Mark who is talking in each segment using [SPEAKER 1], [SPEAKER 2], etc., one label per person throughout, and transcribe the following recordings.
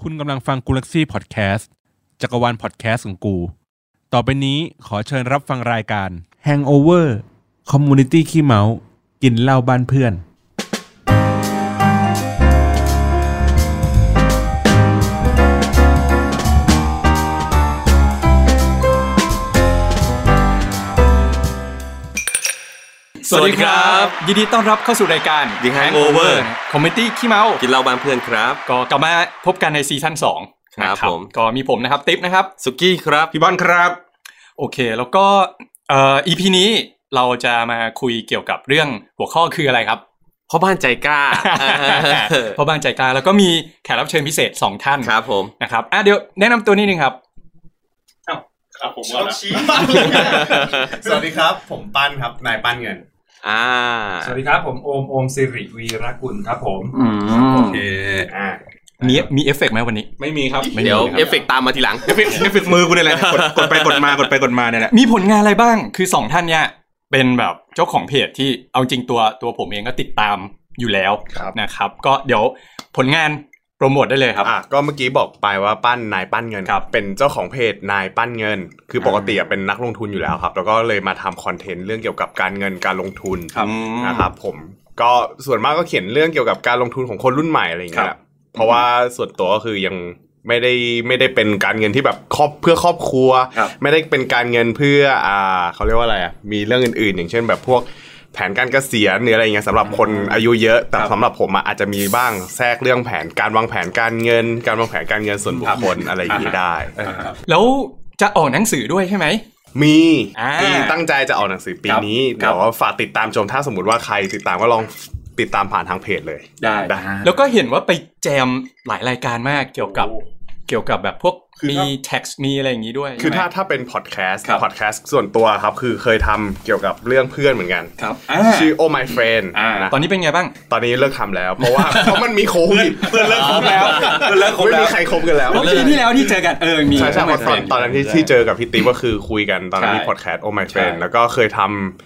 [SPEAKER 1] คุณกำลังฟังกูลักซี่พอดแคสต์จักรวาลพอดแคสต์ของกู ต่อไปนี้ขอเชิญรับฟังรายการ Hangover Community ขี้เมา กินเหล้าบ้านเพื่อน
[SPEAKER 2] สวัสดีครับ ยินดีต้อนรับเข้าสู่รายการ
[SPEAKER 3] The Hangover
[SPEAKER 2] คอมเมดี้ขี้เมา
[SPEAKER 3] กินเหล้าบ้านเพื่อนครับ
[SPEAKER 2] ก็กลับมาพบกันในซีซั่น2
[SPEAKER 3] ครับ
[SPEAKER 2] นะ
[SPEAKER 3] ผม
[SPEAKER 2] ก็มีผมนะครับ ติ๊บนะครับ
[SPEAKER 3] สุกี้ครับ
[SPEAKER 4] พี่บอลครับ
[SPEAKER 2] โอเค แล้วก็เอ่อ EP นี้เราจะมาคุยเกี่ยวกับเรื่องหัวข้อคืออะไรครับ
[SPEAKER 3] พ่อบ้านใจกล้าเออ
[SPEAKER 2] เพราะบางใจกลางแล้วก็มีแขกรับเชิญพิเศษ 2 ท่าน
[SPEAKER 3] ครับผม
[SPEAKER 2] นะครับอ่ะเดี๋ยวแนะนำตัวนิดนึงครับ
[SPEAKER 4] ครับผม
[SPEAKER 5] ต้องชี้ สวัสดีครับ ผมปั้นครับ นายปั้นเงิน
[SPEAKER 3] อ่า
[SPEAKER 6] สวัสดีครับ ผมโอม โอมสิริวีรกุลครับผม
[SPEAKER 2] อืม
[SPEAKER 5] อ่า
[SPEAKER 2] มีมีเอฟเฟกต์ไหมวันนี้
[SPEAKER 4] ไม่มีครับ
[SPEAKER 3] เดี๋ยวเอฟเฟกต์ตามมาทีหลัง
[SPEAKER 4] เอฟเฟกต์เอฟเฟกต์มือกูเนี่ยแหละกดกดไปกดมากดไปกดมาเนี่ยแหละ
[SPEAKER 2] มีผลงานอะไรบ้าง คือสองท่านเนี่ยเป็นแบบเจ้าของเพจที่เอาจริงตัวตัวผมเองก็ติดตามอยู่แล้ว
[SPEAKER 5] ครับ
[SPEAKER 2] นะครับ ก็เดี๋ยวผลงานโปรโมทได้เลยครับ
[SPEAKER 5] อ่ะก็เมื่อกี้บอกไปว่าปั้นนายปั้นเงิน
[SPEAKER 2] ครับ
[SPEAKER 5] เป็นเจ้าของเพจนายปั้นเงิน คือปกติอ่ะเป็นนักลงทุนอยู่แล้วครับ แล้วก็เลยมาทำคอนเทนต์เรื่องเกี่ยวกับการเงินการลงทุนนะครับผมก็ส่วนมากก็เขียนเรื่องเกี่ยวกับการลงทุนของคนรุ่นใหม่อะไรอย่างเงี้ยแหละเพราะว่าส่วนตัวก็คือยังไม่ได้ไม่ได้เป็นการเงินที่แบบครอบเพื่อครอบครัว ไม่ได้เป็นการเงินเพื่ออ่าเขาเรียกว่าอะไรอ่ะมีเรื่องอื่นๆ อย่างเช่นแบบพวกแผนการเกษียณหรืออะไรอย่างเงี้ยสำหรับคนอายุเยอะ แต่สำหรับผมอะอาจจะมีบ้างแทรกเรื่องแผนการวางแผนการเงิน การวางแผนการเงินส่วนบุคคลอะไรอย่างนี้ได้เออ
[SPEAKER 2] แล้วจะออกหนังสือด้วยใช่ไหม
[SPEAKER 5] มี
[SPEAKER 2] อ่า
[SPEAKER 5] มีตั้งใจจะออกหนังสือปีนี้
[SPEAKER 4] ครั
[SPEAKER 5] แต่
[SPEAKER 4] บ
[SPEAKER 5] ว่าฝากติดตามชมถ้าสมมติว่าใครติดตามก็ลองติดตามผ่านทางเพจเลย
[SPEAKER 4] ได้
[SPEAKER 5] ได้
[SPEAKER 2] แล้วก็เห็นว่าไปแจมหลายรายการมากเกี่ยวกับ
[SPEAKER 4] โอ้
[SPEAKER 2] เกี่ยวกับแบบพวก
[SPEAKER 4] คือ
[SPEAKER 2] มี
[SPEAKER 4] ถ้ามี
[SPEAKER 2] แท็กมีอะไรอย่างนี้ด้วย
[SPEAKER 5] คือ
[SPEAKER 2] ใช่ไหม
[SPEAKER 5] ถ้าถ้าเป็นพอดแคสต์
[SPEAKER 4] ครับ
[SPEAKER 5] พอดแคสต์ส่วนตัวครับคือเคยทำเกี่ยวกับเรื่องเพื่อนเหมือนกัน
[SPEAKER 4] ครับอ่า
[SPEAKER 5] ชื่อ Oh My Friend
[SPEAKER 4] อ่าน
[SPEAKER 5] นะ
[SPEAKER 2] ตอนนี้เป็นไงบ้าง
[SPEAKER 5] ตอนนี้เลิกทำแล้ว เพราะ ว่าเพราะมันมีโควิด
[SPEAKER 4] เพื่อนเลิกคบแล้วเพื่อนเลิกคบ
[SPEAKER 5] ไม่
[SPEAKER 4] แล้
[SPEAKER 5] มี
[SPEAKER 4] ว
[SPEAKER 5] ใครคบกันแล้ว
[SPEAKER 2] แล้วปีที่แล้วที่เจอกันเออมี
[SPEAKER 5] ใช่ใช่เพราะตอน
[SPEAKER 4] friend
[SPEAKER 5] ตอนนั้นที่ที่เจอกับพี่ติ๊กก็คือคุยกันตอนนั้นมี
[SPEAKER 4] ใช่
[SPEAKER 5] พอดแคสต์ Oh My Friend
[SPEAKER 4] ใช่
[SPEAKER 5] แล้วก็เคยท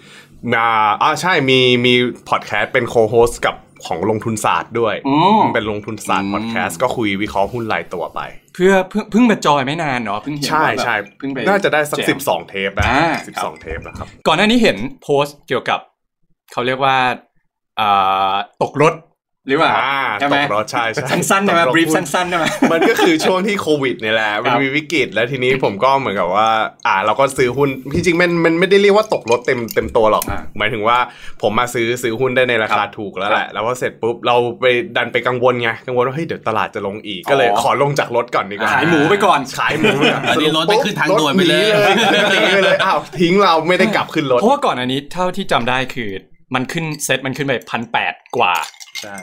[SPEAKER 5] ำอ่าอ่าใช่มีมีพอดแคสต์เป็นโคโฮสกับของลงทุนศาสตร์ด้วย เป็นลงทุนศาสตร์พอดแคสต์ก็คุยวิเคราะห์หุ้นรายตัวไป
[SPEAKER 2] เพื่อเพิ่งเพิ่งมาจอยไม่นานเนาะเพิ่งเห็น
[SPEAKER 5] ใช่
[SPEAKER 2] ว่าแบบ
[SPEAKER 5] ใช่
[SPEAKER 2] เพิ่งไป
[SPEAKER 5] น่าจะได้สัก
[SPEAKER 2] แจม
[SPEAKER 5] สิบสองเทปนะ
[SPEAKER 2] อ่า
[SPEAKER 5] สิบสองเทปแล้วครับ
[SPEAKER 2] ก่อนหน้านี้เห็นโพสต์เกี่ยวกับ เขาเรียกว่าอ่าตกรถหรือว่า
[SPEAKER 5] อ่า
[SPEAKER 2] ใช่ไหม
[SPEAKER 5] ตกรถใช่ใช่
[SPEAKER 2] สั้นๆใช่ไหม
[SPEAKER 5] ตกรถ
[SPEAKER 2] บรีฟ
[SPEAKER 5] พูด
[SPEAKER 2] สั้นๆใช่ไหม
[SPEAKER 5] มันก็คือช่วงที่โควิดเนี่ยแหละ มันมีวิกฤตแล้วทีนี้ผมก็เหมือนกับว่า อ่าเราก็ซื้อหุ้นที่จริงมันมันไม่ได้เรียกว่าตกรถเต็มเต็มตัวหรอก
[SPEAKER 2] อ่า
[SPEAKER 5] หมายถึงว่าผมมาซื้อซื้อหุ้นได้ในราคาถูกแล้วแหละ แล้วพอเสร็จปุ๊บเราไปดันไปกังวลไง กังวลว่าเฮ้ยเดี๋ยวตลาดจะลงอีก ก็เลย
[SPEAKER 2] อ๋อ
[SPEAKER 5] ขอลงจากรถก่อนดีกว่า
[SPEAKER 2] ขายหมูไป ก่อน
[SPEAKER 5] ขายหมูเนี่ย
[SPEAKER 3] อันนี้รถไปขึ้นทางด่วนไปเลย
[SPEAKER 5] รถหนีเลยรถหนีไปเลย อ้าวทิ้งเราไม่ได้กลับขึ้นรถ
[SPEAKER 2] เพราะว่าก่อนอันนี้เท่าที่จำได้คือมันขึ้นเซตมันขึ้นไปพันแปดกว่า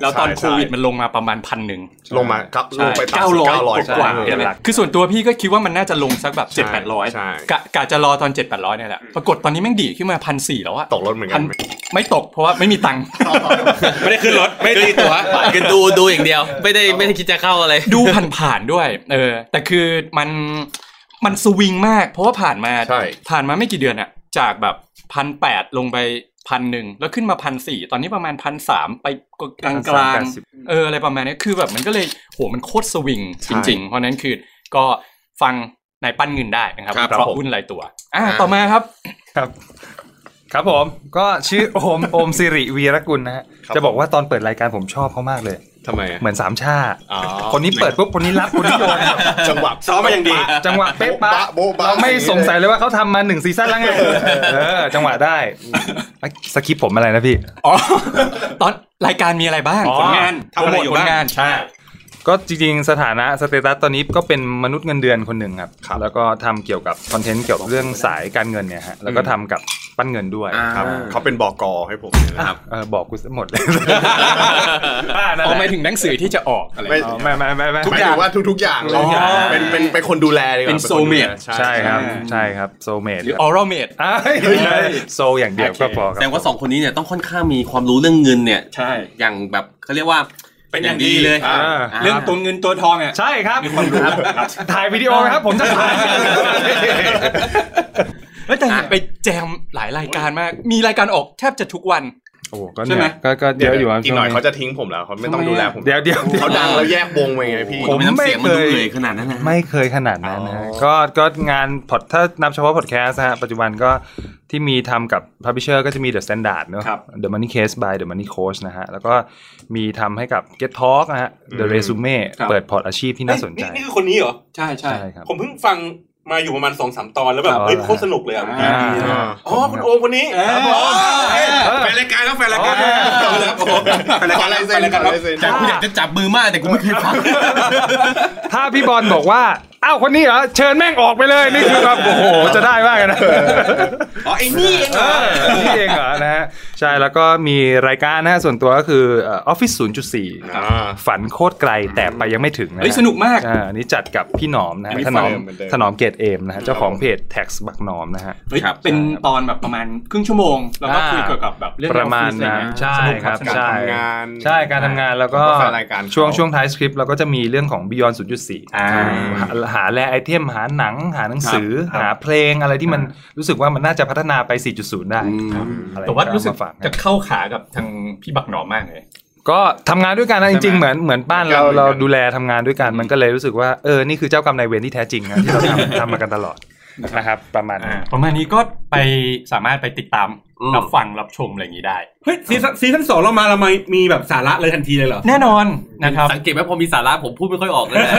[SPEAKER 2] แล้วตอน
[SPEAKER 5] ใช่
[SPEAKER 2] โควิด
[SPEAKER 5] ใช่
[SPEAKER 2] มันลงมาประมาณพันหนึ่ง
[SPEAKER 5] ลงมากับลงไปต่ำ
[SPEAKER 2] เก้าร้อย
[SPEAKER 5] 900
[SPEAKER 2] กว่า
[SPEAKER 5] ใช่
[SPEAKER 2] ใช่ไหมคือส่วนตัวพี่ก็คิดว่ามันน่าจะลงสักแบบ
[SPEAKER 5] ใช่
[SPEAKER 2] เจ็ดแปดร้อย
[SPEAKER 5] ใช่
[SPEAKER 2] กะกะจะรอตอนเจ็ดแปดร้อยเนี่ยแหละปรากฏตอนนี้แม่งดีดขึ้นมาพันสี่แล้วอะ
[SPEAKER 5] ตกรถเหมือนกั
[SPEAKER 2] พั
[SPEAKER 5] น
[SPEAKER 2] น
[SPEAKER 5] ไหม
[SPEAKER 2] ไม่ตกเพราะว่าไม่มีตังค์
[SPEAKER 4] ไม่ได้ขึ้นรถไม่ได้ตีตั๋ว
[SPEAKER 3] คือดูดูอย่างเดียว ไม่ได้ไม่ได้คิดจะเข้าอะไร
[SPEAKER 2] ดูผ่านๆด้วย เออ แต่คือมันมันสวิงมาก เพราะว่าผ่านมา
[SPEAKER 5] ใช่
[SPEAKER 2] ผ่านมาไม่กี่เดือนอะจากแบบพันแปดลงไปพันหนึ่งแล้วขึ้นมาพันสี่ตอนนี้ประมาณพันสามไปกลางกลางๆเอออะไรประมาณนี้คือแบบมันก็เลยโหมันโคตรสวิงจริง ๆ เพราะฉะนั้นคือก็ฟังนายปั้นเงินได้นะครับ
[SPEAKER 3] ครับ
[SPEAKER 2] เพราะ
[SPEAKER 3] ผม
[SPEAKER 2] หุ้นรายตัว อ่ะต่อมาครับ
[SPEAKER 6] ครับ ครับผม ก็ชื่อ โอม โอมสิริวีรกุลนะฮะ
[SPEAKER 5] ครับ
[SPEAKER 6] จะบอกว่าตอนเปิดรายการผมชอบเขา มากเลย
[SPEAKER 5] ทำไมอะ
[SPEAKER 6] เหมือนสามชา
[SPEAKER 5] อ๋อ
[SPEAKER 6] คนนี้เปิดปุ๊บ คนนี้รับคนนี้โย น
[SPEAKER 5] จังหวะ
[SPEAKER 4] ซ้อมมาอย่างดี
[SPEAKER 6] จังหวะเป๊ะปะ
[SPEAKER 5] โบ๊ะบะโบ๊ะบะ
[SPEAKER 6] เราไม่สงสัยเลยว่าเขาทำมาหนึ่งซีซั่นแล้วไง เออ จังหวะได้ สคริปต์ผมอะไรนะพี่
[SPEAKER 2] อ๋อ ตอนรายการมีอะไรบ้าง
[SPEAKER 6] อ๋อ
[SPEAKER 2] ผลงาน
[SPEAKER 4] ทำอะไรอยู่
[SPEAKER 2] โปโมทผล
[SPEAKER 4] บ้าง
[SPEAKER 2] งานใช่
[SPEAKER 6] ก็จริงๆ สถานะสเตตัสตอนนี้ก็เป็นมนุษย์เงินเดือนคนหนึ่งครับ
[SPEAKER 5] ครับ
[SPEAKER 6] แล้วก็ทำเกี่ยวกับคอนเทนต์เกี่ยวกับเรื่องสายการเงินเนี่ยฮะ แล้วก็ทำกับปั้นเงินด้วย
[SPEAKER 5] ครับเขาเป็นบอกอให้ผมเนี่ยนะครับ
[SPEAKER 6] เออบอกกูซะหมด เลย
[SPEAKER 2] เอาหมายถึงหนังสือที่จะออกอะไร
[SPEAKER 5] ไม่
[SPEAKER 6] อ๋อไม่ไม่ไม่ไม่
[SPEAKER 5] หมายถึงว่าทุกๆอย่างเล
[SPEAKER 2] อ๋
[SPEAKER 5] ย
[SPEAKER 2] อ
[SPEAKER 5] เป็นเป็นเป็นคนดูแลดีกว่า
[SPEAKER 2] เป็น
[SPEAKER 5] คดูแล
[SPEAKER 2] soulmate
[SPEAKER 6] ใช่ครับใช่ครับโซเมด
[SPEAKER 2] หรือ oral mate
[SPEAKER 6] โซอย่างเดียวก็พอค
[SPEAKER 3] แส
[SPEAKER 6] รั
[SPEAKER 3] ด
[SPEAKER 6] บ
[SPEAKER 3] งว่าสองคนนี้เนี่ยต้องค่อนข้างมีความรู้เรื่องเงินเนี่ย
[SPEAKER 2] ใช่
[SPEAKER 3] อย่างแบบเขาเรียกว่า
[SPEAKER 4] เป็นอย่างดี
[SPEAKER 3] เลย
[SPEAKER 4] อ่า
[SPEAKER 3] า
[SPEAKER 2] เรื่องตัวเงินตัวทองอ่ะ
[SPEAKER 6] ใช่ครับ
[SPEAKER 4] ความรู้ครับ
[SPEAKER 6] ถ่ายวิดีโอไหมครับผมจะถ่าย
[SPEAKER 2] เฮ้ยแต่เห็นไปแจมหลายรายการมาก มีรายการออกแทบจะทุกวัน
[SPEAKER 6] โอ้ก็
[SPEAKER 2] ใช่
[SPEAKER 6] เนี่
[SPEAKER 2] ไหม
[SPEAKER 6] ยก็ก็เยอะอยู่ครับ
[SPEAKER 5] อีกหน่อยเขาจะทิ้งผมแล้วเขาไม่ต้องดูแลผม
[SPEAKER 6] เดี๋ยวเดี๋ยวเดี๋ยว
[SPEAKER 5] เขาดังแล้วแยกวงไปไงพี่
[SPEAKER 6] ผม
[SPEAKER 3] ทำน้ำเสียงมันดูเลยขนาดนั้นนะ
[SPEAKER 6] ไม่เคยขนาดนั้น
[SPEAKER 5] อ๋อ
[SPEAKER 6] นะก็ก็งานพอดถ้านับเฉพาะพอดแคสต์นะฮะปัจจุบันก็ที่มีทำกับพับ l ิเชอร์ก็จะมี The Standard เนอะ
[SPEAKER 2] ครับ
[SPEAKER 6] The Money Case by The Money Coach นะฮะ แล้วก็มีทำให้กับ Get Talk นะฮะ The
[SPEAKER 5] อืม
[SPEAKER 6] Resume
[SPEAKER 2] ครับ
[SPEAKER 6] เปิดพอร์ตอาชีพที่น่าสนใจ
[SPEAKER 7] นี่คือคนนี้เหรอ
[SPEAKER 2] ใช่ใช่
[SPEAKER 6] ใช่ครับ
[SPEAKER 7] ผมเพิ่งฟังมาอยู่ประมาณสองสามตอนแล้วแบบ
[SPEAKER 6] อ๋อ
[SPEAKER 7] เฮ้ย
[SPEAKER 6] เหรอ
[SPEAKER 7] โคตรสนุกเลยอ่ะ
[SPEAKER 2] อ่า
[SPEAKER 7] อ๋อคุณโอมคนนี้
[SPEAKER 2] ครับผม
[SPEAKER 4] แฟนรายการครับแฟนรายการ
[SPEAKER 7] ครับผม
[SPEAKER 4] แฟนรายการแฟนรายการครับ
[SPEAKER 3] แต่กูอยากจะจับมือมากแต่กูไม่เคยฟัง
[SPEAKER 6] ถ้าพี่บอลบอกว่า อ้าวคนนี้เหรอ เชิญแม่งออกไปเลย นี่คือแบบโอ้โห จะได้มากเลยนะ
[SPEAKER 4] อ๋อไอ้นี่เองเหรอ
[SPEAKER 6] นี่เองเหรอนะฮะ ใช่แล้วก็มีรายการนะฮะส่วนตัวก็คือเออฟฟิศ0.4
[SPEAKER 5] อ่า
[SPEAKER 6] ฝันโคตรไกลแต่ไปยังไม่ถึงนะ
[SPEAKER 2] เฮ้ยสนุกมาก
[SPEAKER 6] อ่าอันนี้จัดกับพี่หนอมนะฮะ
[SPEAKER 5] อันนี้
[SPEAKER 6] ถนอม
[SPEAKER 5] เดิมเหมือนเดิม
[SPEAKER 6] ถนอมเกตเอมนะฮะเจ้าของเพจแท็กบักหนอมนะฮะ
[SPEAKER 2] เฮ้ย
[SPEAKER 3] ครับ
[SPEAKER 2] เป็นตอนแบบประมาณครึ่งชั่วโมง แล้วก็
[SPEAKER 6] อ่า
[SPEAKER 2] คุยเกี่ยวกับแบบเรื่อง
[SPEAKER 6] ประมา
[SPEAKER 2] ออ
[SPEAKER 6] ณ
[SPEAKER 2] ฟฟิศอ
[SPEAKER 6] นั้น
[SPEAKER 2] ไเงี้ย
[SPEAKER 6] ใช่
[SPEAKER 2] สนุก
[SPEAKER 6] ครับ
[SPEAKER 2] สนุก
[SPEAKER 6] ใช่
[SPEAKER 5] การทำงาน
[SPEAKER 6] ใช่การทำงานแล้วก็
[SPEAKER 5] แล้วก็แฟนรายการ
[SPEAKER 6] ช่วง
[SPEAKER 5] เขา
[SPEAKER 6] ช่วงท้ายสคริปต์เราก็จะมีเรื่องของ Beyond 0.4
[SPEAKER 2] อ่า
[SPEAKER 6] หาหาแลไอเทมหาหนังหาหนังสือ หาเพลงอะไรที่มันรู้สึกว่ามันน่าจะพัฒนาไป 4.0 ได้ครับอะไร
[SPEAKER 2] แต่ว่ารู้สึก
[SPEAKER 6] เอมฝานะ
[SPEAKER 2] จะเข้าขากับทางพี่บักหนอมมากเลย
[SPEAKER 6] ก็ทำงานด้วยกันนะจริงๆ เหมือนเหมือนบ้านเรา
[SPEAKER 5] เหมือนกัน
[SPEAKER 6] เราดูแลทำงานด้วยกันมันก็เลยรู้สึกว่าเออนี่คือเจ้ากรรมนายเวรที่แท้จริงนะ ที่เราทำ ทำมากันตลอดนะครับประมาณนั้น
[SPEAKER 2] ประมาณนี้ก็ไปสามารถไปติดตามรับฟังรับชมอะไรอย่างนี้ได้
[SPEAKER 7] เฮ้ยซีซั่นซีซั่นสองเรามาเรามามีแบบสาระเลยทันทีเลยเหรอ
[SPEAKER 2] แน่นอนนะครับ
[SPEAKER 3] สังเกตไหมพอมีสาระผมพูดไม่ค่อยออกเลย นะ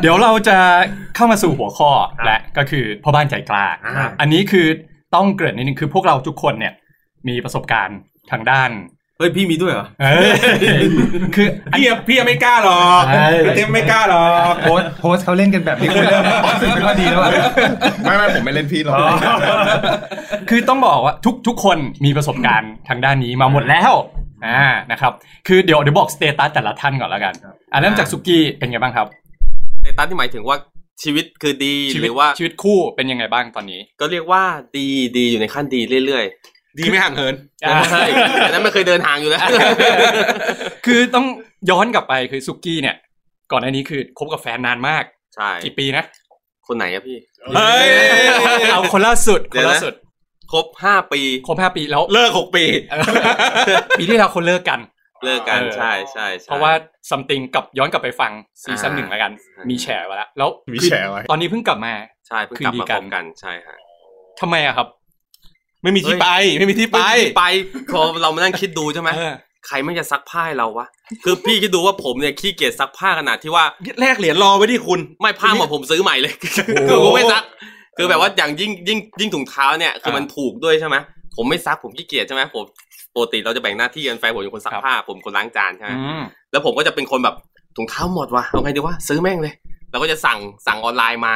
[SPEAKER 2] เดี๋ยวเราจะเข้ามาสู่หัวข้อและก็คือพ่อบ้านใจกล้า อันนี้คือต้องเกริ่นนิดนึงคือพวกเราทุกคนเนี่ยมีประสบการณ์ทางด้าน
[SPEAKER 3] เฮ้ยพี่มีด้วยเหรอ
[SPEAKER 2] เอ้ยคืออัน
[SPEAKER 7] พี่
[SPEAKER 2] นี้
[SPEAKER 7] อะพี่อะไม่กล้าหรอก
[SPEAKER 2] ใช่
[SPEAKER 7] พี่เต็มไม่กล้าหรอก
[SPEAKER 6] โพสโพสเขาเล่นกันแบบนี้คุณเริ่ม รู้สึกไม่ค่อยดีแล้วอ่ะ
[SPEAKER 5] ไม่ไม่ผมไม่เล่นพี่หรอก
[SPEAKER 2] คือต้องบอกว่าทุกทุกคนมีประสบการณ์ทางด้านนี้มาหมดแล้วอ่านะครับคือเดี๋ยวเดี๋ยวบอกสเตตัสแต่ละท่านก่อนแล้วกันอ่ะเริ่มจากสุกี้เป็นไงบ้างครับ
[SPEAKER 3] แต่ตันที่หมายถึงว่าชีวิตคือดี
[SPEAKER 2] ชี
[SPEAKER 3] ห
[SPEAKER 2] วิต
[SPEAKER 3] รือว่า
[SPEAKER 2] ชีวิตคู่เป็นยังไงบ้างตอนนี้
[SPEAKER 3] ก็เรียกว่าดีดีอยู่ในขั้นดีเรื่อย
[SPEAKER 4] ดีไม่ห่างเหิน
[SPEAKER 3] ๆใช่อันนั้นไม่เคยเดินทางอยู่แล้ว
[SPEAKER 2] คือต้องย้อนกลับไปคือสุกี้เนี่ย ก่อนหน้านี้คือคบกับแฟนนานมาก
[SPEAKER 3] ใช่
[SPEAKER 2] กี่ปีนะ
[SPEAKER 3] คนไหนครับพี่
[SPEAKER 4] เฮ้ย
[SPEAKER 2] เอาคนล่าสุดค
[SPEAKER 3] เดี๋ย
[SPEAKER 2] น
[SPEAKER 3] วนะ
[SPEAKER 2] ล่าสุด
[SPEAKER 3] ครบห้าปี
[SPEAKER 2] ครบห้าปีแล้ว
[SPEAKER 4] เลิกหกปี
[SPEAKER 2] ปีที่แล้วคนเลิกกัน
[SPEAKER 3] เลิกกัน
[SPEAKER 2] เออ
[SPEAKER 3] ใช่ใช่ใช่
[SPEAKER 2] เพราะว่าซัมติงกลับย้อนกลับไปฟังซีซั่น
[SPEAKER 3] อ่า
[SPEAKER 2] หนึ่งแล้วกัน
[SPEAKER 3] ใช่
[SPEAKER 2] มีแฉไว้แล้วแล้ว
[SPEAKER 5] มี
[SPEAKER 2] คือ
[SPEAKER 5] แฉไว้
[SPEAKER 2] ตอนนี้เพิ่งกลับมา
[SPEAKER 3] ใช่เพิ่งกลับ
[SPEAKER 2] คืนดี
[SPEAKER 3] มา
[SPEAKER 2] กั
[SPEAKER 3] พ
[SPEAKER 2] น
[SPEAKER 3] บกันใช่ฮะ
[SPEAKER 2] ทำไมอะครับ
[SPEAKER 4] ไม่มีที่ไป ไม่มีที่ไป
[SPEAKER 3] ไปไปพอเรามานั่งคิดดูใช่ไหม
[SPEAKER 2] เออ
[SPEAKER 3] ใครไม่จะซักผ้าให้เราวะคือพี่คิดดูว่าผมเนี่ยขี้เกียจซักผ้าขนาดที่ว่า
[SPEAKER 4] แลกเหรียญรอไว้ที่คุณ
[SPEAKER 3] ไม่ผ้าหมอผมซื้อใหม่เลย คือผมไม่ซัก คือแบบว่าอย่างยิ่งยิ่งยิ่งถุงเท้าเนี่ยคือมันถูกด้วยใช่ไหมผมไม่ซักผมขี้เกียจใช่ไหมผมปกติเราจะแบ่งหน้าที่กันแฟนผมเป็นคนซักผ้าผมคนล้างจานใช่ไหม
[SPEAKER 2] อืม
[SPEAKER 3] แล้วผมก็จะเป็นคนแบบถุงเท้าหมดว่ะเอาไงดีวะซื้อแม่งเลยเราก็จะสั่งสั่งออนไลน์มา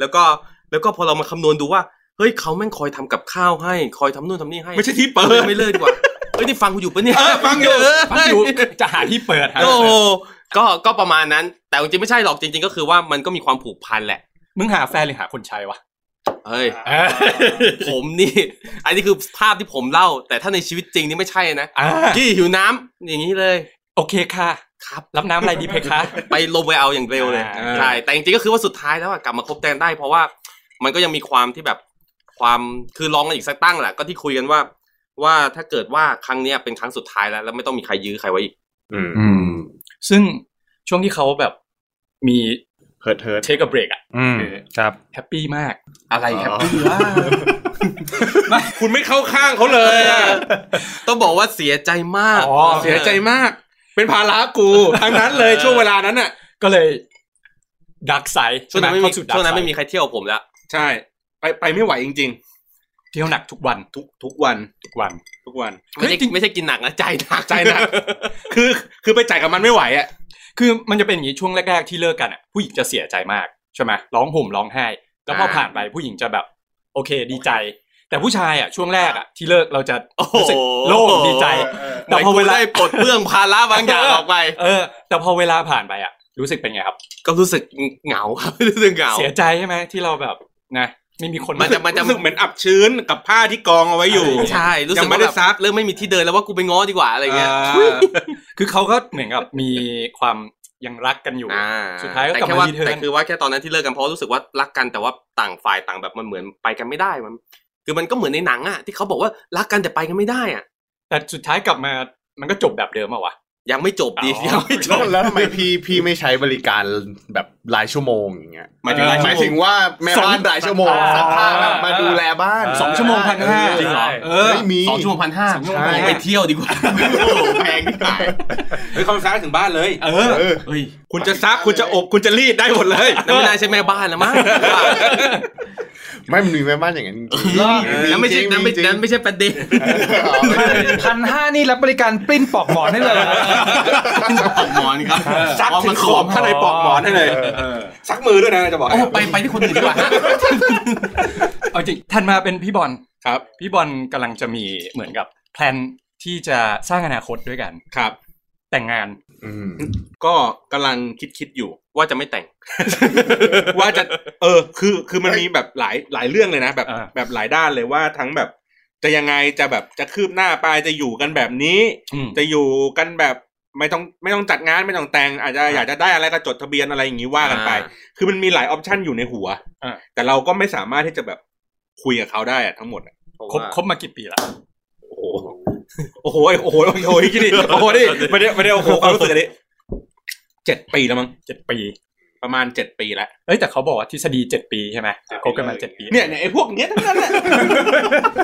[SPEAKER 3] แล้วก็แล้วก็พอเรามาคำนวณดูว่าเฮ้ยเขาแม่งคอยทำกับข้าวให้คอยทำนู่นทำนี่ให้
[SPEAKER 4] ไม่ใช่ที่เปิด
[SPEAKER 3] ไม่เลิกดีกว่าเฮ้ยนี่ฟังกูอยู่ปะเนี่ย
[SPEAKER 4] เออฟังอยู่
[SPEAKER 2] ฟังดูจะหาที่เปิดหา
[SPEAKER 3] โอ้
[SPEAKER 2] ที่
[SPEAKER 3] โห
[SPEAKER 2] เปิด
[SPEAKER 3] ก็ก็ประมาณนั้น แต่จริงๆไม่ใช่หรอกจริง ๆ ก็คือว่ามันก็มีความผูกพันแหละ
[SPEAKER 2] มึงหาแฟนหรือหาคนใช้วะ
[SPEAKER 3] เฮ้ย
[SPEAKER 2] เออ
[SPEAKER 3] ผมนี่ อันนี้คือภาพที่ผมเล่า แต่ถ้าในชีวิตจริงนี่ไม่ใช่นะ
[SPEAKER 2] อ่า
[SPEAKER 3] กี้หิวน้ำอย่างนี้เลย
[SPEAKER 2] โอเคค่ะ ครับ รับน้ำอะไรดีเพคะ
[SPEAKER 3] ไปลงไปเอาอย่างเร็วเลย
[SPEAKER 2] อ่า
[SPEAKER 3] ใช่แต่จริงๆก็คือว่าสุดท้ายแล้วอะกลับมาคบแตนได้ เพราะว่ามันก็ยังมีความที่แบบความคือลองกันอีกสักตั้งแหละก็ที่คุยกันว่า ว่าถ้าเกิดว่าครั้งเนี้ยเป็นครั้งสุดท้ายแล้ว แล้วไม่ต้องมีใครยื้อใครไว้อีก
[SPEAKER 5] อืม
[SPEAKER 6] อืม
[SPEAKER 2] ซึ่งช่วงที่เขาแบบมี
[SPEAKER 5] เฮิร์ทเฮิร์ท
[SPEAKER 2] take a break อะ
[SPEAKER 6] อืมครับ
[SPEAKER 2] แฮปปี้มาก
[SPEAKER 3] อะไรครับ
[SPEAKER 4] คุณไม่เข้าข้างเขาเลยอะ
[SPEAKER 3] ต้องบอกว่าเสียใจมาก
[SPEAKER 2] อ๋อ
[SPEAKER 4] เสียใจมาก เป็นภาระ กูทั้งนั้นเลยช่วงเวลานั้นน่ะ
[SPEAKER 2] ก็เลยดักไซด์
[SPEAKER 3] ช่วงนั้นไม่มี
[SPEAKER 2] เข้าสู่ dark
[SPEAKER 3] ช่วงนั้นไม่มี
[SPEAKER 2] side
[SPEAKER 3] ใครเที่ยวผมแล้ว
[SPEAKER 4] ใช่ ไปไปไม่ไหวจริง
[SPEAKER 2] เที่ยวหนักทุกวัน
[SPEAKER 4] ๆ ทุกทุกวัน
[SPEAKER 2] ทุกวัน
[SPEAKER 4] ทุกวัน
[SPEAKER 3] ไม่ใช่ไม่ใช่กินหนักนะใจหนัก
[SPEAKER 4] ใจหนัก คือคือไปจ่ายกับมันไม่ไหวอ่ะ
[SPEAKER 2] คือมันจะเป็นอย่างนี้ช่วงแรก ๆ ที่เลิกกันอ่ะผู้หญิงจะเสียใจมากใช่ไหมร้องห่มร้องไห้ แล้วพอผ่านไปผู้หญิงจะแบบ โอเคดีใจ แต่ผู้ชายอ่ะช่วงแรกอ่ะที่เลิกเราจะรู้สึกโล่งดีใจ แต่
[SPEAKER 3] แต่
[SPEAKER 2] พ
[SPEAKER 3] พ
[SPEAKER 2] อ
[SPEAKER 3] อ
[SPEAKER 2] เว
[SPEAKER 3] เว
[SPEAKER 2] ลา
[SPEAKER 3] ลาปลดเปลื้องภาระบางอย่างออกไป
[SPEAKER 2] เออ แต่พอเวลาผ่านไปอ่ะ รู้สึกเป็นไงครับ
[SPEAKER 3] ก็รู้สึกเหงาครับ รู้สึกเหงา
[SPEAKER 2] เสียใจใช่ไหมที่เราแบบนะไม่มีคน
[SPEAKER 3] มันจะมันจะ
[SPEAKER 4] รู้สึกเหมือนอับชื้นกับผ้าที่กองเอาไว้อยู่
[SPEAKER 3] ใช่รู้สึ
[SPEAKER 4] ยั
[SPEAKER 3] ก
[SPEAKER 4] งไม่
[SPEAKER 3] ว่า
[SPEAKER 4] ได้
[SPEAKER 3] แบบ
[SPEAKER 4] ซัก
[SPEAKER 3] เริ่มไม่มีที่เดินแล้วว่ากูไปง้อดีกว่าอะไรเงี้ย
[SPEAKER 4] อ่า
[SPEAKER 2] คือเขาก็เหมือนกับมีความยังรักกันอยู่
[SPEAKER 3] อ่า
[SPEAKER 2] สุดท้ายก็
[SPEAKER 3] แต่
[SPEAKER 2] กลับมา
[SPEAKER 3] แค่ว่า
[SPEAKER 2] รีเทิร์น
[SPEAKER 3] แต่คือว่าแค่ตอนนั้นที่เลิกกันเพราะรู้สึกว่ารักกันแต่ว่าต่างฝ่ายต่างแบบมันเหมือนไปกันไม่ได้มัน คือมันก็เหมือนในหนังอ่ะที่เขาบอกว่ารักกันแต่ไปกันไม่ได้อ่ะ
[SPEAKER 2] แต่สุดท้ายกลับมามันก็จบแบบเดิมอะวะ
[SPEAKER 3] ยังไม่จบดี
[SPEAKER 2] อ๋อ
[SPEAKER 3] ยังไม่จ
[SPEAKER 5] แล้ว
[SPEAKER 3] บ
[SPEAKER 5] แล้วทำไมพี่พี่ไม่ใช้บริการแบบรายชั่วโมงอย่างเงี้ย
[SPEAKER 4] หมายถึงรายชั่วโมง
[SPEAKER 5] หมายถึงว่าแม่บ้านรายชั่วโมงซักผ้าแบบมาดูแลบ้าน
[SPEAKER 2] สองชั่วโมงพันห้า
[SPEAKER 5] จริงเหรอ
[SPEAKER 2] เออ
[SPEAKER 5] ไม่มี
[SPEAKER 2] สองชั่วโมงพันห้า
[SPEAKER 5] ใช่
[SPEAKER 3] ไปเที่ยวดีกว่า
[SPEAKER 5] แพงที่ขาย
[SPEAKER 4] เฮ้ยคำซักถึงบ้านเลย
[SPEAKER 2] เออ
[SPEAKER 5] เออ
[SPEAKER 2] เฮ้ย
[SPEAKER 4] คุณจะซักคุณจะอบคุณจะรีดได้หมดเลย
[SPEAKER 3] นั่นไม่น่าใช่แม่บ้านแล้วมั้ง
[SPEAKER 5] ไม่มันมีแม่บ้านอย่างนั้นจริงๆ
[SPEAKER 3] นั่นไม่ใช่นั่นไม่
[SPEAKER 5] จริงๆ
[SPEAKER 3] นั่นไม่ใช่ประเด็น
[SPEAKER 5] อ๋อไม่ใช่
[SPEAKER 6] พันห้านี่รับบริการปริ้นปอกหมอนได้เลย
[SPEAKER 3] ปอกหมอนครับ
[SPEAKER 4] ซักถึงขอบข้างในปลอกหมอนให้เลยซักมือด้วยนะจะบอก
[SPEAKER 3] โอ้ไปไปที่คนอื่นดีกว่า
[SPEAKER 2] เอาจริงถัดมาเป็นพี่บอล
[SPEAKER 4] ครับ
[SPEAKER 2] พี่บอลกำลังจะมีเหมือนกับแพลนที่จะสร้างอนาคตด้วยกัน
[SPEAKER 4] ครับ
[SPEAKER 2] แต่งงาน
[SPEAKER 4] ก็กำลังคิดคิดอยู่
[SPEAKER 3] ว่าจะไม่แต่ง
[SPEAKER 4] ว่าจะเออคือคือมันมีแบบหลายหลายเรื่องเลยนะ แบบ
[SPEAKER 2] อ่า
[SPEAKER 4] แบบหลายด้านเลยว่าทั้งแบบ จะยังไงจะแบบจะคืบหน้าไปจะอยู่กันแบบนี้ จะอยู่กันแบบไม่ต้องไม่ต้องจัดงานไม่ต้องแต่งอาจจะอยากจะได้อะไรก็จดทะเบียนอะไรอย่างนี้ว่ากันไป
[SPEAKER 3] อ่า
[SPEAKER 4] คือมันมีหลายออปชันอยู่ในหัว
[SPEAKER 2] อ่า
[SPEAKER 4] แต่เราก็ไม่สามารถที่จะแบบคุยกับเขาได้อะทั้งหมดอะ
[SPEAKER 2] คบคบมากี่ปีละ
[SPEAKER 4] โอ้โหโอ้โหโอ้โหโอ้โหคิดดิโอ้โห ดิไม่ได้ไม่ได้โอ้โหความรู้สึกอันนี้เจ็ดปีแล้วมั้ง
[SPEAKER 2] เจ็ดปี
[SPEAKER 4] ประมาณเจ็ดปีแล้ว
[SPEAKER 2] เอ้ยแต่เขาบอกว่าทฤษฎีเจ็ดปีใช่ไหมคบกันมาเจ็ดปี
[SPEAKER 4] เนี่ยเนี่ยไอ้พวกเนี้ยทั้งนั้นแห ละ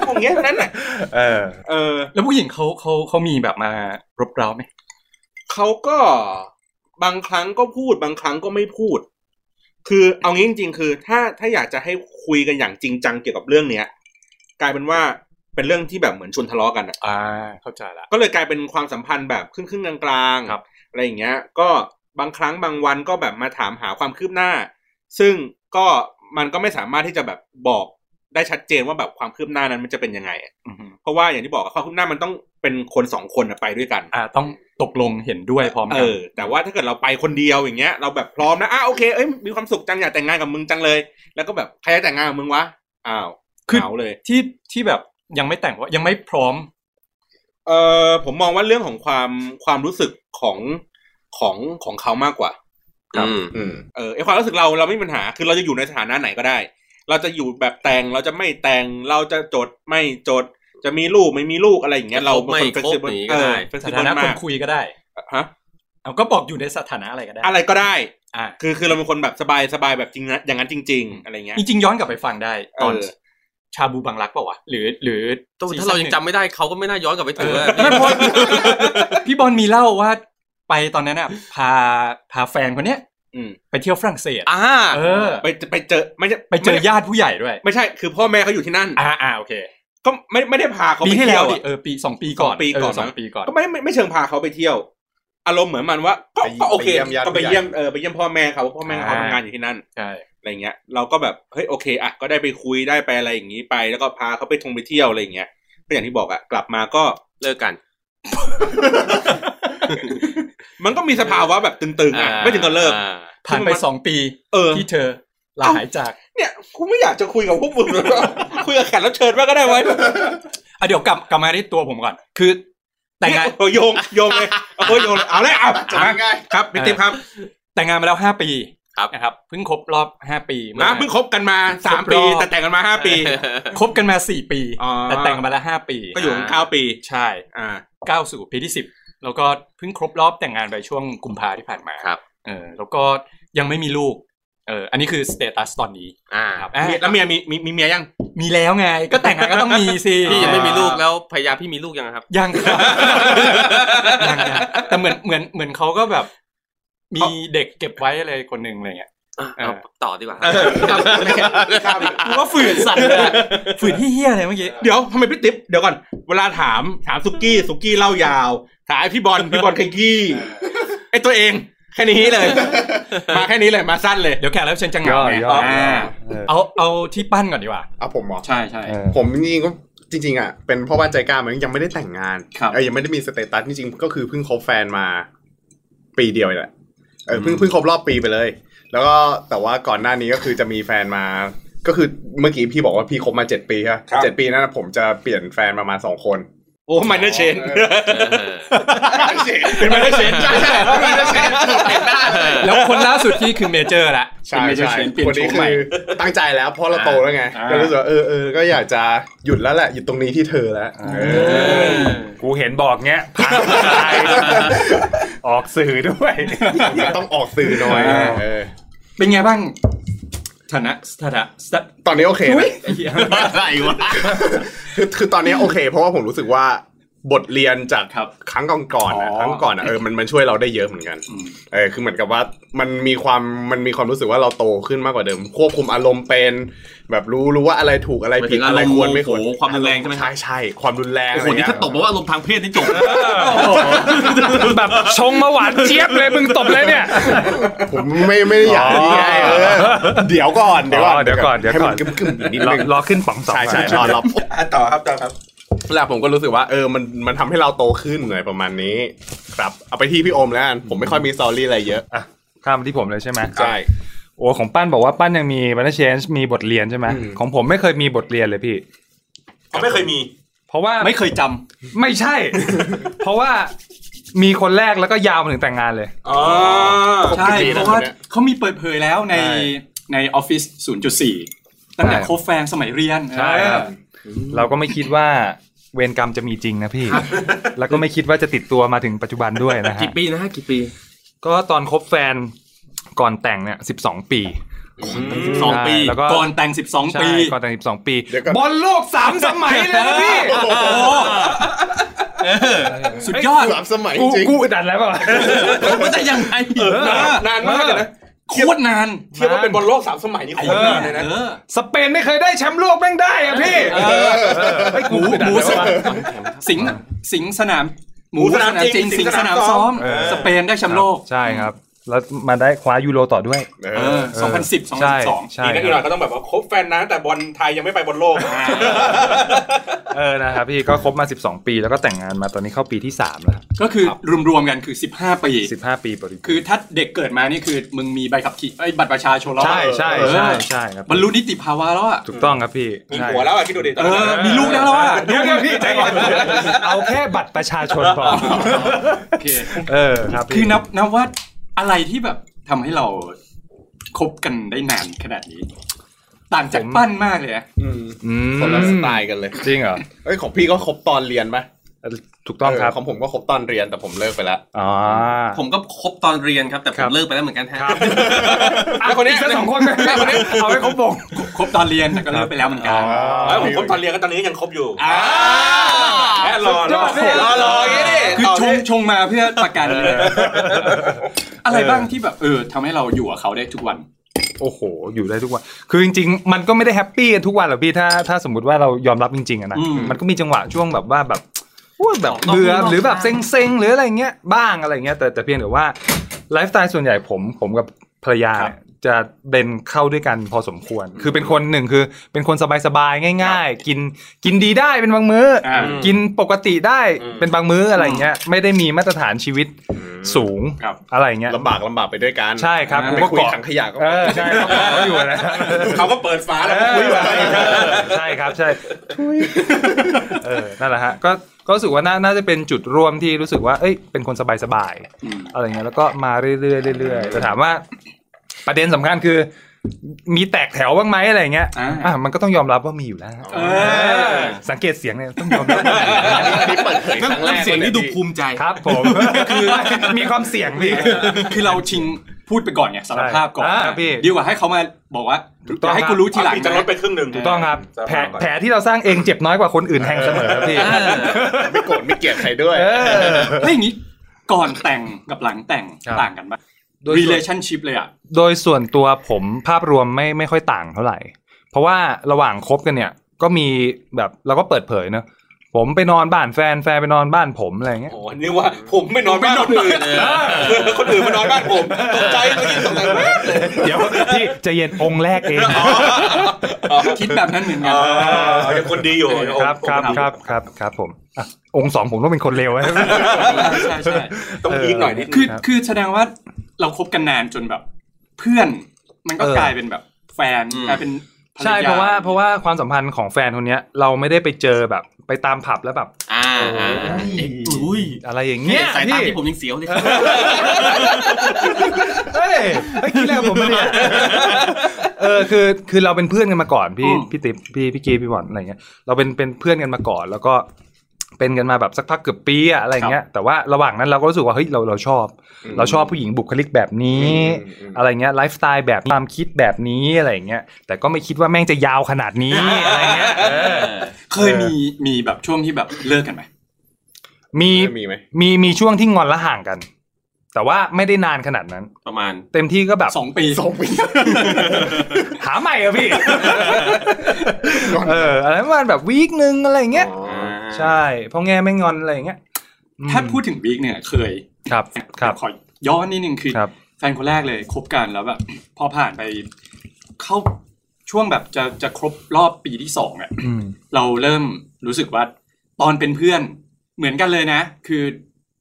[SPEAKER 4] พวกเนี้ยทั้งนั้นแหละ
[SPEAKER 5] เออ
[SPEAKER 4] เออ
[SPEAKER 2] แล้วผู้หญิงเขาเขาเขามีแบบมารบเร้าไหม
[SPEAKER 4] เขาก็บางครั้งก็พูดบางครั้งก็ไม่พูด คือเอางี้จริงๆ คือ ถ้าถ้าอยากจะให้คุยกันอย่างจริงจังเกี่ยวกับเรื่องเนี้ย กลายเป็นว่าเป็นเรื่องที่แบบเหมือนชวนทะเลาะกันอะ
[SPEAKER 2] อ่า เข้าใจละ
[SPEAKER 4] ก็เลยกลายเป็นความสัมพันธ์แบบครึ่งๆกลางๆ
[SPEAKER 2] ครับ
[SPEAKER 4] อะไรอย่างเงี้ย ก็บางครั้งบางวันก็แบบมาถามหาความคืบหน้า ซึ่งก็มันก็ไม่สามารถที่จะแบบบอกได้ชัดเจนว่าแบบความคืบหน้านั้นมันจะเป็นยังไงอะ
[SPEAKER 2] อือฮึ
[SPEAKER 4] เพราะว่าอย่างที่บอกอะความคืบหน้ามันต้องเป็นคนสองคนอะไปด้วยกัน
[SPEAKER 2] อ่าต้องตกลงเห็นด้วยพร้อม
[SPEAKER 4] เอ
[SPEAKER 2] กัน
[SPEAKER 4] อแต่ว่าถ้าเกิดเราไปคนเดียวอย่างเงี้ยเราแบบพร้อมนะอ้าวโอเคเอ้ยมีความสุขจังอยากแต่งงานกับมึงจังเลย แล้วก็แบบใครจะแต่งงานกับมึงวะอ้าว
[SPEAKER 2] คือ
[SPEAKER 4] เอาเลย
[SPEAKER 2] ที่ที่แบบยังไม่แต่งว่ายังไม่พร้อม
[SPEAKER 4] เออผมมองว่าเรื่องของความความรู้สึกของของของเขามากกว่า
[SPEAKER 3] ครับ
[SPEAKER 5] อืม
[SPEAKER 4] เออไอความรู้สึกเราเราไม่มีปัญหาคือเราจะอยู่ในสถานะไหนก็ได้ เราจะอยู่แบบแต่งเราจะไม่แต่งเราจะจดไม่จดจะมีลูกไม่มีลูกอะไรอย่างเงี้ย
[SPEAKER 3] จะคบ
[SPEAKER 4] เราเป็น
[SPEAKER 3] ไม่
[SPEAKER 4] คน
[SPEAKER 3] คบ
[SPEAKER 4] flexible
[SPEAKER 3] หนีก็
[SPEAKER 4] เอ
[SPEAKER 3] ได้
[SPEAKER 4] อ
[SPEAKER 2] สถานะ
[SPEAKER 4] flexible
[SPEAKER 2] ค
[SPEAKER 4] มาน ก
[SPEAKER 2] คุยก็ได้
[SPEAKER 4] ฮะ
[SPEAKER 2] เอาก็บอกอยู่ในสถานะอะไรก็ได้
[SPEAKER 4] อะไรก็ได้
[SPEAKER 2] อ่า
[SPEAKER 4] คือคือเราเป็นคนแบบสบายสบายแบบจริงนะอย่างนั้นจริง ๆ อะไรเงี้ย
[SPEAKER 2] จริงๆย้อนกลับไปฟังได้ ตอน
[SPEAKER 4] เออ
[SPEAKER 2] ชาบูบางรักเปล่าวะหรือหรือ
[SPEAKER 3] ต้อง
[SPEAKER 2] ซี
[SPEAKER 3] ถ้า
[SPEAKER 2] ซั่น
[SPEAKER 3] เรา
[SPEAKER 2] ห
[SPEAKER 3] ยัง
[SPEAKER 2] นึ่
[SPEAKER 3] จำไม่ได้เขาก็ไม่น่าย้อนกลับไป
[SPEAKER 2] เอ
[SPEAKER 3] ถือ
[SPEAKER 2] อ
[SPEAKER 3] ว่า
[SPEAKER 2] ไม่เพราะ พี่บอลมีเล่าว่าไปตอนนั้นอ่ะ พาพาแฟนคนเนี้ย
[SPEAKER 4] อืม
[SPEAKER 2] ไปเที่ยวฝรั่งเศส
[SPEAKER 3] อ่า
[SPEAKER 2] เออ
[SPEAKER 4] ไปไปเจอไม่ใช่
[SPEAKER 2] ไปเจอ
[SPEAKER 4] ม่ด้
[SPEAKER 2] ญาติผู้ใหญ่ด้วย
[SPEAKER 4] ไม่ใช่ คือพ่อแม่เขาอยู่ที่นั่น
[SPEAKER 2] อ่าอ่าโอเค
[SPEAKER 4] ก็ไม่ไม่ได้พาเขา
[SPEAKER 2] ปี
[SPEAKER 4] ไป
[SPEAKER 2] ที่
[SPEAKER 4] เที่
[SPEAKER 2] แล้
[SPEAKER 4] ยว ว
[SPEAKER 2] ดิ
[SPEAKER 4] อะ
[SPEAKER 2] เออปีสองปีก่อ
[SPEAKER 4] สอง
[SPEAKER 2] น
[SPEAKER 4] ปีก่อน
[SPEAKER 2] เสอง
[SPEAKER 4] มั้ง
[SPEAKER 2] ปีก่อน
[SPEAKER 4] ก็ไม่ไม่ไม่เชิงพาเขาไปเที่ยว อารมณ์เหมือนมันว่าก็
[SPEAKER 5] ไปเยี่ยม
[SPEAKER 4] ก็โอเค
[SPEAKER 5] ไปเยี่ยมญาติ
[SPEAKER 4] ก็ไป
[SPEAKER 5] ผู้ใหญ่
[SPEAKER 4] เยี่ยมเออไปเยี่ยมพ่อแม่เขาเพราะพ่อแม่เขาทำงานอยู่ที่นั่น
[SPEAKER 2] ใช่
[SPEAKER 4] อะไรเงี้ยเราก็แบบเฮ้ยโอเคอ่ะก็ได้ไปคุยได้ไปอะไรอย่างนี้ไป แล้วก็พาเขาไปทงไปเที่ยวอะไรอย่างเงี้ยก็อย่างที่บอกอ่ะกลับมาก็
[SPEAKER 3] เลิกกัน
[SPEAKER 4] มันก็มีสภาวะแบบตึงๆอ่ะไม่ถึงกับเลิก
[SPEAKER 3] อ่า
[SPEAKER 2] ผ่านไปสองปี
[SPEAKER 4] เออ
[SPEAKER 2] ที่เธอลาหายจาก
[SPEAKER 4] เนี่ยกูไม่อยากจะคุยกับพวกมึงเลยว่า คุยกับแขกรับเชิญบ้างก็ได้ไว้ย
[SPEAKER 2] อ่ะเดี๋ยวกลับกลับมาที่ตัวผมก่อน คือแต่งงาน
[SPEAKER 4] โอ้ยโยงโยงเลยโอ้ยโยงเลยเอาเลยเอาจบ
[SPEAKER 5] ง่ายง่าย
[SPEAKER 4] ครับพี่ติ๊บครับ
[SPEAKER 2] แต่งงานมาแล้วห้าปี
[SPEAKER 3] ครับ
[SPEAKER 2] นะครับเพิ่งครบรอบห้าปีเมื่อ
[SPEAKER 4] นะเพิ่งคบกันมาสาม
[SPEAKER 2] ครบร
[SPEAKER 4] ปี
[SPEAKER 2] อบ
[SPEAKER 4] แต่แต่งกันมาห้าปี
[SPEAKER 2] คบกันมาสี่ปี
[SPEAKER 4] อ๋อ
[SPEAKER 2] แต่แต่งกันมาแล้วห้าปี
[SPEAKER 4] ก็อยู่กันเก้าปี
[SPEAKER 2] ใช่
[SPEAKER 4] อ่า
[SPEAKER 2] ก้าวสู่ปีที่สิบแล้วก็เพิ่งครบรอบแต่งงานไปช่วงกุมภาที่ผ่านมา
[SPEAKER 3] ครับ
[SPEAKER 2] เออแล้วก็ยังไม่มีลูกเอออันนี้คือสเตตัสตอนนี้
[SPEAKER 3] อ่า
[SPEAKER 2] ครับอ่ะ
[SPEAKER 4] แล้วเมียมีมีมีเมียยัง
[SPEAKER 2] มีแล้วไง ก็แต่งงานก็ต้องมี สิ
[SPEAKER 3] พี่ยังไม่มีลูกแล้วภรรยาพี่มีลูกยังครับ
[SPEAKER 2] ยังครับ ยังยังแต่เหมือนเหมือนเหมือนเขาก็แบบ มีเด็กเก็บไว้อะไรคนหนึ่งอะไรเงี้ย
[SPEAKER 3] อ่ะ
[SPEAKER 2] เออ
[SPEAKER 3] เอาต่อดีกว่า
[SPEAKER 2] กูว่าฝืนสั่นเลยอะฝืนที่เฮี้ยอะไรเมื่อกี้
[SPEAKER 4] เดี๋ยวทำไมพี่ติ๊บเดี๋ยวก่อน เวลาถามถามสุกี้สุกี้เล่ายาวถามไอ้พี่บ อลพี่บอลขยี้ไอ้ตัวเอง แค่นี้เลย มาแค่นี้เลยมาสั้นเลย
[SPEAKER 2] เดี๋ยวแขกรับเชิญจะเหงาไง
[SPEAKER 6] ย่อๆ
[SPEAKER 2] อ่าเอาเอาที่ปั้นก่อนดีกว่า
[SPEAKER 5] เอาผมเหรอ
[SPEAKER 2] ใช่ใช่
[SPEAKER 5] ผมจริงๆก็จริง ๆอ่ะเป็นพ่อบ้านใจกล้ามันยังไม่ได้แต่งงาน
[SPEAKER 2] ครับ
[SPEAKER 5] เออยังไม่ได้มีสเตตัสจริงๆก็คือเพิ่งคบแฟนมา ปีเดียวนี่แหละเออเพิ่งเพิ่งครบรอบปีไปเลย แล้วก็แต่ว่าก่อนหน้านี้ก็คือจะมีแฟนมา ก็คือเมื่อกี้พี่บอกว่าพี่คบมาเจ็ดปีใช่ไหม
[SPEAKER 4] ครับ
[SPEAKER 5] เจ็ดปีนั้นนะผมจะเปลี่ยนแฟนประมาณสองคน
[SPEAKER 4] โอ้มันเนอร์เชน
[SPEAKER 2] เป็นไม่ได้เชน
[SPEAKER 3] ใช่ใช่เป็น minor change เห็นหน้าเลย
[SPEAKER 2] แล้วคนล่าสุดที่คือเมเจอร์ละ
[SPEAKER 5] ใช่
[SPEAKER 2] เป็น major
[SPEAKER 5] ใช่
[SPEAKER 2] change เปลี่ย
[SPEAKER 5] คน น
[SPEAKER 2] โฉ
[SPEAKER 5] นี้
[SPEAKER 2] ม
[SPEAKER 5] คื
[SPEAKER 2] ใหม่
[SPEAKER 5] อตั้งใจแล้วเพราะเราโตแล้วไง
[SPEAKER 2] อ่า
[SPEAKER 5] ก็รู้สึกว่าเออเออก็อยากจะหยุดแล้วแหละหยุดตรงนี้ที่เธอแล้วเออ
[SPEAKER 6] กูเห็นบอกเงี้ยพังตายออกสื่อด้วย
[SPEAKER 5] อย่าต้องออกสื่อหน่อยเออ
[SPEAKER 2] เป็นไงบ้างฐานะฐานะสถานะ
[SPEAKER 5] ตอนนี้โอเคนะ
[SPEAKER 2] ไอ้เหี้ย
[SPEAKER 3] อะไรวะ
[SPEAKER 5] คือคือตอนนี้โอเค เพราะว่าผมรู้สึกว่าบทเรียนจาก
[SPEAKER 2] ครับ
[SPEAKER 5] ครั้งก่อนก่อนๆนะ
[SPEAKER 2] อ๋อ
[SPEAKER 5] ครั้งก่อนอะเออมันมันช่วยเราได้เยอะเหมือนกัน
[SPEAKER 2] อืม
[SPEAKER 5] เออคือเหมือนกับว่ามันมีความมันมีความรู้สึกว่าเราโตขึ้นมากกว่าเดิม ควบคุมอารมณ์เป็น แบบรู้รู้ว่าอะไรถูกอะไรผิด
[SPEAKER 3] หมายถึง
[SPEAKER 5] อะไรควรไม่ควร
[SPEAKER 3] อารมณ์โมโหความรุนแรงใช่ไหมครับ
[SPEAKER 5] ใช่ใช่ความรุนแรง
[SPEAKER 3] โอ้โหนี่ถ้าตบบอกว่าลมณ์ทางเพศนี่จบ
[SPEAKER 6] แบบชงมาหวานเจี๊ยบเลยมึงตบเลยเนี่ย
[SPEAKER 5] ผมไม่ไม่ได้อยาก
[SPEAKER 6] อ๋อ
[SPEAKER 5] นี่ไงเออเดี๋ยวก่อนเดี๋ยวก่อน
[SPEAKER 6] อ๋อเดี๋ยวก่อนเดี๋ยวก่อน
[SPEAKER 5] ให้มักึ่มๆนิด
[SPEAKER 6] รอ
[SPEAKER 5] นึง
[SPEAKER 6] รอขึ้นป๋องสอง
[SPEAKER 5] ใช่ใช่รอรับ
[SPEAKER 4] อ่ะต่อครับต่อครับ
[SPEAKER 5] แล้วผมก็รู้สึกว่าเออมันมันทำให้เราโตขึ้นหน่อยประมาณนี้ ครับ เอาไปที่พี่โอมแล้วกันผมไม่ค่อยมีสตอรี่อะไรเยอะ
[SPEAKER 6] ข้ามมาที่ผมเลยใช่ไหม
[SPEAKER 5] ใช่
[SPEAKER 6] โอ้ของปั้นบอกว่าปั้นยังมีวันเชนมีบทเรียนใช่ไหม
[SPEAKER 5] อืม
[SPEAKER 6] ของผมไม่เคยมีบทเรียนเลยพี่
[SPEAKER 4] ไม่เคยมี
[SPEAKER 6] เพราะว่า
[SPEAKER 2] ไม่เคยจำ
[SPEAKER 6] ไม่ใช่ เพราะว่ามีคนแรกแล้วก็ยาวมาถึงแต่งงานเลย
[SPEAKER 4] อ๋อ
[SPEAKER 2] ใช่
[SPEAKER 5] ปีนะ
[SPEAKER 2] เพราะว่า
[SPEAKER 5] คนเนี้ย
[SPEAKER 2] เขามีเปิดเผยแล้วใน
[SPEAKER 5] ใช่
[SPEAKER 2] ในออฟฟิศ0.4 ตั้งแต่
[SPEAKER 6] ใช่
[SPEAKER 2] คบแฟนสมัยเรียนเออ
[SPEAKER 6] เราก็ไม่คิดว่าเวรกรรมจะมีจริงนะพี่ แล้วก็ไม่คิดว่าจะติดตัวมาถึงปัจจุบันด้วยนะฮะ
[SPEAKER 3] กี่ปีนะฮะกี่ปี
[SPEAKER 6] ก็ตอนคบแฟนก่อนแต่งเนี่ยสิบสองปี
[SPEAKER 3] สองปี
[SPEAKER 6] ใช่แล้วก็
[SPEAKER 2] ก่อนแต่ง 12
[SPEAKER 6] ใช่
[SPEAKER 2] ปี
[SPEAKER 6] ก่อนแต่งสิบสองปี
[SPEAKER 5] เดี๋ยวก่อน
[SPEAKER 6] บอลโลกสามสมัยเลยนะพี่
[SPEAKER 2] สุดยอด
[SPEAKER 5] สามสมัยจ
[SPEAKER 6] กู
[SPEAKER 5] ริง
[SPEAKER 6] กูอึดอัดแล้วเปล่าวะ
[SPEAKER 2] มันจะยังไงเออน
[SPEAKER 4] านมากเลยนะ
[SPEAKER 2] โคตรนาน
[SPEAKER 4] เทียบว่าเป็นบอลโลกสามสมัยนี่โคตรนานเลยนะ
[SPEAKER 2] เออ
[SPEAKER 6] สเปนไม่เคยได้แชมป์โลกแม่งได้อะพี่ไอ้
[SPEAKER 2] หมู
[SPEAKER 6] อึด
[SPEAKER 2] ห
[SPEAKER 6] อัด
[SPEAKER 2] มู
[SPEAKER 6] แล้ว
[SPEAKER 2] ส
[SPEAKER 6] วะ
[SPEAKER 2] นามสิงสิงสนามหมู
[SPEAKER 4] หมู
[SPEAKER 2] ส
[SPEAKER 4] ส
[SPEAKER 2] นาน
[SPEAKER 4] าม ม
[SPEAKER 2] จริง
[SPEAKER 4] จริ
[SPEAKER 2] สิ
[SPEAKER 4] ง
[SPEAKER 2] งสนา
[SPEAKER 4] สนาม
[SPEAKER 2] ม
[SPEAKER 4] ซ้
[SPEAKER 2] ซ้อ
[SPEAKER 4] อ
[SPEAKER 2] ม
[SPEAKER 4] ม
[SPEAKER 6] เออ
[SPEAKER 2] สเปนได้แชมป์โลก
[SPEAKER 6] ใช่ครับ แล้วมาได้คว้ายูโรต่อด้วย
[SPEAKER 5] เอ
[SPEAKER 2] เอ
[SPEAKER 5] อ
[SPEAKER 2] อ2010
[SPEAKER 6] ใช่
[SPEAKER 2] 2012
[SPEAKER 6] ใช่
[SPEAKER 4] อีกนักห
[SPEAKER 6] ค
[SPEAKER 4] น่
[SPEAKER 6] รั
[SPEAKER 4] อบ ยก็ต้องแบบว่าคบแฟนนะ แต่บอลไทยยังไม่ไปบอลโลก
[SPEAKER 6] เออนะครับพี่ก็คบมา 12 ปีแล้วก็แต่งงานมาตอนนี้เข้าปีที่ 3 แล้ว
[SPEAKER 2] ก็คือรวมๆกันคือ 15 ปี
[SPEAKER 6] 15 ปีบริบูรณ์
[SPEAKER 2] คือถ้าเด็กเกิดมานี่คือมึงมีใบขับขี่เอ้ยบัตรประชาชนแล้ว
[SPEAKER 6] ใช่ใช่
[SPEAKER 2] เออ
[SPEAKER 6] ใช่ใช่ครับ
[SPEAKER 2] บรรลุนิติภาวะแล้วอะ
[SPEAKER 6] ถูกต้องครับพี่
[SPEAKER 4] มี
[SPEAKER 6] ใช่
[SPEAKER 4] หัวแล้วอ่ะคิดดูดิต
[SPEAKER 2] เอ
[SPEAKER 4] อนนั้
[SPEAKER 2] อ
[SPEAKER 4] น
[SPEAKER 2] มีลูกแล้วแล้วอะ
[SPEAKER 6] เดี๋ยวเดี๋ยวพี่ใจก่อนเอาแค่บัตรประชาชนพอ
[SPEAKER 2] โอเค
[SPEAKER 6] เออครับพี่
[SPEAKER 2] คือนับนับว่าอะไรที่แบบทำให้เราคบกันได้นานขนาดนี้ ต่างจากปั้นมากเลยอะ
[SPEAKER 6] อืม
[SPEAKER 5] คนละสไตล์กันเลย
[SPEAKER 6] จริงเหรอ
[SPEAKER 5] เอ้ยของพี่ก็ครบตอนเรียนปะ
[SPEAKER 6] ถูกต้องครับ
[SPEAKER 5] เของผมก็ครบตอนเรียนแต่ผมเลิกไปแล้ว
[SPEAKER 6] อ๋อ
[SPEAKER 3] ผมก็ครบตอนเรียนครับ แต่ผ
[SPEAKER 6] ครั
[SPEAKER 3] ม
[SPEAKER 6] บ
[SPEAKER 3] เลิกไปแล้วเหมือนกันฮะ
[SPEAKER 6] แล้วคนนี้สองคนไหมเอาให้ครบวง
[SPEAKER 2] คบตอนเรียนแต่ก็เลิกไปแล้วเหมือนกัน
[SPEAKER 4] เอ้ยผมคบตอนเรียนก็ตอนนี้ยังคบอยู่
[SPEAKER 2] อ่า
[SPEAKER 4] แม่รอรอ
[SPEAKER 6] สุดย
[SPEAKER 4] ร
[SPEAKER 6] อด
[SPEAKER 4] อรออย่างนี้ดิ
[SPEAKER 2] คือ
[SPEAKER 4] ต่
[SPEAKER 2] ช
[SPEAKER 4] ดิ
[SPEAKER 2] งชงมาเพื่อประกันเลยอะไรบ้างที่แบบเออทำให้เราอยู่กับเขาได้ทุกวัน
[SPEAKER 6] โอ้โห อยู่ได้ทุกวัน คือจริงๆ มันก็ไม่ได้แฮปปี้กันทุกวันหรอกพี่ ถ้าถ้าสมมติว่าเรายอมรับจริงๆอะนะ
[SPEAKER 2] อืม
[SPEAKER 6] มันก็มีจังหวะช่วงแบบว่าแบบอุ๊ยแบบเบื่อหรือแบบเซ็งๆ หรืออะไรเงี้ยบ้างอะไรเงี้ย แต่แต่เพียงแต่ว่าไลฟ์สไตล์ส่วนใหญ่ผมผมกับภรรยาเนี่ยจะเบนเข้าด้วยกันพอสมควร คือเป็นคนหนึ่งคือเป็นคนสบายๆ ง่าย ๆ กินกินดีได้เป็นบางมื้ออ
[SPEAKER 2] อ่า
[SPEAKER 6] กินปกติได้
[SPEAKER 5] อืม
[SPEAKER 6] เป็นบางมื้ออะไรเงี้ย ไม่ได้มีมาตรฐานชีวิตสูง
[SPEAKER 2] ครับ
[SPEAKER 6] อะไรเงี้ย
[SPEAKER 5] ลำบากลำบากไปด้วยกัน
[SPEAKER 6] ใช่ครับ
[SPEAKER 2] อ่า
[SPEAKER 6] ผม
[SPEAKER 5] ไป
[SPEAKER 6] ก็
[SPEAKER 5] คุย
[SPEAKER 6] เกาะ
[SPEAKER 5] ถังขยะก็
[SPEAKER 6] เออใช่เขาบอกเขาอยู่นะ
[SPEAKER 4] เขาก็เปิดฟ้าแล้ว
[SPEAKER 6] เอ
[SPEAKER 4] คุย
[SPEAKER 6] อ
[SPEAKER 4] แบบ
[SPEAKER 6] ใช่ครับใช่ทุยเออนั่นแหละฮะก็ก็รู้สึกว่าน่าน่าจะเป็นจุดร่วมที่รู้สึกว่าเอ้ยเป็นคนสบายสบายๆ
[SPEAKER 2] อืม
[SPEAKER 6] อะไรเงี้ยแล้วก็มาเรื่อยๆเรื่อยๆแต่ถามว่า ประเด็นสำคัญคือ มีแตกแถวบ้างไหมอะไรเงี้ย
[SPEAKER 2] อ่า
[SPEAKER 6] อ่ะมันก็ต้องยอมรับว่ามีอยู่แล้ว
[SPEAKER 2] เออ
[SPEAKER 6] สังเกตเสียงเนี่ยต้องยอมรับ
[SPEAKER 5] นี่เปิดเผยครั้งแรก
[SPEAKER 3] เสียงนี่ดูภูมิใจ
[SPEAKER 6] ครับ ผมคือมีความเสี่ยงพี่
[SPEAKER 2] คือเราชิงพูดไปก่อนไงสารภาพก่อน
[SPEAKER 6] อ่าพี่
[SPEAKER 2] ดีกว่าให้เขามาบอกว่า
[SPEAKER 6] ถูกต้อง
[SPEAKER 2] จะให้กูรู้ทีหลัง
[SPEAKER 4] จะลดไปครึ่งหนึ่ง
[SPEAKER 6] ถูกต้องครับแผล
[SPEAKER 4] สารภาพก่อน
[SPEAKER 6] แผลที่เราสร้างเองเจ็บน้อยกว่าคนอื่นแทงเสมอครับพี่
[SPEAKER 5] ไม่โกรธไม่เกลียดใครด้วย
[SPEAKER 6] เออ
[SPEAKER 2] แล้วอย่างนี้ก่อนแต่งกับหลังแต่ง
[SPEAKER 6] ครับ
[SPEAKER 2] ต่างกันปะ
[SPEAKER 6] โดยส่วน
[SPEAKER 2] relationship เลยอ่ะ
[SPEAKER 6] โดยส่วนตัวผมภาพรวมไม่ไม่ค่อยต่างเท่าไหร่ เพราะว่าระหว่างคบกันเนี่ย ก็มีแบบเราก็เปิดเผยเนอะผมไปนอนบ้านแฟนแฟนไปนอนบ้านผมอะไรอย่างเงี้ย
[SPEAKER 4] โอ้โหนี่ว่าผมไม่นอนบ้านคนอื่นคนอื่นมานอนบ้านผมตกใจเมื่อกี้ตกใจแว๊บเลย
[SPEAKER 6] เดี๋ยวพี่ใจะเย็นองค์แรกเอง
[SPEAKER 2] คิดแบบนั้นเหมือนกัน
[SPEAKER 4] อ่ายังคนดีอยู่ยัง
[SPEAKER 6] ครับ
[SPEAKER 4] ผม
[SPEAKER 6] ครับ
[SPEAKER 4] ผม
[SPEAKER 6] ครับครับครับผมอ่ะองค์สองผมต้องเป็นคนเลวไว้
[SPEAKER 2] ใช่ใช่
[SPEAKER 4] ต้องพีคหน่อยนิด
[SPEAKER 2] คือ
[SPEAKER 6] ครับ
[SPEAKER 2] คือแสดงว่าเราคบกันนานจนแบบ เพื่อนมันก็
[SPEAKER 6] เออ
[SPEAKER 2] กลายเป็นแบบแฟน
[SPEAKER 3] อืม
[SPEAKER 2] กลายเป็น
[SPEAKER 8] ภย
[SPEAKER 6] ใช่เพราะว่าเพราะว่าความสัมพันธ์ของแฟนคนเนี้ยเราไม่ได้ไปเจอแบบไปตามผับแล้วแบบ
[SPEAKER 3] อ่าอ่า
[SPEAKER 2] เด็กอุ้ย
[SPEAKER 6] อะไรอย่างเงี้
[SPEAKER 2] เนี่ย ยสายตา
[SPEAKER 6] พี่
[SPEAKER 2] ที่ผมยังเสียวเลย
[SPEAKER 6] เฮ้ยไม่คิดแล้วผมปะเนี่ยเออคือคือเราเป็นเพื่อนกันมาก่อนพี่พี่ติ๊บพี่พี่กีพี่บอลอะไรเงี้ยเราเป็นเป็นเพื่อนกันมาก่อน แล้วก็เป็นกันมาแบบสักพักเกือบปีอะอะไรเงี้ยแต่ว่าระหว่างนั้นเราก็รู้สึกว่าเฮ้ยเราเราชอบ เราชอบผู้หญิงบุคลิกแบบนี้ อะไรเงี้ยไลฟ์สไตล์แบบนี้ความคิดแบบนี้อะไรเงี้ยแต่ก็ไม่คิดว่าแม่งจะยาวขนาด นี้อะไรเงี้ยเออ
[SPEAKER 2] เคยมีมีแบบช่วงที่แบบเลิกกันไหม
[SPEAKER 6] มี
[SPEAKER 5] มีไหม
[SPEAKER 6] มีมีช่วงที่งอนและห่างกัน แต่ว่าไม่ได้นานขนาดนั้น
[SPEAKER 3] ประมาณ
[SPEAKER 6] เต็มที่ก็แบบ
[SPEAKER 2] สองปีสองปี
[SPEAKER 6] หาใหม่อะพี่ เอออะไรประมาณแบบวีคนึงอะไรอย่างเงี้ย ใช่พ่อแง่ไม่งอนอะไรอย่างเงี้ยอืม
[SPEAKER 2] ถ้าพูดถึงบิ๊กเนี่ยเคย
[SPEAKER 6] ครับครับ
[SPEAKER 2] ขอย้อนนิดนึงคือ
[SPEAKER 6] ครับ
[SPEAKER 2] แฟนคนแรกเลยคบกันแล้วแบบ พอผ่านไปเข้าช่วงแบบจะจะครบรอบปีที่สองอะ
[SPEAKER 6] อืม
[SPEAKER 2] เราเริ่มรู้สึกว่าตอนเป็นเพื่อนเหมือนกันเลยนะ คือ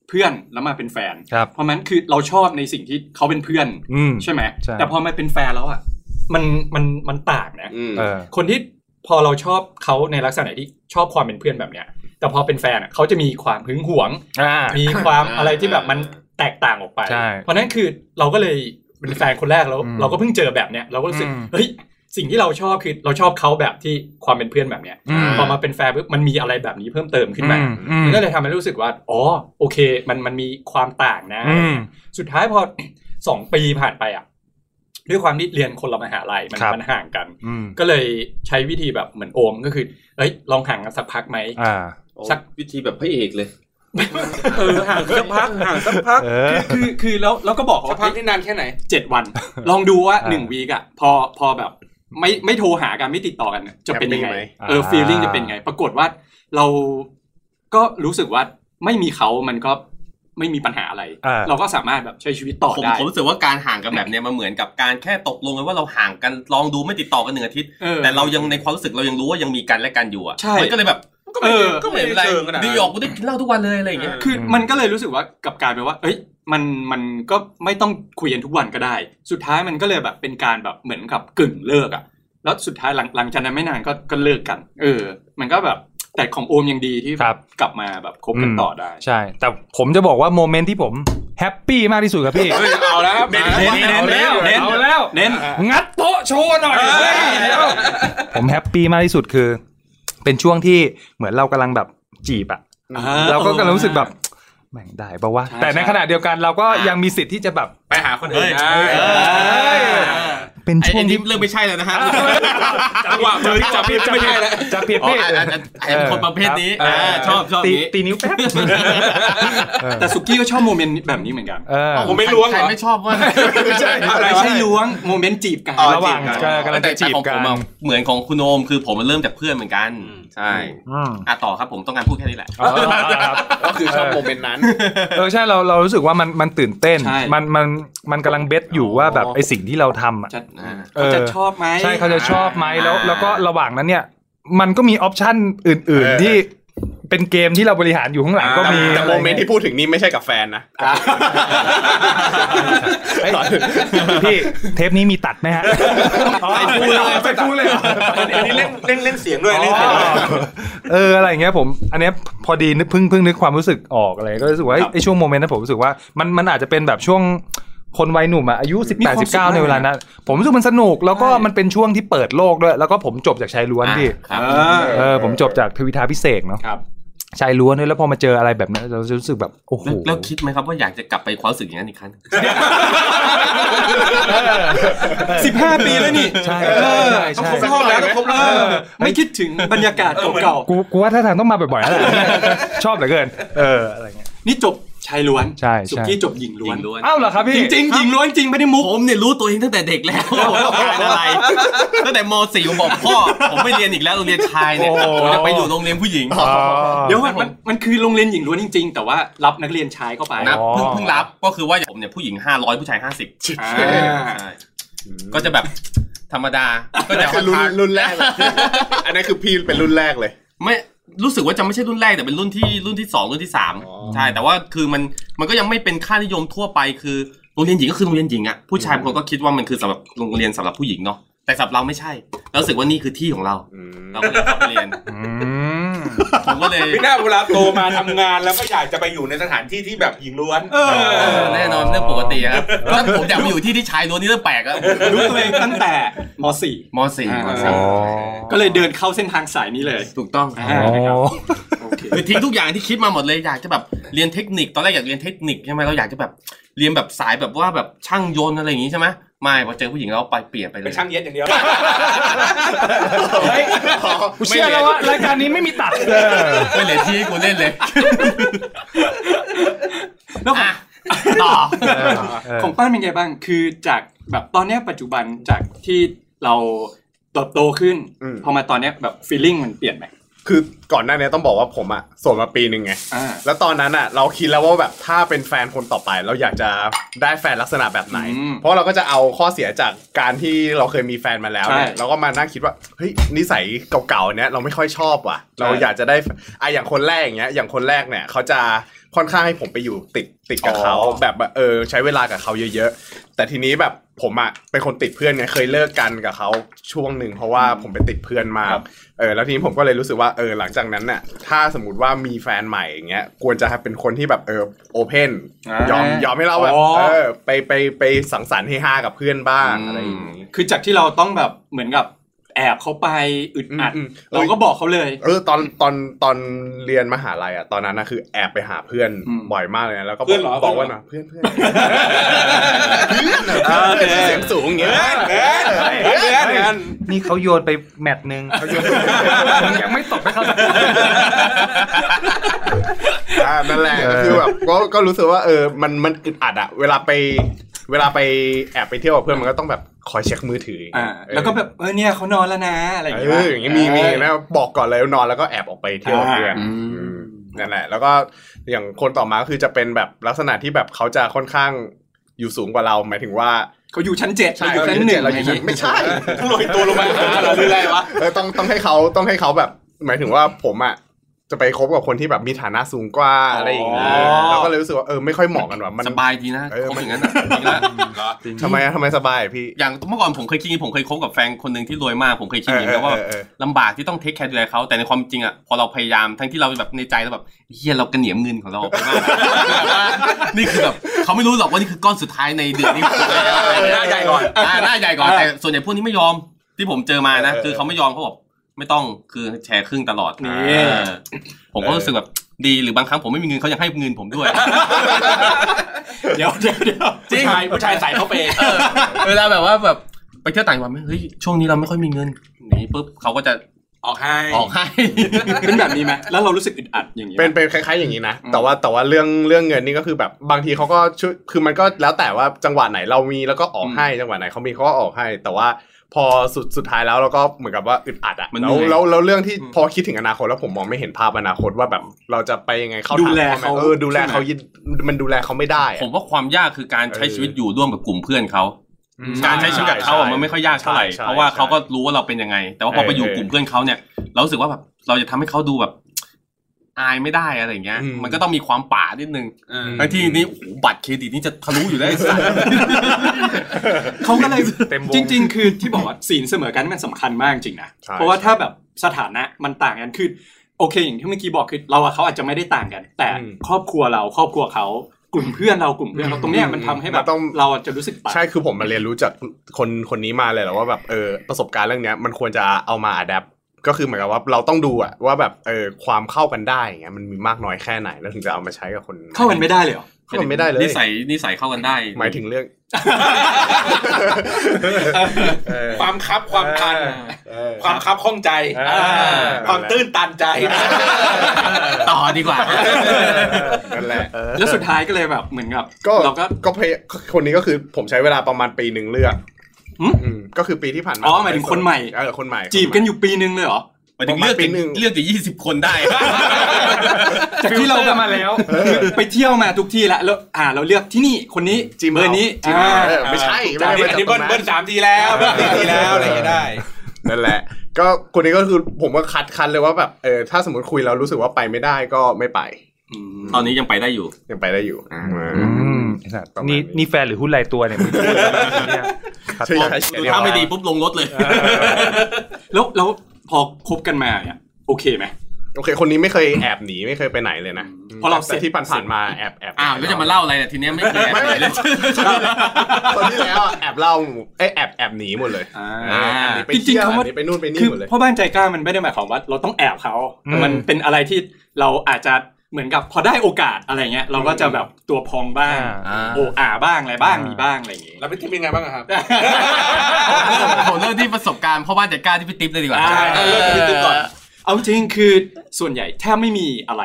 [SPEAKER 2] เพื่อนแล้วมาเป็นแฟน
[SPEAKER 6] ครับ
[SPEAKER 2] เพราะมันคือเราชอบในสิ่งที่เขาเป็นเพื่อน
[SPEAKER 6] อืม
[SPEAKER 2] ใช่ไหม
[SPEAKER 6] ใช่
[SPEAKER 2] แต่พอมาเป็นแฟนแล้วอ่ะมันมันมันต่างนะ
[SPEAKER 5] อืม
[SPEAKER 6] เออ
[SPEAKER 2] คนที่พอเราชอบเขาในลักษณะที่ชอบความเป็นเพื่อนแบบเนี้ย แต่พอเป็นแฟนอะเขาจะมีความหึงหวง
[SPEAKER 6] อ่า
[SPEAKER 2] มีความอะไรที่แบบมันแตกต่างออกไป
[SPEAKER 6] ใช่
[SPEAKER 2] เพราะฉะนั้นคือเราก็เลยเป็นแฟนคนแรกแล้ว
[SPEAKER 6] อืม
[SPEAKER 2] เราก็เพิ่งเจอแบบเนี้ยเราก็รู้สึก
[SPEAKER 6] อืม
[SPEAKER 2] เฮ้ยสิ่งที่เราชอบคือเราชอบเขาแบบที่ความเป็นเพื่อนแบบเนี้ย
[SPEAKER 6] อืม
[SPEAKER 2] พอมาเป็นแฟนปุ๊บมันมีอะไรแบบนี้เพิ่มเติมขึ้นมา
[SPEAKER 6] อือืม
[SPEAKER 2] มันก็เลยทำให้รู้สึกว่าอ๋อโอเค มันมันมีความต่างนะ
[SPEAKER 6] อืม
[SPEAKER 2] สุดท้ายพอ สองปีผ่านไปอ่ะด้วยความที่เรียนคนละมหาลัยมัน
[SPEAKER 6] ครับ
[SPEAKER 2] มันห่างกัน
[SPEAKER 6] อืม
[SPEAKER 2] ก็เลยใช้วิธีแบบเหมือนโอมก็คือเอ้ยลองห่างกันสักพักไหม
[SPEAKER 6] อ่า
[SPEAKER 2] สั
[SPEAKER 3] สั
[SPEAKER 2] ก
[SPEAKER 3] กวิธีแบบพระเอกเลย
[SPEAKER 2] เออห่าง
[SPEAKER 8] สักพักห่างสักพัก
[SPEAKER 6] เออ
[SPEAKER 2] คือคือแล้วแล้วก็บอกเขา
[SPEAKER 8] สัก
[SPEAKER 2] ว่า
[SPEAKER 8] พักที่นานแค่ไหน
[SPEAKER 2] เจ็ดวัน ลองดูว่า
[SPEAKER 6] อ่า
[SPEAKER 2] หนึ่งวีกอะพอพอแบบไม่ไม่โทรหากันไม่ติดต่อกันเนี่ยจะเป็นยังไง
[SPEAKER 5] แฮปปี้ไหม
[SPEAKER 2] เออ
[SPEAKER 6] อ่า
[SPEAKER 2] ฟีลลิ่งจะเป็นไง ปรากฏว่าเราก็รู้สึกว่าไม่มีเขามันก็ไม่มีปัญหาอะไร
[SPEAKER 6] อ่า
[SPEAKER 2] เราก็สามารถแบบใช้ชีวิตต่อ
[SPEAKER 3] ผม
[SPEAKER 2] ได้
[SPEAKER 3] ผมรู้สึกว่าการห่างกันแบบเนี้ยมันเหมือนกับการแค่ตกลงกันว่าเราห่างกันลองดูไม่ติดต่อกันหนึ่งอาทิตย์
[SPEAKER 2] ออ
[SPEAKER 3] แต่เรายังในความรู้สึกเรายังรู้ว่ายังมีกันและกันอยู่อ่ะ
[SPEAKER 2] ใช่
[SPEAKER 3] มันก็เลยแบบก็ไม่
[SPEAKER 2] เออ
[SPEAKER 3] ได้ก็ไม่เป็น
[SPEAKER 8] ไม่
[SPEAKER 3] ไร
[SPEAKER 8] ได้เชิงขนาดนั้น
[SPEAKER 3] นิวยอร์กกูได้กินเหล้าทุกวันเลยอะไรอย่างเงี้ย
[SPEAKER 2] คืออ
[SPEAKER 6] ม
[SPEAKER 2] มันก็เลยรู้สึกว่ากลับกลายไปนว่า เอ้ย มันมันก็ไม่ต้องคุยกันทุกวันก็ได้ สุดท้ายมันก็เลยแบบเป็นการแบบเหมือนกับกึ่งเลิกอะแล้วสุดท้ายหลังหลังจากนั้นไม่นานก็ก็เลิกกัน เออ มันก็แบบแต่ของโอมยังดีที่
[SPEAKER 6] ครับ
[SPEAKER 2] กลับมาแบบคบกันต่อได้
[SPEAKER 6] ใช่ แต่ผมจะบอกว่าโมเมนต์ที่ผมแฮปปี้มากที่สุดครับพี่
[SPEAKER 8] เอาแล้วครับ
[SPEAKER 2] เน้นเน้นเน้น
[SPEAKER 6] เน้นเอาแล้ว
[SPEAKER 2] เน้น
[SPEAKER 6] งัดโต๊ะโชว์หน่อยผมแฮปปี้มากที่สุดคือ เป็นช่วงที่เหมือนเรากำลังแบบจีบอะเราก็กำลังรู้สึกแบบแม่งได้ปะวะ
[SPEAKER 2] ใช่
[SPEAKER 6] แต่ในขณะเดียวกันเราก็ยังมีสิทธิ์ที่จะแบบ
[SPEAKER 8] ไปหาคนอื่นได้
[SPEAKER 3] เออ
[SPEAKER 6] เป็น
[SPEAKER 3] ไอ้
[SPEAKER 6] ช่ว
[SPEAKER 3] ไอ้
[SPEAKER 6] ง
[SPEAKER 3] นี่
[SPEAKER 6] ที่
[SPEAKER 3] เรื่องไม่ใช่แล้วนะฮะ
[SPEAKER 8] จังหวะมือที่จับพี่ไม่ใช่แล้ว
[SPEAKER 6] จะเปลี่ยน
[SPEAKER 3] อ๋อ
[SPEAKER 6] เพศ
[SPEAKER 3] อันอันอันอันเป็นคนประเภทนี้อ่าชอบชอบ
[SPEAKER 6] ตี
[SPEAKER 3] นี้
[SPEAKER 6] ตีนิ้วแป๊บ
[SPEAKER 2] แต่สุกี้ก็ชอบโมเมนต์แบบนี้เหมือนกัน
[SPEAKER 6] เออ
[SPEAKER 8] ผมไม่ล้วง
[SPEAKER 3] ใค
[SPEAKER 8] เห
[SPEAKER 3] ร
[SPEAKER 8] รอ
[SPEAKER 3] ไม่ชอบว่า
[SPEAKER 2] อะไรใช่ล้วงโมเมนต์จีบกัน
[SPEAKER 3] อ๋อ
[SPEAKER 6] ระหว่างเจอกำลังจะจีบ
[SPEAKER 3] แต่ของ
[SPEAKER 6] กั
[SPEAKER 3] ผ
[SPEAKER 6] น
[SPEAKER 3] มอะเหมือนของคุณโอมคือผมมันเริ่มจากเพื่อนเหมือนกัน ใช่
[SPEAKER 6] อืม
[SPEAKER 3] อ่ะต่อครับผมต้องการพูดแค่นี้แหละ
[SPEAKER 6] เอาละครับ
[SPEAKER 5] ก็คือชอบโมเมนต์นั้น
[SPEAKER 6] เออใช่เราเรารู้สึกว่ามันมันตื่นเต้น
[SPEAKER 2] ใช่
[SPEAKER 6] มันมันมันกำลังเบสอยู่ว่าแบบไอสิ่งที่เราทำอ่ะ
[SPEAKER 2] จะ
[SPEAKER 3] อ่า
[SPEAKER 2] เขาจะชอบไหม
[SPEAKER 6] ใช่เขาจะชอบไหมแล้ว
[SPEAKER 3] อ่า
[SPEAKER 6] แล้วก็ระหว่างนั้นเนี่ย มันก็มีออปชันอื่น
[SPEAKER 5] เออ
[SPEAKER 6] ๆ ที่เป็นเกมที่เราบริหารอยู่ข้างหลังก็มี
[SPEAKER 5] แต่
[SPEAKER 6] อะไร
[SPEAKER 5] โมเมนต์ที่พูดถึงนี่ไม่ใช่กับแฟนนะ
[SPEAKER 6] เอ้ยพี่เทปนี้มีตัดไหมฮะ
[SPEAKER 5] ใส่ฟูเลย
[SPEAKER 6] ใส่ฟูเลยเหรอ
[SPEAKER 8] อันนี้เล่นเล่นเล่นเสียงด้วยเล่นเสียงด้วย
[SPEAKER 6] เอออะไรอย่างเงี้ยผมอันเนี้ยพอดีนึกเพึ่งเพึ่งนึกความรู้สึกออกอะไรก็รู้สึกว่าเอ้ยไอ้ช่วงโมเมนต์นั้นผมรู้สึกว่ามันมันอาจจะเป็นแบบช่วงคนวัยหนุ่มอะอายุ
[SPEAKER 2] มีความ
[SPEAKER 6] 18
[SPEAKER 2] สุขมาก
[SPEAKER 6] 19 ในเวลานั้นผมรู้สึกมันสนุกแล้วก็มันเป็นช่วงที่เปิดโลกด้วย แล้วก็ผมจบจากชายล้วนพี่
[SPEAKER 3] ครับ
[SPEAKER 6] เออผมจบจากทวิทาพิเศษกเนาะ
[SPEAKER 2] ครับ
[SPEAKER 6] ชายล้วนด้วยแล้วพอมาเจออะไรแบบเนี้ยเราจะรู้สึกแบบโอ้โห
[SPEAKER 3] แล้วแล้วคิดไหมครับว่าอยากจะกลับไปความรู้สึกอย่างนั้นอีกครั้ง
[SPEAKER 2] สิบห้าปีแล้วนี่
[SPEAKER 6] ใช่
[SPEAKER 2] เออ
[SPEAKER 6] ใช่ใช่
[SPEAKER 2] ต้องครบรอบแล้วต้องครบรอบไม่คิดถึงบรรยากาศเก่า
[SPEAKER 6] กูกูว่าท่าทางต้องมาบ่อยๆแล้ว แหละชอบเหลือเกิน เอออะไรเงี้ย
[SPEAKER 2] ๆนี่จบชายล้วน
[SPEAKER 6] ใช่ใช่
[SPEAKER 2] สุกี้จบหญิงล้วน
[SPEAKER 6] อ้าวเหรอครับพี่
[SPEAKER 2] จริงๆหญิงล้วนจริงไม่ได้มุก
[SPEAKER 3] ผมเนี่ยรู้ตัวเองตั้งแต่เด็กแล้วว่าต้องการอะไรตั้งแต่ม .4 ผมบอกพ่อ ผมไม่เรียนอีกแล้วโรงเรียนชายเนี่ยผมจะไปอยู่โรงเรียนผู้หญิง
[SPEAKER 6] อ๋อ
[SPEAKER 2] เดี๋ยวมันมันมันคือโรงเรียนหญิงล้วนจริง ๆ แต่ว่ารับนักเรียนชายเข้าไป
[SPEAKER 3] นะ
[SPEAKER 6] อ๋อ
[SPEAKER 3] เพิ่งเพิ่งรับก็คือว่าผมเนี่ยผู้หญิง 500 ผู้ชาย 50
[SPEAKER 2] อ่า
[SPEAKER 3] ใช่ก็จะแบบธรรมดาก็จะ
[SPEAKER 5] คือรุ่นรุ่นแร กเลยอันนั้นคือพี่เป็นรุ่นแรกเลย
[SPEAKER 3] ไม่รู้สึกว่าจะไม่ใช่รุ่นแรกแต่เป็นรุ่นที่รุ่นที่สองรุ่นที่สาม
[SPEAKER 5] อ๋อ
[SPEAKER 3] ใช่แต่ว่าคือมันมันก็ยังไม่เป็นค่านิยมทั่วไปคือโรงเรียนหญิงก็คือโรงเรียนหญิงอ่ะผู้ชายบางคนก็คิดว่ามันคือสำหรับโรงเรียนสำหรับผู้หญิงเนาะแต่สำหรับเราไม่ใช่ แล้วรู้สึกว่านี่คือที่ของเรา เราก็เลยเข้าไปเรียน
[SPEAKER 6] อืม
[SPEAKER 3] ผมก็เลย
[SPEAKER 4] ไม่น่าเวลาโตมาทำงานแล้วก็อยากจะไปอยู่ในสถานที่ที่แบบหญิงล้วน
[SPEAKER 2] เออ
[SPEAKER 3] เออแน่นอนเรื่องปกติครับถ้าผมอยากไปอยู่ที่ที่ชายล้วนนี่เรื่องแปลกอะ
[SPEAKER 2] รู้ตัวเองตั้งแต่มสี่
[SPEAKER 3] มสี่ม
[SPEAKER 5] อ๋
[SPEAKER 3] สี่
[SPEAKER 5] อ
[SPEAKER 2] ก็เลยเดินเข้าเส้นทางสายนี้เลย
[SPEAKER 3] ถูกต้อง
[SPEAKER 2] อ่า
[SPEAKER 6] อ๋อ
[SPEAKER 3] คือทิ้งทุกอย่างที่คิดมาหมดเลยอยากจะแบบเรียนเทคนิคตอนแรกอยากเรียนเทคนิคใช่ไหมเราอยากจะแบบเรียนแบบสายแบบว่าแบบช่างยนต์อะไรอย่างงี้ใช่ไหมไม่พอเจอผู้หญิงแล้วไปเปลี่ยนไปเล
[SPEAKER 4] เป็น
[SPEAKER 3] ย
[SPEAKER 4] ช่างเย็ดอย่างเดียว
[SPEAKER 3] เฮ้ย
[SPEAKER 6] กูเชื่อแล้วว่ารายการนี้ไม่มีตัดเลย
[SPEAKER 3] ไม่เหลือที่ให้กูเล่นเลย
[SPEAKER 2] แล้วของ
[SPEAKER 3] อ่ะต่อ
[SPEAKER 2] ของป้านเป็นไงบ้าง คือจากแบบตอนเนี้ยปัจจุบันจากที่เราเติบโตขึ้น
[SPEAKER 5] อืม
[SPEAKER 2] พอมาตอนเนี้ยแบบฟีลลิ่งมันเปลี่ยนไหม
[SPEAKER 5] คือก่อนหน้านี้ต้องบอกว่าผมอะโสดมาปีหนึ่งไง
[SPEAKER 2] อ่า
[SPEAKER 5] แล้วตอนนั้นอ่ะเราคิดแล้วว่าแบบถ้าเป็นแฟนคนต่อไป เราอยากจะได้แฟนลักษณะแบบไหน
[SPEAKER 2] อืม
[SPEAKER 5] เพราะเราก็จะเอาข้อเสียจากการที่เราเคยมีแฟนมาแล้วเนี่ย
[SPEAKER 2] ใช่
[SPEAKER 5] เราก็มานั่งคิดว่าเฮ้ยนิสัยเก่าๆเนี้ยเราไม่ค่อยชอบว่ะ เราอยากจะได้อะอย่างคนแรกอย่างเงี้ยอย่างคนแรกเนี่ยเขาจะค่อนข้างให้ผมไปอยู่ติดติดกับเขา
[SPEAKER 2] อ๋อ
[SPEAKER 5] แบบว่าเออใช้เวลากับเขาเยอะ ๆ แต่ทีนี้แบบผมอ่ะเป็นคนติดเพื่อนไงเคยเลิกกันกับเขาช่วงหนึ่งเพราะว่าผมไปติดเพื่อนมาก เออแล้วทีนี้ผมก็เลยรู้สึกว่าเออหลังจากนั้นน่ะถ้าสมมติว่ามีแฟนใหม่อย่างเงี้ยควรจะเป็นคนที่แบบเออโอเพน
[SPEAKER 2] อ่าย
[SPEAKER 5] อมยอมให้เราแบบ
[SPEAKER 2] อ๋อ
[SPEAKER 5] เออไปไปไปสังสรรค์ให้ฮากับเพื่อนบ้าง
[SPEAKER 3] อืม
[SPEAKER 5] อะไรอย่างงี้
[SPEAKER 2] คือจากที่เราต้องแบบเหมือนกับแอบเขาไปอึดอัด
[SPEAKER 5] อืม
[SPEAKER 2] เราก็บอกเขาเลย
[SPEAKER 5] เออตอนตอนตอนเรียนมหาลัยอ่ะตอนนั้นนะคือแอบไปหาเพื่อน
[SPEAKER 2] อืม
[SPEAKER 5] บ่อยมากเลยนะแล้วก็บ
[SPEAKER 4] เพื่
[SPEAKER 5] อ
[SPEAKER 4] อนเหรอก
[SPEAKER 5] บอกว่า
[SPEAKER 4] เพื่อนเหรอ
[SPEAKER 5] เพื่อนเพื่อนเพื่อนเหรอเพื่อนเสียงสูงอย่างเงี้ย
[SPEAKER 4] เออเออเออ
[SPEAKER 6] นี่เขาโยนไปแมตช์หนึ่ง มึงยังไม่ตกไปเขาสักที
[SPEAKER 5] อ่านั่นแหละก็คือแบบก็ก็รู้สึกว่าเออมันมันอึดอัดอ่ะเวลาไปเวลาไปแอบไปเที่ยวกับเพื่อนมันก็ต้องแบบคอยเช็คมือถืออย่าง
[SPEAKER 2] อ่า
[SPEAKER 5] เงี้ยเออ
[SPEAKER 2] แล้วก็แบบเออเนี่ยเขานอนแล้วนะอะไรอย่าง
[SPEAKER 5] เอ
[SPEAKER 2] เงี้ย
[SPEAKER 5] ออย่างเงี้ยมีมีนะบอกก่อนเลยว่านอนแล้วก็แอบออกไปเที่ยวกับเพื่อน
[SPEAKER 2] อ่า
[SPEAKER 5] อืมนั่นแหละ แล้วก็อย่างคนต่อมาก็คือจะเป็นแบบลักษณะที่แบบเขาจะค่อนข้างอยู่สูงกว่าเราหมายถึงว่า
[SPEAKER 2] เขาอยู่ชั้นเจ็ดเราอยู่ชั้นหนึ่ง
[SPEAKER 5] เรา
[SPEAKER 2] เรา
[SPEAKER 5] อ
[SPEAKER 2] อยู่ยู่
[SPEAKER 5] ชั้
[SPEAKER 2] ชั้
[SPEAKER 5] น
[SPEAKER 2] น
[SPEAKER 5] ไม่ใช่
[SPEAKER 4] โรยตัวลงมาหาเราหรืออะไรวะ
[SPEAKER 5] เออต้องต้องให้เขาต้องให้เขาแบบ หมายถึงว่าผมอ่ะจะไปคบกับคนที่แบบมีฐานะสูงกว่าอะไรอย่างเงี้ยเราก็เลยรู้สึกว่าเออไม่ค่อยเหมาะกันว่ะมัน
[SPEAKER 3] สบายดีนะ
[SPEAKER 5] เออ
[SPEAKER 3] คบ
[SPEAKER 5] มัน
[SPEAKER 3] อย่างนั้นอะจริงๆแล้ว
[SPEAKER 5] ทำไมอะทำไมสบายอะพี่
[SPEAKER 3] อย่างเมื่อก่อนผมเคยคิดอย่างนี้ผมเคยคบกับแฟนคนหนึ่งที่รวยมากผมเคยคิดอย่างนี้นะว่า
[SPEAKER 5] เออเออ
[SPEAKER 3] ลำบากที่ต้องเทคแคร์ดูแลเขาแต่ในความจริงอ่ะพอเราพยายามทั้งที่เราแบบในใจเราแบบเฮียเรากระเหนียมเงินของเรา ออกไปมาก นี่คือแบบเขาไม่รู้หรอกว่านี่คือก้อนสุดท้ายในเดือนนี้
[SPEAKER 5] หน้าใหญ่ก่อน
[SPEAKER 3] อ่าหน้าใหญ่ก่อนแต่ส่วนใหญ่พวกนี้ไม่ยอมที่ผมเจอมานะ
[SPEAKER 5] เออเออ
[SPEAKER 3] คือเขาไม่ยอมเขาบอกไม่ต้องคือแชร์ครึ่งตลอด
[SPEAKER 5] นี่
[SPEAKER 3] เออผมก็รู้สึกแบบดีหรือบางครั้งผมไม่มีเงินเขายังให้เงินผมด้วย
[SPEAKER 2] เดี๋ยวเดี๋ยวเดี๋ยว
[SPEAKER 3] จริง
[SPEAKER 2] ผู้ชายผู้ชายใส่เขาไป
[SPEAKER 3] เวลาแบบว่าแบบไปเที่ยวต่างจังหวัดไหมเฮ้ยช่วงนี้เราไม่ค่อยมีเงินหนีปุ๊บเขาก็จะ
[SPEAKER 4] ออกให้
[SPEAKER 3] ออก ให้
[SPEAKER 2] เป็นแบบนี้ไหมแล้วเรารู้สึกอึดอัดอย่างเงี้ย
[SPEAKER 5] เป็นเป็นคล้ายๆอย่างนี้นะ
[SPEAKER 2] อืม
[SPEAKER 5] แต่ว่าแต่ว่าเรื่องเรื่องเงินนี่ก็คือแบบบางทีเขาก็ช่วยคือมันก็แล้วแต่ว่าจังหวะไหนเรามีแล้วก็ออกให้จังหวะไหนเขามีเขาก็ออกให้ แต่ว่าพอสุดสุดท้ายแล้วเราก็เหมือนกับว่าอึดอัดอะ
[SPEAKER 3] มันเหนื่
[SPEAKER 5] แล้ว
[SPEAKER 3] อย
[SPEAKER 5] แล้วแล้วเรื่องที่พอคิดถึงอนาคตแล้วผมมองไม่เห็นภาพอนาคตว่าแบบเราจะไปยังไงเขา
[SPEAKER 2] ดูแล
[SPEAKER 5] ถมทำไม
[SPEAKER 2] เขา
[SPEAKER 5] เออดูแลเขา
[SPEAKER 2] ใช่ไหม
[SPEAKER 5] ยึดมันดูแลเขาไม่ได้อะ
[SPEAKER 3] ผมว่าความยากคือการใช้
[SPEAKER 5] เออ
[SPEAKER 3] ชีวิตอยู่ร่วมกับกลุ่มเพื่อนเขา
[SPEAKER 5] อืม
[SPEAKER 3] การใช้ชีวิตกับเขาอะ
[SPEAKER 5] ใช่
[SPEAKER 3] มันไม่ค่อยยากเท่าไหร่
[SPEAKER 5] ใช่
[SPEAKER 3] เพราะว่า
[SPEAKER 5] ใช่
[SPEAKER 3] เขาก็รู้ว่าเราเป็นยังไง แต่ว่าพอไปอยู่
[SPEAKER 5] เออก
[SPEAKER 3] ลุ่มเพื่อนเขาเนี่ย เรารู้สึกว่าแบบเราจะทำให้เขาดูแบบ อายไม่ได้อะไรอย่างเงี้ย
[SPEAKER 5] อืม
[SPEAKER 3] มันก็ต้องมีความป่านิดนึงทั้งที่นี่โอ้โหบัตรเครดิตนี่จะทะลุอยู่แล้วไอ้สัส
[SPEAKER 2] เขาก็เลย
[SPEAKER 6] เต็มวง
[SPEAKER 2] จริง ๆ คือที่บอกว่าศีลเสมอกันมันสำคัญมากจริงนะ
[SPEAKER 5] ใช่
[SPEAKER 2] เพราะว่าถ้าแบบสถานะมันต่างกันคือโอเคอย่างที่เมื่อกี้บอกคือเราอะเขาอาจจะไม่ได้ต่างกัน แต่ครอบครัวเราครอบครัวเขากลุ่มเพื่อนเรากลุ่มเพื่อนเราตรงเนี้ยมันทำให้แบ
[SPEAKER 5] มั
[SPEAKER 2] บ
[SPEAKER 5] นต้อง
[SPEAKER 2] เราอะจะรู้สึกปะ
[SPEAKER 5] ใช่คือผมมาเรียนรู้จากคนคนนี้มาเลยแหละว่าแบบเออประสบการณ์เรื่องเนี้ยมันควรจะเอามาอัดแอปก็คือเหมือนกับว่าเราต้องดูอะว่าแบบเออความเข้ากันได้อย่างเงี้ยมันมีมากน้อยแค่ไหนแล้วถึงจะเอามาใช้กับคน
[SPEAKER 2] เข้ากันไม่ได้เลยเหรอ
[SPEAKER 5] เข้ากันไม่ได้เลย
[SPEAKER 3] นิสัยนิสัยเข้ากันได้
[SPEAKER 5] หมายถึงเรื่องเออ
[SPEAKER 4] ความคับความคัน
[SPEAKER 5] เออ
[SPEAKER 4] ความคับข้องใจ ความตื้นตันใจ
[SPEAKER 3] ต่อดีกว่า
[SPEAKER 5] นั่นแหละ
[SPEAKER 2] แล้วสุดท้ายก็เลยแบบเหมือนกับ
[SPEAKER 5] ก็
[SPEAKER 2] เราก็
[SPEAKER 5] ก็พยคนนี้ก็คือผมใช้เวลาประมาณปีหนึ่งเลือก
[SPEAKER 2] หึ
[SPEAKER 5] อืมก็คือปีที่ผ่านมา
[SPEAKER 2] อ๋อหมายถึงคนใหม่
[SPEAKER 5] เออคนใหม่
[SPEAKER 2] จีบกันอยู่ปีนึงเลยเหรอ
[SPEAKER 3] หมายถึงเลือก
[SPEAKER 5] ปี
[SPEAKER 3] จะ
[SPEAKER 5] หนึ่ง
[SPEAKER 3] เลือกจะยี่สิบคนได้
[SPEAKER 2] จากที่เราแบบมาแล้วไปเที่ยวมาทุกที่ละแล้วอ่าเราเลือกที่นี่คนนี้
[SPEAKER 5] จีบ
[SPEAKER 2] เบอร์นี้
[SPEAKER 5] จีบ
[SPEAKER 2] อ่า
[SPEAKER 5] เออไม่ใช่ไม่ได้มา
[SPEAKER 4] อัน
[SPEAKER 5] จาก
[SPEAKER 4] นี้
[SPEAKER 5] ตร
[SPEAKER 4] เบิ้ล
[SPEAKER 5] งนั้น
[SPEAKER 4] เบิ้ลสามทีแล้วเบิ้ลสี่ทีแล้วอะไรอย่างเงี้ยได้
[SPEAKER 5] นั่นแหละ ก็คนนี้ก็คือผมก็คัดคันเลยว่าแบบเออถ้าสมมติคุยแล้วรู้สึกว่าไปไม่ได้ก็ไม่ไป
[SPEAKER 3] ตอนนี้ยังไปได้อยู่
[SPEAKER 5] ยังไปได้อยู่
[SPEAKER 6] อืม
[SPEAKER 5] ประมาณนี้
[SPEAKER 6] นี่นี่แฟนหรือหุ้นรายตัวเนี่ยมึงพูดแบบนี้อะ
[SPEAKER 5] ใช่ใช่
[SPEAKER 3] ดูถ้าไม่ดีปุ๊บลงรถเลย
[SPEAKER 2] แล้วแล้วพอคบกันมาเนี่ยโอเคไหม
[SPEAKER 5] โอเค คนนี้ไม่เคยแอบหนีไม่เคยไปไหนเลยนะ
[SPEAKER 2] เพราะเรา
[SPEAKER 5] แต่ที่ผ่านๆมาแอบแอบ
[SPEAKER 3] อ้าวแล้วจะมาเล่าอะไรเนี่ยทีเนี้ยไม่เคย
[SPEAKER 5] ไม่ไม่ไม่คนที่แล้วอะแอบเล่าเอยแอบแอบหนีหมดเลย
[SPEAKER 2] อ่า
[SPEAKER 5] อ่าแอบหนีไป
[SPEAKER 2] จริงๆ
[SPEAKER 5] เที่ยว
[SPEAKER 2] คำว่า
[SPEAKER 5] แอบหนีไปนู่นไปนี่
[SPEAKER 2] คือ
[SPEAKER 5] หมดเลย
[SPEAKER 2] พ่อบ้านใจกล้ามันไม่ได้หมายความว่าเราต้องแอบเขา
[SPEAKER 6] อืม
[SPEAKER 2] มันเป็นอะไรที่เราอาจจะเหมือนกับพอได้โอกาสอะไรเงี้ย เราก็จะแบบตัวพองบ้าง
[SPEAKER 3] อ่า
[SPEAKER 2] โออาบ้างอะไรบ้างมีบ้างอะไรอย่างงี้
[SPEAKER 4] แล้วพี่ทิพย์เป็นไงบ้างอะครับ
[SPEAKER 3] ผมเริ่มที่ประสบการณ์พ่อบ้านจัดการที่พี่ติ๊บเลยดีกว่า
[SPEAKER 2] อ่า
[SPEAKER 3] เออ
[SPEAKER 2] เอาจริงคือส่วนใหญ่แทบไม่มีอะไร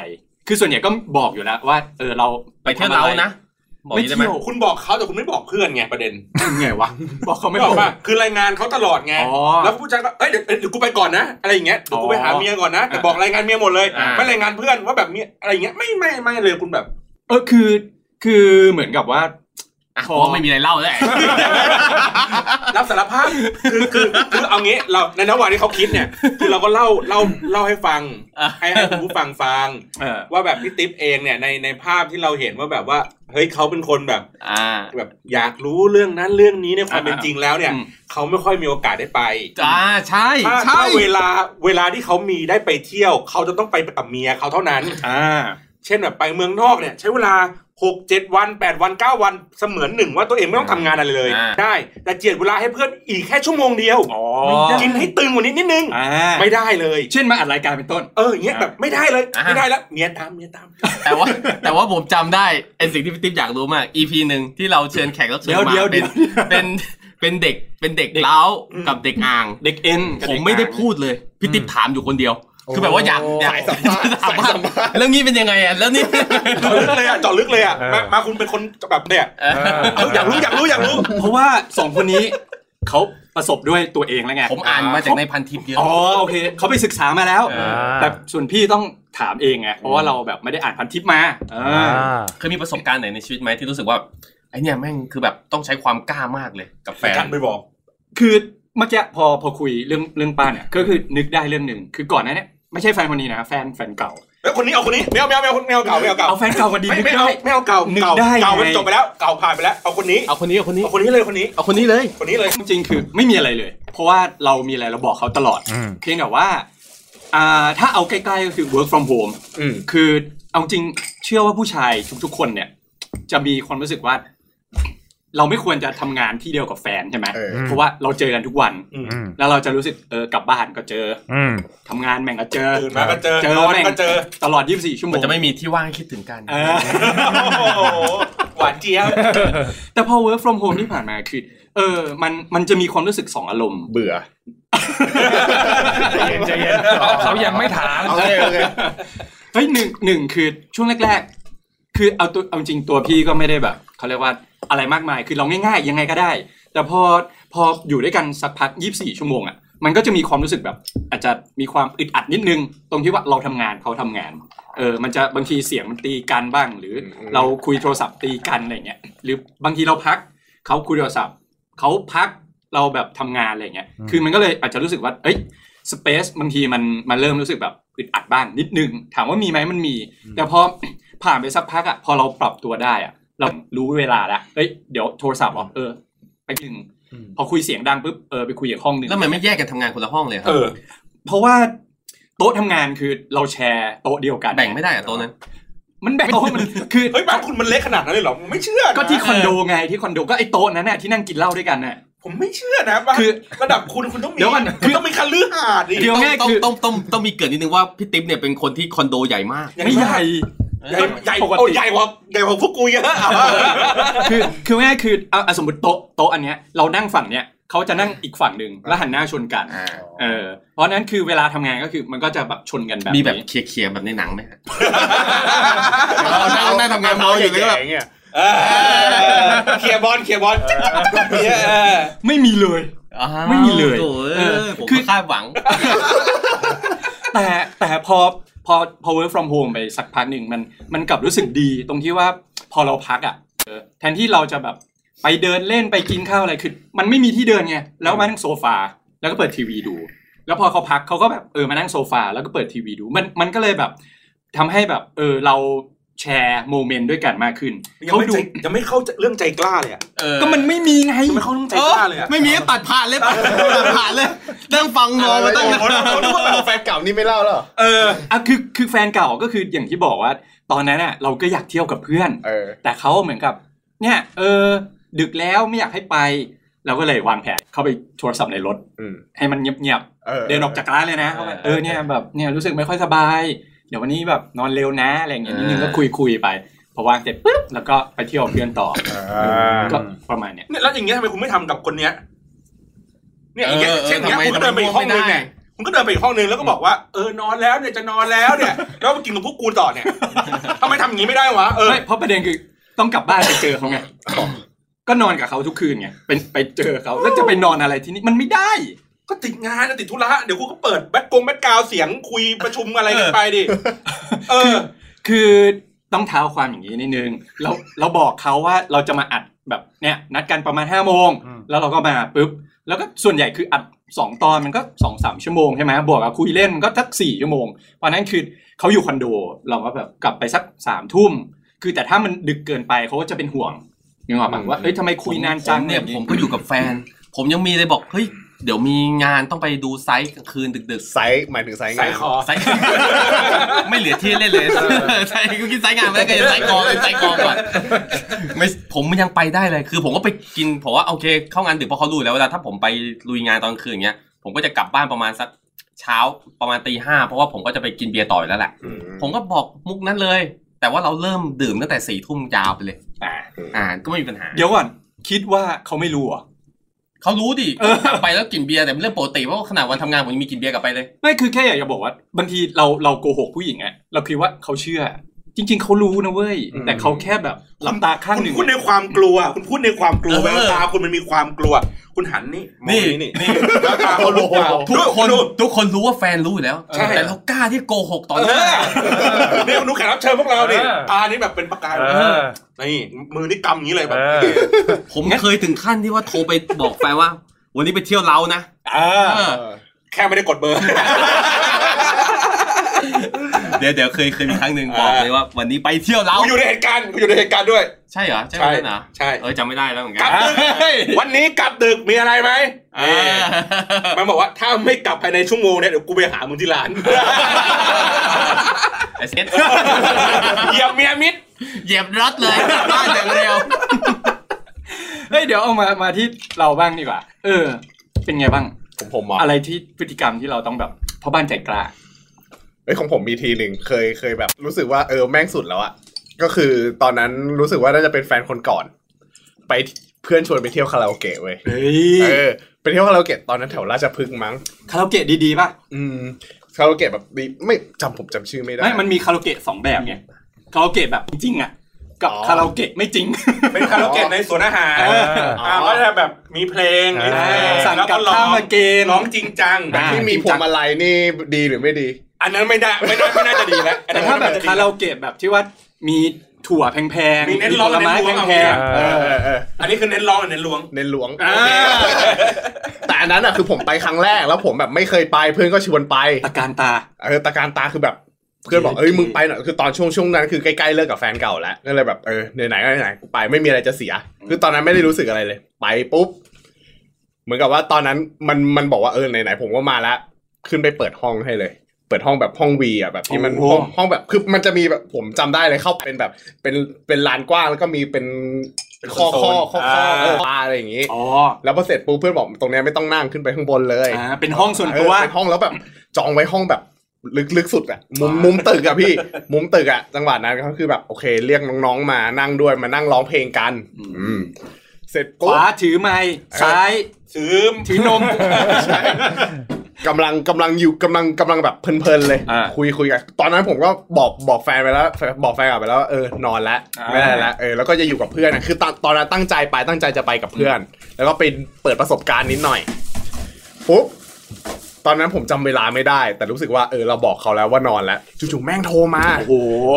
[SPEAKER 2] คือส่วนใหญ่ก็บอกอยู่แล้วว่าเออเรา
[SPEAKER 3] ไปเที่ยวเรานะบอกอ
[SPEAKER 2] ไม่
[SPEAKER 3] ย่าง
[SPEAKER 2] เที่
[SPEAKER 3] นี้ได้ไหม
[SPEAKER 2] ยว
[SPEAKER 4] คุณบอกเขาแต่คุณไม่บอกเพื่อนไงประเด็น
[SPEAKER 2] ไงวะบอกเขา
[SPEAKER 4] ไม่บบ
[SPEAKER 2] ไม่
[SPEAKER 4] อ
[SPEAKER 2] อกก
[SPEAKER 4] ว่าคือรายงานเขาตลอดไง
[SPEAKER 2] อ๋อ
[SPEAKER 4] แล้วผู้ชายก็เอ้ยเดี๋ยวเดี๋ยวกูไปก่อนนะ อะไรอย่างเงี้ยเดี๋ยวกูไปหา
[SPEAKER 2] อ๋อ
[SPEAKER 4] เมียก่อนนะแต่บอกรายงานเมียหมดเลย ไม่รายงานเพื่อนว่าแบบเมียอะไรอย่างเงี้ยไม่ไม่ไม่เลยคุณแบบ
[SPEAKER 2] เออคือคือเหมือนกับว่า
[SPEAKER 3] อ่ะเพราะว่าไม่มีอะไรเล่าเลย
[SPEAKER 4] รับสารภาพคือคือคือเอางี้เราในระหว่างที่เขาคิดเนี่ย คือเราก็เล่าเล่าเล่าให้ฟัง ให้ให้คุณผู้ฟังฟัง
[SPEAKER 2] เออ
[SPEAKER 4] ว่าแบบพี่ติ๊บเองเนี่ยในในภาพที่เราเห็นว่าแบบว่าเฮ้ยเขาเป็นคนแบบ
[SPEAKER 3] อ่า
[SPEAKER 4] แบบอยากรู้เรื่องนั้นเรื่องนี้ในความเป็นจริงแล้วเนี่ย
[SPEAKER 2] อืม
[SPEAKER 4] เขาไม่ค่อยมีโอกาสได้ไป
[SPEAKER 3] จ้าใช่
[SPEAKER 4] ถ้า
[SPEAKER 3] ใช่
[SPEAKER 4] ถ้าเวลาเวลาที่เขามีได้ไปเที่ยว เขาจะต้องไปกับเมียเขาเท่านั้น
[SPEAKER 2] อ่า
[SPEAKER 4] เช่นแบบไปเมืองนอกเนี่ย ใช้เวลาหกเจ็ดวันแปดวันเก้าวันเสมือนหนึ่งว่าตัวเองไม่ต้องทำงานอะไรเลย ได้ แต่เจียดเวลาให้เพื่อนอีกแค่ชั่วโมงเดียว
[SPEAKER 2] อ๋อ
[SPEAKER 4] กินให้ตึงกว่านี้นิดนึง
[SPEAKER 2] อ่า
[SPEAKER 4] ไม่ได้เลย
[SPEAKER 2] เช่นมาอัดรายการเป็นต้น
[SPEAKER 4] เอออย่างเงี้ยแบบไม่ได้เลยไม่ได้แล้วเมียตามเมียตาม
[SPEAKER 3] แต่ว่าแต่ว่าผมจำได้ไอสิ่งที่พี่ติ๊บอยากรู้มาก EP หนึ่งที่เราเชิญแขกรับเชิญมา
[SPEAKER 2] เดี๋ยวเดี๋
[SPEAKER 3] เป็
[SPEAKER 2] ย
[SPEAKER 3] น
[SPEAKER 2] ว
[SPEAKER 3] เป็นเป็นเด็กเป็นเด็กเล้ากับเด็กอ่าง
[SPEAKER 2] เด็กเอ็นกับ
[SPEAKER 3] ผ
[SPEAKER 2] เก
[SPEAKER 3] มไม่ได้
[SPEAKER 2] อ่าง
[SPEAKER 3] พูดเลยพี่ติ๊บถามอยู่คนเดียว คือแบบว่าอยากอยากสัมภาษณ์แล้วงี้เป็นยังไงอ่ะแล้วนี่
[SPEAKER 4] เจาะลึกเลยอ่ะเจาะลึกเลยอ่ะ
[SPEAKER 6] เออ
[SPEAKER 4] มามาคุณเป็นคนแบบเนี่ยเอออยากรู้อยากรู้อยากรู้
[SPEAKER 2] เพราะว่าสองคนนี้ เขาประสบด้วยตัวเองแล้วไง
[SPEAKER 3] ผมอ่านมาจากในพันทิปเยอะ
[SPEAKER 2] อ๋อโอเคเขาไปศึกษามาแล้ว
[SPEAKER 3] เอ
[SPEAKER 2] แต่ส่วนพี่ต้องถามเองไงเพราะว่าเราแบบไม่ได้อ่านพันทิปมาเออ
[SPEAKER 6] อ่า
[SPEAKER 3] เคยมีประสบการณ์ไหนในชีวิตไหมที่รู้สึกว่าไอเนี่ยแม่งคือแบบต้องใช้ความกล้ามากเลยกับแฟน
[SPEAKER 4] กันไปบอก
[SPEAKER 2] คือเมื่อกี้พอพอคุยเรื่องเรื่องป้าเนี่ยก็คือนึกได้เรื่องหนึ่งคือก่อนหน้าเนี้ไม่ใช่แฟนคนนี้นะแฟนแฟนเก่า
[SPEAKER 4] เอ้ยคนนี้เอาคนนี้ไม่เอาไม่เอาไม่เอาไม่เอาเก่าไม่เอาเก่า
[SPEAKER 2] เอาแฟนเก่ามาดี
[SPEAKER 4] ไม่
[SPEAKER 2] นึก
[SPEAKER 4] ไม่
[SPEAKER 2] ได้
[SPEAKER 4] เอาไม่เอาเก่า
[SPEAKER 2] นึก
[SPEAKER 4] เก่า
[SPEAKER 2] ได้
[SPEAKER 4] เก่ามัน
[SPEAKER 2] ไง
[SPEAKER 4] จบไปแล้วเก่าผ่านไปแล้ว เอาคนนี้
[SPEAKER 3] เอาคนนี้เอาคนนี้
[SPEAKER 4] เอาคนนี้เลยคนนี้
[SPEAKER 3] เอาคนนี้เลย
[SPEAKER 4] คนนี้เลย
[SPEAKER 2] จริงๆคือไม่มีอะไรเลย เพราะว่าเรามีอะไรเราบอกเขาตลอดเพียงแต่ว่าอ่าถ้าเอาใกล้ๆก็คือ work from home
[SPEAKER 5] อืม
[SPEAKER 2] คือเอาจริงเชื่อว่าผู้ชายทุกๆคนเนี่ย จะมีความรู้สึกว่า เราไม่ควรจะทำงานที่เดียวกับแฟนใช่ไหม
[SPEAKER 4] เออ
[SPEAKER 2] เพราะว่าเราเจอกันทุกวัน แล้วเราจะรู้สึกเออกลับบ้านก็เจอ
[SPEAKER 6] อืม
[SPEAKER 2] ทำงานแม่งก็เจอ
[SPEAKER 4] ตื่นมาก็เจอ
[SPEAKER 2] เจอน
[SPEAKER 4] อน
[SPEAKER 2] แม่ง
[SPEAKER 4] ก็ เจอ
[SPEAKER 2] ตลอด 24 ชั่วโม
[SPEAKER 3] มัน
[SPEAKER 2] ง
[SPEAKER 3] จะไม่มีที่ว่างให้คิดถึงกัน
[SPEAKER 2] เออ
[SPEAKER 4] โอ้โหหวานเจี๊ยบ
[SPEAKER 2] แต่พอ work from home ที่ผ่านมาคือเออมันมันจะมีความรู้สึกสองอารมณ์
[SPEAKER 5] เบื่อ
[SPEAKER 6] ใจเย็นใจเย็นเขายังไม่ถาม
[SPEAKER 5] โอเคโอเค
[SPEAKER 2] เฮ้ยหนึ่งหนึ่งคือช่วงแรก ๆ คือเอาตัวเอาจริงตัวพี่ก็ไม่ได้แบบเขาเรียกว่าอะไรมากมายคือเราง่ายๆ ยังไงก็ได้ แต่พอพออยู่ด้วยกันสักพัก 24 ชั่วโมงอ่ะมันก็จะมีความรู้สึกแบบ อาจจะมีความอึดอัดนิดนึง ตรงที่ว่าเราทำงานเขาทำงานเออมันจะบางทีเสียงมันตีกันบ้าง หรือเราคุยโทรศัพท์ตีกันอะไรเงี้ยหรือบางทีเราพักเขาคุยโทรศัพท์เขาพักเราแบบทำงานอะไรเงี้ยคือมันก็เลยอาจจะรู้สึกว่าเอ้ย สเปซบางทีมันมันเริ่มรู้สึกแบบอึดอัดบ้างนิดนึง ถามว่ามีไหมมันมี แต่พอ ผ่านไปสักพักอ่ะพอเราปรับตัวได้อ่ะ เรารู้เวลาละเอ้ยเดี๋ยวโทรศัพท์เหรอเออไปหนึ่งพอคุยเสียงดังปุ๊บเออไปคุยอีกห้องหนึ่ง
[SPEAKER 3] แล้วมันไม่แยกกันทำงานคนละห้องเลยครั
[SPEAKER 4] เอบ อ
[SPEAKER 2] เพราะว่าโต๊ะทำงานคือเราแชร์โต๊ะเดียวกัน
[SPEAKER 3] แบ่งไม่ได้อะโต๊ะนั้น
[SPEAKER 2] มันแบ่งโต๊ะมันคือ
[SPEAKER 4] เฮ้ยบ้านคุณมันเล็กขนาดนั้นเลยเหรอผมไม่เชื่อนะ
[SPEAKER 2] ก็ที่คอนโดไงที่คอนโดก็ไอ้โต๊ะนั้นน่ะที่นั่งกินเหล้าด้วยกันน่ะ
[SPEAKER 4] ผมไม่เชื่อนะบ้าน
[SPEAKER 2] คือ
[SPEAKER 4] ระดับคุณคุณต้องมี
[SPEAKER 2] เดี๋ยวก่อน
[SPEAKER 4] คุณต้องมีคันลือหาดดิ
[SPEAKER 2] เดี๋ยวง่าย
[SPEAKER 3] ต้อง
[SPEAKER 2] คือ
[SPEAKER 3] ต้องต้องต้องมีเกริดนิดนึงว่าพี่ติ๊บเนี่ยเป็นคนที่คอนโดใหญ่มาก
[SPEAKER 2] ไม่ใหญ่
[SPEAKER 4] ใหญ่ใหญ่
[SPEAKER 2] ปกติ
[SPEAKER 4] โอ้ใหญ่กว่าใหญ่กว่าพวกกูเยอะเอา
[SPEAKER 2] คือคือง่ายๆคือเอาเอาสมมติโต๊ะโต๊ะอันเนี้ยเรานั่งฝั่งเนี้ยเขาจะนั่งอีกฝั่งหนึ่งแล้วหันหน้าชนกัน
[SPEAKER 3] อ่า
[SPEAKER 2] เออเพราะฉะนั้นคือเวลาทำงานก็คือมันก็จะแบบชนกันแบบ
[SPEAKER 3] มีแบบ
[SPEAKER 2] นี้
[SPEAKER 3] เคลียร์ๆแบบในหนังไหมฮะ เรานั่งนั่งทำงานเมาอยู่เลยแบบ
[SPEAKER 5] างเงี้ย
[SPEAKER 4] เออเคลียร์บอลเคลียร์บอลจิ๊บจิ๊บจิ๊บจิ๊บเนี่ยเออ
[SPEAKER 2] ไม่มีเลย ไม่มีเลย
[SPEAKER 3] โถ่
[SPEAKER 2] เอ
[SPEAKER 3] เอ
[SPEAKER 2] อ
[SPEAKER 3] อผมก็คาดหวัง
[SPEAKER 2] แต่แต่พอพอพอ work from home ไปสักพักหนึ่งมันมันกลับรู้สึกดีตรงที่ว่าพอเราพักอ่ะเออแทนที่เราจะแบบไปเดินเล่นไปกินข้าวอะไรคือมันไม่มีที่เดินไงแล้วมานั่งโซฟาแล้วก็เปิดทีวีดู แล้วพอเขาพักเขาก็แบบเออมานั่งโซฟาแล้วก็เปิดทีวีดูมันมันก็เลยแบบทำให้แบบเออเรา แชร์โมเมนต์ด้วยกันมากขึ้น
[SPEAKER 4] ยัง
[SPEAKER 2] เขา
[SPEAKER 4] ไม่
[SPEAKER 2] ดู
[SPEAKER 4] ใจยังไม่เข้าใจเรื่องใจกล้าเลยอะ
[SPEAKER 2] ก็มันไม่มีไง
[SPEAKER 4] ยังไม่เข้าเรื่องใจกล้าเลยอะ
[SPEAKER 3] ไม่มีก็ตัดผ่านเลยตัดผ่านเลยนั่งฟังมองมาตั้งนาน
[SPEAKER 5] เขาดูว่าแบบแฟนเก่านี่ไม่เล่าแล้วเหรอ
[SPEAKER 2] เอออ่ะคือคือแฟนเก่าก็คืออย่างที่บอกว่า ตอนนั้นน่ะเราก็อยากเที่ยวกับเพื่อน
[SPEAKER 5] เออ
[SPEAKER 2] แต่เขาเหมือนกับ เนี่ย เออ ดึกแล้วไม่อยากให้ไป เราก็เลยวางแผนเข้าไปโทรศัพท์ในรถ
[SPEAKER 5] อืม
[SPEAKER 2] ให้มันเงียบ
[SPEAKER 5] เออ
[SPEAKER 2] ๆ เดินออกจากร้านเลยนะเข้าไปเออเนี่ยแบบเนี่ยรู้สึกไม่ค่อยสบาย เดี๋ยววันนี้แบบนอนเร็วนะอะไรอย่างเงี้ยนิดนึงก็คุยคุยๆไปพอวางเสร็จปุ๊บแล้วก็ไปเที่ยวกับเพื่อนต่อ
[SPEAKER 5] อ่า
[SPEAKER 2] ก็ประมาณเนี้ย
[SPEAKER 4] เนี่ยแล้วอย่างเงี้ยทำไมคุณไม่ทำกับคนเนี้ยเนี่ยอย่างเงี้ย
[SPEAKER 3] เออเออ
[SPEAKER 4] เช่นเนี้ย
[SPEAKER 3] ทำไม
[SPEAKER 4] คุณก็เดินไปอีก
[SPEAKER 3] ทำไม
[SPEAKER 4] ห้องนึง
[SPEAKER 3] ไม่ได้
[SPEAKER 4] เนี่ยคุณก็เดินไปอีกห้องนึงแล้วก็บอกว่าเออนอนแล้วเนี่ยจะนอนแล้วเนี่ยแล้วมากินกับพวกกูต่อเนี่ยทำไมทำอย่างนี้ไม่ได้วะเออ
[SPEAKER 2] ไม่เพราะประเด็นคือต้องกลับบ้านไปเจอเขาไง ก็นอนกับเขาทุกคืนไงไปไปเจอเขาแล้วจะไปนอนอะไรที่นี่มันไม่ได้
[SPEAKER 4] ก็ติดงานติดธุระเดี๋ยวกูก็เปิดแบ็คกงแบ็คกราวด์เสียงคุยประชุมอะไรกันไปดิเออ
[SPEAKER 2] คือต้องเท้าความอย่างนี้นิดนึงเราเราบอกเขาว่าเราจะมาอัดแบบเนี้ยนัดกันประมาณ5้าโมงแล้วเราก็มาปุ๊บแล้วก็ส่วนใหญ่คืออัด 2 ตอนมันก็2อสามชั่วโมงใช่ไหมบวกกับคุยเล่นมันก็สักสี่ชั่วโมงเพราะฉะนั้นคือเขาอยู่คอนโดเราก็แบบกลับไปสักสามทุ่มคือแต่ถ้ามันดึกเกินไปเขาก็จะเป็นห่วงนึกออกปะว่าเอ้ยทำไมคุยนานจัง
[SPEAKER 3] เนี่ยผมก็อยู่กับแฟน ผมยังมีเลยบอกเฮ้ยเดี๋ยวมีงานต้องไปดูไซส์กลางคืนดึกๆ
[SPEAKER 5] ไซส์หมายถึงไซส์งาน
[SPEAKER 3] ไซส์ ไม่เหลือที่เล่นเลย ไซส์กูกินไซส์งานไม่ได้ก็ยังไซส์กองไซส์กองก่อนไม่ผมมันยังไปได้เลย คือผมก็ไปกินผมว่าโอเค เข้างานดึกเพราะเขารู้อยู่แล้วเวลาถ้าผมไปลุยงานตอนคืนอย่างเงี้ยผมก็จะกลับบ้านประมาณสักเช้าประมาณตีห้าเพราะว่าผมก็จะไปกินเบียร์ต่ออยแล้วแหละ ผมก็บอกมุกนั้นเลย แต่ว่าเราเริ่มดื่มตั้งแต่สี่ทุ่มยาวไปเลย
[SPEAKER 2] อ่า
[SPEAKER 3] อ่าก็ไม่มีปัญหา
[SPEAKER 2] เดี๋ยวก่อนคิดว่าเขาไม่รู้เหรอ่ะ
[SPEAKER 3] เขารู้ดิ
[SPEAKER 2] เออ
[SPEAKER 3] กลับไปแล้วกินเบียร์แต่เป็นเรื่องปกติเพราะว่าขนาดวันทำงานผมยังมีกินเบียร์กลับไปเลย
[SPEAKER 2] ไม่คือแค่อยากจะบอกว่าบางทีเราเราโกหกผู้หญิงอะเราคิดว่าเขาเชื่อ จริง ๆเขารู้นะเว้ย
[SPEAKER 5] อืม
[SPEAKER 2] แต่เขาแค่แบบหลับตาข้าง
[SPEAKER 4] คุณ
[SPEAKER 2] หนึ่ง
[SPEAKER 4] พูดในความกลัว คุณพูดในความกลัว
[SPEAKER 3] เออ
[SPEAKER 4] แววตาคุณมันมีความกลัว คุณหันนี่มอง
[SPEAKER 3] นี่
[SPEAKER 4] นี่นี่แววตาเขาลุกวาว
[SPEAKER 3] ทุกคน
[SPEAKER 4] ดู
[SPEAKER 3] ทุกคนรู้ว่าแฟนรู้อยู่แล้ว
[SPEAKER 4] ใช่
[SPEAKER 3] แต่เรากล้าที่โกหกต่อห
[SPEAKER 4] เอ
[SPEAKER 3] น้า
[SPEAKER 4] อนี่คุณนุ๊กแขกรับเชิญพวกเราดิ
[SPEAKER 6] เออ
[SPEAKER 4] ตานี่แบบเป็นประกาย
[SPEAKER 6] เออ
[SPEAKER 4] นี่มือนี่กำอย่างนี้เลยแบ
[SPEAKER 6] เอบ อ
[SPEAKER 3] ผมเคยถึงขั้นที่ว่าโทรไปบอกแฟนว่า วันนี้ไปเที่ยวเรานะเออ
[SPEAKER 4] แค่ไม่ได้กดเบอร์
[SPEAKER 3] เดี๋ยวเดี๋ยวเคยเคยมีครั้งหนึ่งบอกเลยว่า วันนี้ไปเที่ยวเรา
[SPEAKER 4] กูอยู่ในเหตุการณ์กูอยู่ในเหตุการณ์ด้วย
[SPEAKER 3] ใช่เหรอใช่ไหมเหรอ
[SPEAKER 4] ใช่
[SPEAKER 3] เออจำไม่ได้แล้วเหมือนกั
[SPEAKER 4] กลั
[SPEAKER 3] น
[SPEAKER 4] บดึกวันนี้กลับดึกมีอะไรไหม
[SPEAKER 3] เออ
[SPEAKER 4] มันบอกว่าถ้าไม่กลับภายในชั่วโมงเนี่ยเดี๋ยวกูไปหามึงที่ร้าน
[SPEAKER 3] ไอเซต
[SPEAKER 4] เหยียบเมียมิด
[SPEAKER 3] เหยียบรัดเลยบ้านอย่างเร็ว
[SPEAKER 2] เฮ้ยเดี๋ยวเอามามาที่เราบ้างดีกว่า เออ เป็นไงบ้าง
[SPEAKER 5] ผมผมเหรอ่ะ
[SPEAKER 2] อะไรที่พฤติกรรมที่เราต้องแบบพ่อบ้านใจกล้า
[SPEAKER 5] เอ้ยของผมมีทีหนึ่งเคยเคยแบบรู้สึกว่าเออแม่งสุดแล้วอ่ะก็คือตอนนั้นรู้สึกว่าน่าจะเป็นแฟนคนก่อน ไปเพื่อนชวนไปเที่ยวคาราโอเกะเว้ย
[SPEAKER 2] เฮ้ย
[SPEAKER 5] เออไปเที่ยวคาราโอเกะตอนนั้นแถวราชพฤกษ์มั้ง
[SPEAKER 2] คาราโอเกะดีๆป่ะ
[SPEAKER 5] อืมคาราโอเกะแบบดีไม่จำผมจำชื่อไม่ได้
[SPEAKER 2] ไม่มันมีคาราโอเกะสองแบบไงคาราโอเกะแบบจริงๆอะกับ
[SPEAKER 5] อ๋อ
[SPEAKER 2] คาราโอเกะไม่จริง
[SPEAKER 4] เป็นคาราโอเกะในสวนอาหาร
[SPEAKER 6] เออ
[SPEAKER 4] อ่าก็จะแบบมีเพลงมีเพลง
[SPEAKER 2] สั่ง
[SPEAKER 4] แล้ว
[SPEAKER 2] กั
[SPEAKER 4] ก็
[SPEAKER 2] บ
[SPEAKER 4] ร้อ
[SPEAKER 2] ข้าว
[SPEAKER 4] ง
[SPEAKER 2] มาเกณฑ์
[SPEAKER 4] ร้องจริงจัง
[SPEAKER 2] อ่า
[SPEAKER 5] ที่มีพวงมาลัยนี่ดีหรือไม่ดี
[SPEAKER 4] อันนั้นไม่ได้ไม่น่าไม่น่าจะดีแล้วอัน
[SPEAKER 2] แต่
[SPEAKER 4] นั้น
[SPEAKER 2] ถ้าแบบ
[SPEAKER 4] ไม่น่จะดี
[SPEAKER 2] คาราโอเกะแบบที่ว่ามีถั่วแพง
[SPEAKER 4] มี
[SPEAKER 2] ๆ
[SPEAKER 4] เน้นร้อน
[SPEAKER 2] ผลไม้
[SPEAKER 4] เน้นร้อน
[SPEAKER 2] แพงๆ
[SPEAKER 6] เอ
[SPEAKER 5] เอ
[SPEAKER 6] อ
[SPEAKER 5] อเออเออ
[SPEAKER 4] อันนี้คือเน้นร้องเน้นล้วง
[SPEAKER 5] ในหลวง
[SPEAKER 4] อ่า
[SPEAKER 5] แต่อันนั้นอ่ะคือผมไปครั้งแรกแล้วผมแบบไม่เคยไปเพื่อนก็ชวนไป
[SPEAKER 2] อาการตา
[SPEAKER 5] เออตาการตาคือแบบเพื่อนบอกเอ้ยมึงไปหน่อยคือตอนช่วงช่วงนั้นคือใกล้ๆเลิกกับแฟนเก่าแล้วก็เลยแบบเออไหนๆก็ไหนๆกูไปไม่มีอะไรจะเสีย คือตอนนั้นไม่ได้รู้สึกอะไรเลย ไปปุ๊บเหมือนกับว่าตอนนั้นมันมันบอกว่าเออไหนๆผมก็มาแล้วขึ้นไปเปิดห้องให้เลย เปิดห้องแบบห้องวีอ่ะแบบที่มัน
[SPEAKER 2] โอ้โห
[SPEAKER 5] ห้องห้องแบบคือมันจะมีแบบผมจำได้เลยเข้าเป็นแบบเป็นเป็นลานกว้างแล้วก็มีเป็นข้อข้อข้อข้อเออปลาอะไรอย่างงี้
[SPEAKER 2] อ๋อ
[SPEAKER 5] แล้วพอเสร็จปุ๊บเพื่อนบอกตรงเนี้ยไม่ต้องนั่งขึ้นไปข้างบนเลย
[SPEAKER 2] อ่าเป็นห้องส่วนตัว
[SPEAKER 5] เออเป็นห้องแล้วแบบจองไว้ห้องแบบลึกลึกสุดอะมุมมุมตึกอะ พี่ มุมตึกอะจังหวะนั้นก็คือแบบโอเค เรียกน้องๆมานั่งด้วยมานั่งร้องเพลงกัน อืมเสร็จ
[SPEAKER 2] ข
[SPEAKER 5] ปุ๊บ
[SPEAKER 2] วาถือไม้ซ้าย
[SPEAKER 4] ซื้อ
[SPEAKER 2] ถือนม
[SPEAKER 5] กำลังกำลังอยู่กำลังกำลังแบบเพลินๆเลย
[SPEAKER 2] อ่า
[SPEAKER 5] คุยคุยกันตอนนั้นผมก็บอกบอกแฟนไปแล้วแฟนบอกแฟนกลับไปแล้วว่าเออนอนแล้ว
[SPEAKER 2] อ่า
[SPEAKER 5] ไม่ได้แล้วเออแล้วก็จะอยู่กับเพื่อนอะคือตอนตอนนั้นตั้งใจไปตั้งใจจะไปกับเพื่อน แล้วก็ไปเปิดประสบการณ์นิดหน่อยปุ๊บตอนนั้นผมจำเวลาไม่ได้ แต่รู้สึกว่าเออเราบอกเขาแล้วว่านอนแล้วจู่ๆแม่งโทรมา
[SPEAKER 2] โอ้โห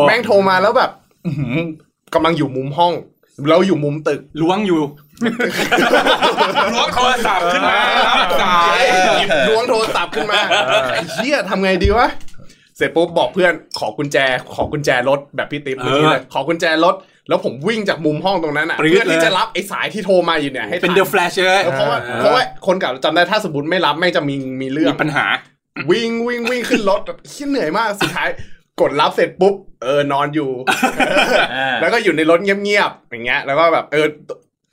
[SPEAKER 5] แม่งโทรมาแล้วแบบอื้อหือกำลังอยู่มุมห้อง เราอยู่มุมตึก
[SPEAKER 2] ล้วงอยู่
[SPEAKER 4] ล้วงโทรศัพท์ขึ้นมารับสาย
[SPEAKER 5] หยิบล้วงโทรศัพท์ขึ้นมาไอ้เชี่ยทำไงดีวะ เสร็จปุ๊บบอกเพื่อนขอกุญแจ ขอกุญแจรถแบบพี่ติ๊บเมื่อกี้เลยขอกุญแจรถ แล้วผมวิ่งจากมุมห้องตรงนั้นอ่ะ
[SPEAKER 2] ปรี๊ด
[SPEAKER 5] เพื่อที่
[SPEAKER 2] เลย
[SPEAKER 5] จะรับไอ้สายที่โทรมาอยู่เนี่ยให้
[SPEAKER 2] เป็น
[SPEAKER 5] ทั
[SPEAKER 2] เดอะแฟลชเลย
[SPEAKER 5] เออเพราะว่า
[SPEAKER 7] อ่า
[SPEAKER 5] เพราะว่าคนเก่าจำได้ถ้าสมมติไม่รับไม่งจะมีมีเรื่อง
[SPEAKER 2] มีปัญหา
[SPEAKER 5] วิ่งวิ่งวิ่งขึ้นรถแบบเหี้ยเหนื่อยมากสุดท้าย กดรับเสร็จปุ๊บเออนอน อยู่ แล้วก็อยู่ในรถเงียบๆอย่างเงี้ย แล้วก็แบบเออ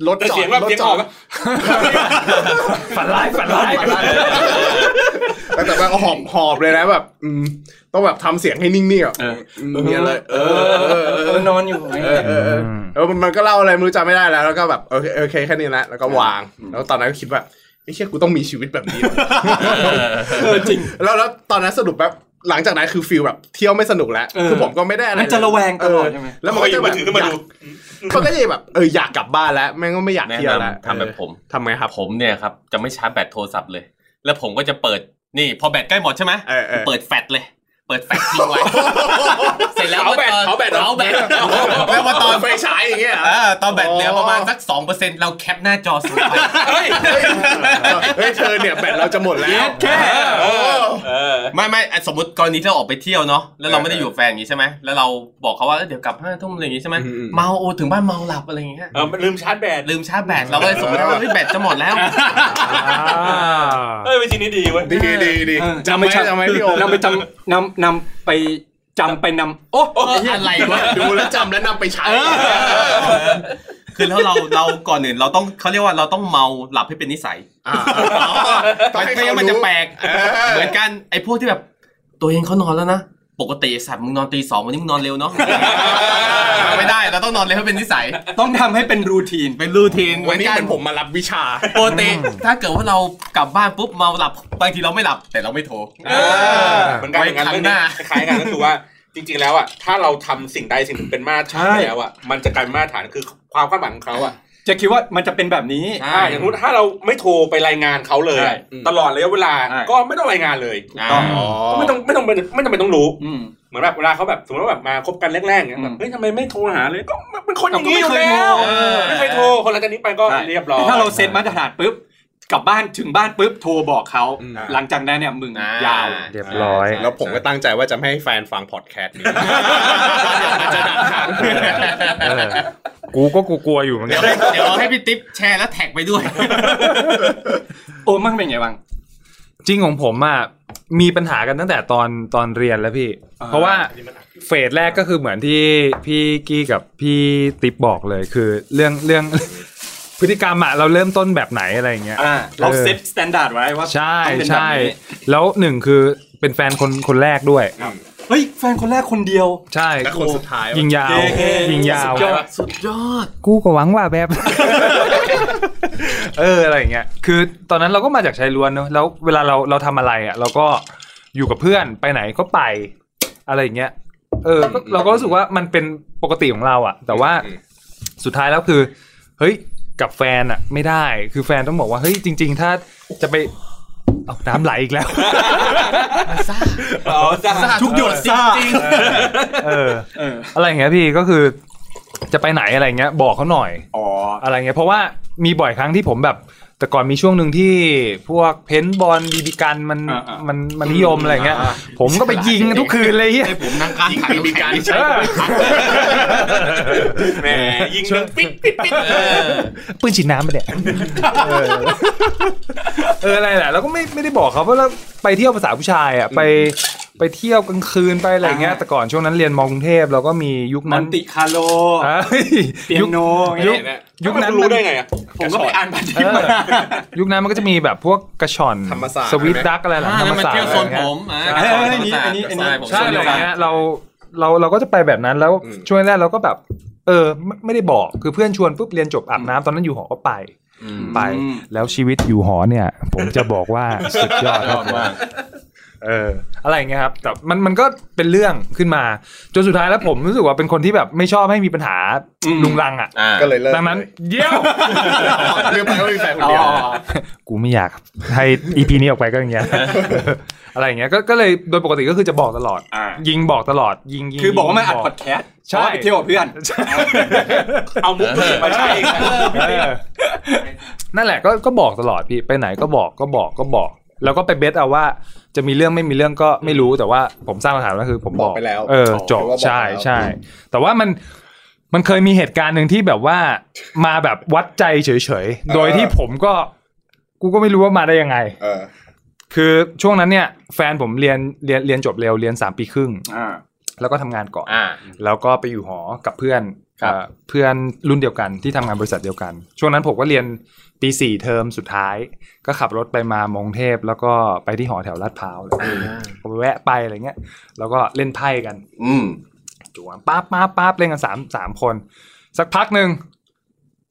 [SPEAKER 5] รถ
[SPEAKER 4] แต่
[SPEAKER 5] จอ
[SPEAKER 4] เสีย
[SPEAKER 5] ด
[SPEAKER 4] งแบบ
[SPEAKER 5] รถ
[SPEAKER 4] เสียง
[SPEAKER 5] จ
[SPEAKER 4] อ
[SPEAKER 5] อ
[SPEAKER 4] อ
[SPEAKER 5] ด
[SPEAKER 4] กปะ
[SPEAKER 6] ฝันร้ายฝันร้าย
[SPEAKER 5] แล้วแต่แบบหอบหอบเลยนะแบบอืมต้องแบบทำเสียงให้นิ่งๆอ่ะมมีอะไรเออเออเออเออน
[SPEAKER 2] อนอยู่ไง
[SPEAKER 5] เออเออเออเออมันมันก็เล่าอะไรไม่รู้จำไม่ได้แล้ว แล้วก็แบบโอเคโอเคแค่นี้ละแล้วก็วาง แล้วตอนนั้นก็คิดว่าไอ้เชี่ยกูต้องมีชีวิตแบบนี้เหรอ
[SPEAKER 2] เออจริง
[SPEAKER 5] แล้วแล้วตอนนั้นสรุปแบบหลังจากนั้นคือฟิลแบบเที่ยวไม่สนุกแล้ว
[SPEAKER 2] เออ
[SPEAKER 5] คือผมก็ไม่ได้อะไร
[SPEAKER 2] มันจะระแวงตลอด
[SPEAKER 5] เ
[SPEAKER 2] ใช่ไหม
[SPEAKER 5] แล้วมันก็จะแบบถือขึ้นมาดูมันก็จะแบบเอออยากกลับบ้านแล้วแม่งก็ไม่อยาก
[SPEAKER 3] แนะ
[SPEAKER 5] เที่ยวน แล้ว
[SPEAKER 3] ำทำแบบผม
[SPEAKER 5] ทำไงครับ
[SPEAKER 3] ผมเนี่ยครับจะไม่ชาร์จแบตโทรศัพท์เลย แล้วผมก็จะเปิดนี่พอแบตใกล้หมดใช่ไหม
[SPEAKER 5] เออเออ
[SPEAKER 3] เปิดแฟลชเลย เปิดแฟลชทิ้งไว้ เสร็จแล้ว
[SPEAKER 5] เขาแบต
[SPEAKER 3] ตอน
[SPEAKER 5] เขาแบต
[SPEAKER 3] เขาแบต
[SPEAKER 5] แล้วพอตอนไฟฉายอย่างเงี้ยเหรอ
[SPEAKER 3] เออตอนแบตเหลือ
[SPEAKER 5] โอ้
[SPEAKER 3] ประมาณสักสองเปอร์เซ็นต์เราแคปหน้าจอสูงไป
[SPEAKER 5] เฮ้ยเธอเนี่ยแบตเราจะหมดแล้ว
[SPEAKER 2] แค่
[SPEAKER 5] เออ
[SPEAKER 3] ไม่ไม่อ่ะสมมติกรณีที่เราออกไปเที่ยวเนาะแล้วเราไม่ได้อยู่กับแฟนอย่างงี้ใช่ไหมแล้วเราบอกเขาว่าเอ้ยเดี๋ยวกลับห้าทุ่มอะไรอย่างงี้ใช่ไหม
[SPEAKER 5] อืม
[SPEAKER 3] เมาโอถึงบ้านเมาหลับอะไรอย่างเงี้ย
[SPEAKER 4] เออลืมชาร์จแบต
[SPEAKER 3] ลืมชาร์จแบตเราก็เลยสมมติว่าเฮ้ยแบตจะหมดแล้ว
[SPEAKER 4] เออวิธีนี้ดีเว้ย
[SPEAKER 5] ดีดีดี
[SPEAKER 2] เออ
[SPEAKER 5] จำไหม่จำไหม่พี่โอม
[SPEAKER 2] นำไปจำนำนำไปจำไปนำโอ้
[SPEAKER 3] อะไรวะ
[SPEAKER 5] ดูแล้วจำแล้วนำไปใช้
[SPEAKER 3] คือแล้วเราเราก่อนอื่นเราต้องเขาเรียกว่าเราต้องเมาหลับให้เป็นนิสัย
[SPEAKER 5] ต้องให้
[SPEAKER 3] ไม่งั้นมันจะ
[SPEAKER 5] เขารู้
[SPEAKER 3] แปลก
[SPEAKER 5] เออ
[SPEAKER 3] เหมือนกันไอ้พวกที่แบบ ตัวเองเขานอนแล้วนะ ปกติไอ้สัตว์มึงนอนตีสองวันนี้มึงนอนเร็วเนาะ ไม่ได้เราต้องนอนเร็วให้เป็นนิสัย
[SPEAKER 2] ต้องทำให้เป็นรูทีน
[SPEAKER 3] เป็นรูทีน
[SPEAKER 5] วันนี้
[SPEAKER 3] กั
[SPEAKER 5] เป็นผมมารับวิชา
[SPEAKER 3] ปกติถ้าเกิดว่าเรากลับบ้านปุ๊บเมาหลับบางทีเราไม่หลับแต่เราไม่โทร
[SPEAKER 4] เหมือนกันเหมือนกัน
[SPEAKER 3] ไว้ครั้
[SPEAKER 4] เรื่อง ง
[SPEAKER 3] ห
[SPEAKER 4] นี้
[SPEAKER 3] น้า
[SPEAKER 4] คล้ายๆกันก็คือว่าจริงๆแล้วอ่ะถ้าเราทำสิ่งใดสิ่งหนึ่งเป็นมาตรฐานไปแล้วอ่ะมันจะกลายเป็นมาตรฐานคือความคาดหวังของเขาอ่ะ
[SPEAKER 2] จะคิดว่ามันจะเป็นแบบนี้
[SPEAKER 3] ใช่
[SPEAKER 4] อ่าอย่างนู้นถ้าเราไม่โทรไปรายงานเขาเลยอะ
[SPEAKER 2] ใช่อืม
[SPEAKER 4] ตลอดระยะเวลา
[SPEAKER 2] ใช่
[SPEAKER 4] ก็ไม่ต้องรายงานเลย
[SPEAKER 3] อ่า
[SPEAKER 4] ก็ไม่ต้องไม่ต้องเป็นไม่จำเป็นต้องรู้
[SPEAKER 2] อืม
[SPEAKER 4] เหมือนแบบเวลาเขาแบบสมมติว่าแบบมาคบกันแรกๆเนี่ยแบ
[SPEAKER 2] อื
[SPEAKER 4] บ
[SPEAKER 2] ม
[SPEAKER 4] เฮ้ยทำไมไม่โทรหาเลยก็มันเป็นคนอย่างนี้อ
[SPEAKER 2] เรา
[SPEAKER 4] ยู่
[SPEAKER 2] ก็
[SPEAKER 4] แล้ว
[SPEAKER 2] ไม่เคยโทร
[SPEAKER 4] เออไม่เคยโทรคนหลังจากนี้ไปก็
[SPEAKER 2] ใช่
[SPEAKER 4] เรียบร้อย
[SPEAKER 2] ถ้าเราเซ็ตมาตรฐานปุ๊บกลับบ้านถึงบ้านปุ๊บโทรบอกเขา
[SPEAKER 5] อืม
[SPEAKER 2] หลังจากนั้นเนี่ยมึงยาว
[SPEAKER 6] เรียบร้อย
[SPEAKER 5] แล้วผมก็ตั้งใจว่าจะไม่ให้แฟนฟังพอดแคสต์นี้
[SPEAKER 3] จะดักหาง
[SPEAKER 6] กูก็กลัวๆอยู่เหมือนกัน
[SPEAKER 3] เดี๋ยวให้พี่ติ๊บแชร์แล้วแท็กไปด้วย
[SPEAKER 2] โอ้มั่งเป็นไงบ้าง
[SPEAKER 6] จริงของผมอ่ะมีปัญหากันตั้งแต่ตอนตอนเรียนแล้วพี่ เพราะว่าเฟสแรกก็คือเหมือนที่พี่กี้กับพี่ติ๊บบอกเลยคือเรื่องเรื่อง พฤติกรรมอ่ะเราเริ่มต้นแบบไหนอะไรอย่างเงี้ย
[SPEAKER 2] อ่า เรา
[SPEAKER 6] เออ
[SPEAKER 2] เซ็ตสแตนดาร์ดไว้ว่า
[SPEAKER 6] ใช่
[SPEAKER 2] ต้องเป็นแบบ
[SPEAKER 6] ใช่
[SPEAKER 2] นี้
[SPEAKER 6] แล้วหนึ่งคือเป็นแฟนคนคนแรกด้วย
[SPEAKER 2] เฮ้ย แฟนคนแรกคนเดียว
[SPEAKER 6] ใช่
[SPEAKER 5] และคนสุดท้าย
[SPEAKER 6] ยิงยาว
[SPEAKER 2] เย้เย้
[SPEAKER 6] ยิงยาว
[SPEAKER 2] ยอด
[SPEAKER 6] กูก็หวังว่าแบบ เอออะไรอย่างเงี้ย คือตอนนั้นเราก็มาจากชายล้วนเนอะแล้วเวลาเราเราทำอะไรอ่ะ เราก็อยู่กับเพื่อนไปไหนก็ไปอะไรอย่างเงี้ย เออก็เราก็รู้สึกว่ามันเป็นปกติของเราอ่ะ แต่ว่าสุดท้ายแล้วคือ เฮ้ยกับแฟนอ่ะ ไม่ได้ คือแฟนต้องบอกว่าเฮ้ยจริง ๆ ถ้าจะไปเอาน้ำไหลอีกแล้ว
[SPEAKER 3] ทุกหยดจริง
[SPEAKER 6] เออ
[SPEAKER 2] เออ
[SPEAKER 6] อะไรอย่างเงี้ยพี่ก็คือจะไปไหนอะไรเงี้ย บอกเขาหน่อย
[SPEAKER 2] อ๋อ
[SPEAKER 6] อะไรเงี้ยเพราะว่ามีบ่อยครั้งที่ผมแบบ แต่ก่อนมีช่วงหนึ่งที่พวกเพ้นท์บอลบีบีกันมัน
[SPEAKER 2] อ่าอ่ามั
[SPEAKER 6] มันมันนิยมอะไรเงี้ย ผมก็ไปยิงทุกคืนเลยเหี้ย
[SPEAKER 3] ให้ผมนั่งกลางถังมีการใช้
[SPEAKER 4] แหมยิงหนึ่งปิ๊กปิ๊กปิ๊ก
[SPEAKER 6] ปืนฉีดน้ำไปะเนี่ยเออเอออะไรแหละแล้วก็ไม่ไม่ได้บอกเขาเพราะเราไปเที่ยวภาษาผู้ชายอ่ะไปไปเที่ยวกลางคืนไปอะไรเงี้ยแต่ก่อนช่วงนั้นเรียนมอกรุงเทพเราก็มียุค
[SPEAKER 2] มั
[SPEAKER 6] นั้น
[SPEAKER 2] นติคาร์โล
[SPEAKER 6] เอ้ย
[SPEAKER 2] เปีย
[SPEAKER 6] ยุค
[SPEAKER 2] โนอย่าง
[SPEAKER 6] ยุ
[SPEAKER 2] เงี้
[SPEAKER 6] ค
[SPEAKER 2] ย
[SPEAKER 6] ยุคนั้น
[SPEAKER 4] รู้ได้ไงอ่ะ
[SPEAKER 2] ผมก็ไปอ่านพันทิปมา
[SPEAKER 6] ยุคนั้นมันก็จะมีแบบพวกกระชอน
[SPEAKER 5] ธรรมศาสตร์
[SPEAKER 6] สวิตดักอะไรหลัง
[SPEAKER 3] อ่า
[SPEAKER 6] ธรรม
[SPEAKER 3] นั่นมัน
[SPEAKER 6] ศาสตร์
[SPEAKER 3] เที่ยวโซน
[SPEAKER 6] อะไร
[SPEAKER 3] ผ
[SPEAKER 6] เงี้ย
[SPEAKER 3] มอ่า
[SPEAKER 2] เอออันนี้อันนี้อันนี้
[SPEAKER 3] ผม
[SPEAKER 6] ใช่อะไร
[SPEAKER 3] โซ
[SPEAKER 6] อย่า
[SPEAKER 3] น
[SPEAKER 6] งเงี้ยเราเราเราก็จะไปแบบนั้นแล้วช่วงแรกเราก็แบบ เออไม่ไม่ได้บอกคือเพื่อนชวนปุ๊บเรียนจบอาบน้ำตอนนั้นอยู่หอก็ไปไป
[SPEAKER 2] อืม
[SPEAKER 6] แล้วชีวิตอยู่หอเนี่ย ผมจะบอก ว่า สุดยอดครับผมเออ อะไรอย่างเงี้ยครับ แต่มันมันก็เป็นเรื่องขึ้นมา จนสุดท้ายแล้วผมรู้สึกว่าเป็นคนที่แบบไม่ชอบให้มีปัญหาลุงรังอ่ะ
[SPEAKER 3] อ่า
[SPEAKER 5] ก็เลยเลิก
[SPEAKER 6] ดังนั้น
[SPEAKER 5] เลย
[SPEAKER 6] เยี่ยว
[SPEAKER 5] เรื่องไปก็มีแฟนคนเดียว
[SPEAKER 6] กูไม่อยาก ให้ EP นี้ออกไปก็อย่างเงี้ย อะไรอย่างเงี้ยก็ก็เลยโดยปกติก็คือจะบอกตลอด
[SPEAKER 2] อ่า
[SPEAKER 6] ยิงบอกตลอด ยิงยิง
[SPEAKER 2] คือบอกว่ามันอัด
[SPEAKER 6] ยิง
[SPEAKER 2] พอดแคสต์
[SPEAKER 6] ใช่
[SPEAKER 2] เพราะว่าไปเที่ยวกับเพื่อน
[SPEAKER 4] เอามุกตัวเองมาใช้อีก
[SPEAKER 6] เออนั่นแหละก็ก็บอกตลอดพี่ไปไหนก็บอกก็บอกก็บอก แล้วก็ไปเบสเอาว่าจะมีเรื่องไม่มีเรื่องก็ไม่รู้แต่ว่าผมสร้างคำถามก็คือผม
[SPEAKER 5] บบ อ
[SPEAKER 6] อก ก
[SPEAKER 5] ไปแล้ว
[SPEAKER 6] เออจบ
[SPEAKER 5] บอกไปแล้ว
[SPEAKER 6] ใช่ใช่ แต่ว่ามันมันเคยมีเหตุการณ์หนึ่งที่แบบว่ามาแบบวัดใจเฉยๆ โดยที่ผมก็กูก็ไม่รู้ว่ามาได้ยังไง
[SPEAKER 5] เออ
[SPEAKER 6] คือช่วงนั้นเนี่ย แฟนผมเรียนเรียนเรียนจบเร็วเรียนสามปีครึ่ง
[SPEAKER 9] อ่า
[SPEAKER 6] แล้วก็ทำงานก่อน
[SPEAKER 3] อ่า
[SPEAKER 6] แล้วก็ไปอยู่หอกับเพื่อน
[SPEAKER 3] ครับ
[SPEAKER 6] เอ่อเพื่อนรุ่นเดียวกันที่ทำงานบริษัทเดียวกัน ช่วงนั้นผมก็เรียนปีสี่เทอมสุดท้าย ก็ขับรถไปมามองเทพ แล้วก็ไปที่หอแถวลาดพร้าวอะไรอย่างเงี้ย
[SPEAKER 3] อ่า
[SPEAKER 6] ผมไปแวะไปอะไรเงี้ย แล้วก็เล่นไพ่กัน
[SPEAKER 3] อืม
[SPEAKER 6] จั่วปั๊บปั๊บปั๊บเล่นกันสามสามคน สักพักหนึ่ง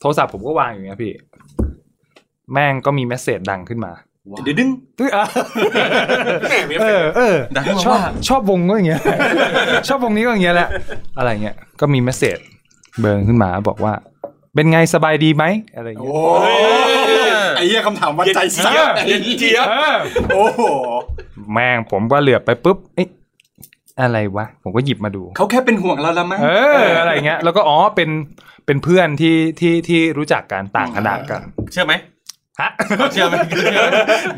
[SPEAKER 6] โทรศัพท์ผมก็วางอยู่เงี้ยพี่ แม่งก็มีเมสเซจดังขึ้นมา
[SPEAKER 2] ดึงดึง
[SPEAKER 6] ตึ๊ดอ่ะเออเออ
[SPEAKER 3] ดังมา
[SPEAKER 6] ชอบ
[SPEAKER 3] ว่า
[SPEAKER 6] ชอบวงก็อย่างเงี้ ย ชอบวงนี้ก็อย่างเงี้ยแหละ อะไรเงี้ย ก็มีเมสเซจเบิร์นขึ้นมาบอกว่า เป็นไงสบายดีไหมอะไรเงี้ย
[SPEAKER 9] โอ้ยไอ้เหี้ยคำถามวัดใจเสีย
[SPEAKER 6] เออ
[SPEAKER 9] เย็นเจี๊ยบ
[SPEAKER 6] เออ
[SPEAKER 9] โอ้โห
[SPEAKER 6] แม่งผมก็เหลือบไปปุ๊บ เอ๊ะอะไรวะ ผมก็หยิบมาดู
[SPEAKER 9] เขาแค่เป็นห่วงเราละมั้ง
[SPEAKER 6] เออ อะไรเงี้ย แล้วก็อ๋อ เป็น เป็นเพื่อนที่ ที่ ที่รู้จักกันต่างขนาดกัน
[SPEAKER 3] เชื่อไหม
[SPEAKER 6] ฮะ
[SPEAKER 3] เชื่อไหม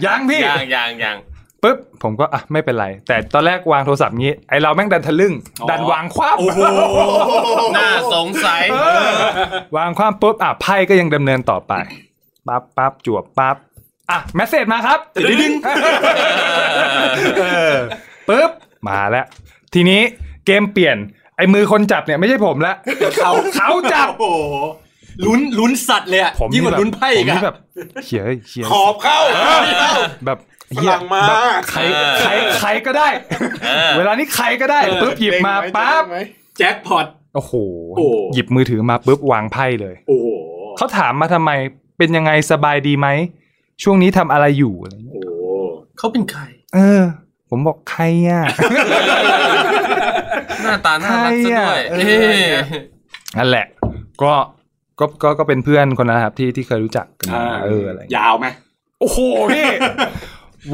[SPEAKER 6] ยังพี่
[SPEAKER 3] ยังยังยัง
[SPEAKER 6] ปุ๊บ ผมก็ อ่ะ ไม่เป็นไร แต่ตอนแรกวางโทรศัพท์งี้ ไอเราแม่งดันทะลึ่ง ดันวางคว้า
[SPEAKER 3] น่าสงสัย
[SPEAKER 6] วางความปุ๊บอ่ะไพ่ก็ยังดำเนินต่อไปปั๊บปั๊บจวบปั๊บอ่ะแมสเซจมาครับดิ้งเออปุ๊บมาแล้ว ทีนี้เกมเปลี่ยนไอ้มือคนจับเนี่ยไม่ใช่ผมละเขาเขาจับ
[SPEAKER 9] โอ้โหลุ้นลุ้นสัตว์เลยอะ
[SPEAKER 6] ผม
[SPEAKER 9] ยิ่งกว่า
[SPEAKER 6] แบบ
[SPEAKER 9] ลุ้นไพ่
[SPEAKER 6] ผ
[SPEAKER 9] อี
[SPEAKER 6] ม
[SPEAKER 9] กอะ
[SPEAKER 6] นี่แบบเขียเขีย
[SPEAKER 4] ขอบเข้า
[SPEAKER 6] แบบ
[SPEAKER 4] ฝรั่งมาก
[SPEAKER 6] แบบใครใครใครก็ได้
[SPEAKER 3] เออ
[SPEAKER 6] เวลานี้ใครก็ได้ปุ๊บหยิบมาปั๊บ
[SPEAKER 9] แจ็คพอต
[SPEAKER 6] โอ้โห
[SPEAKER 9] โอ้
[SPEAKER 6] หยิบมือถือมาปุ๊บวางไพ่เลย
[SPEAKER 9] โอ้โห
[SPEAKER 6] เขาถามมาทำไม เป็นยังไงสบายดีไหม ช่วงนี้ทำอะไรอยู่อะไรเงี้ย
[SPEAKER 9] โอ้โห
[SPEAKER 3] เขาเป็นใคร
[SPEAKER 6] เออ ผมบอกใครอ่ะ
[SPEAKER 3] หน้าตาน่ารักซะด้วย
[SPEAKER 6] ใครอะเออ นั่นแหละ ก็ก็ก็ก็เป็นเพื่อนคนนั้นนะครับ ที่ที่เคยรู้จักกันมาเอออะไรเงี้ย
[SPEAKER 9] ยาวไหม
[SPEAKER 6] โอ้โหพี่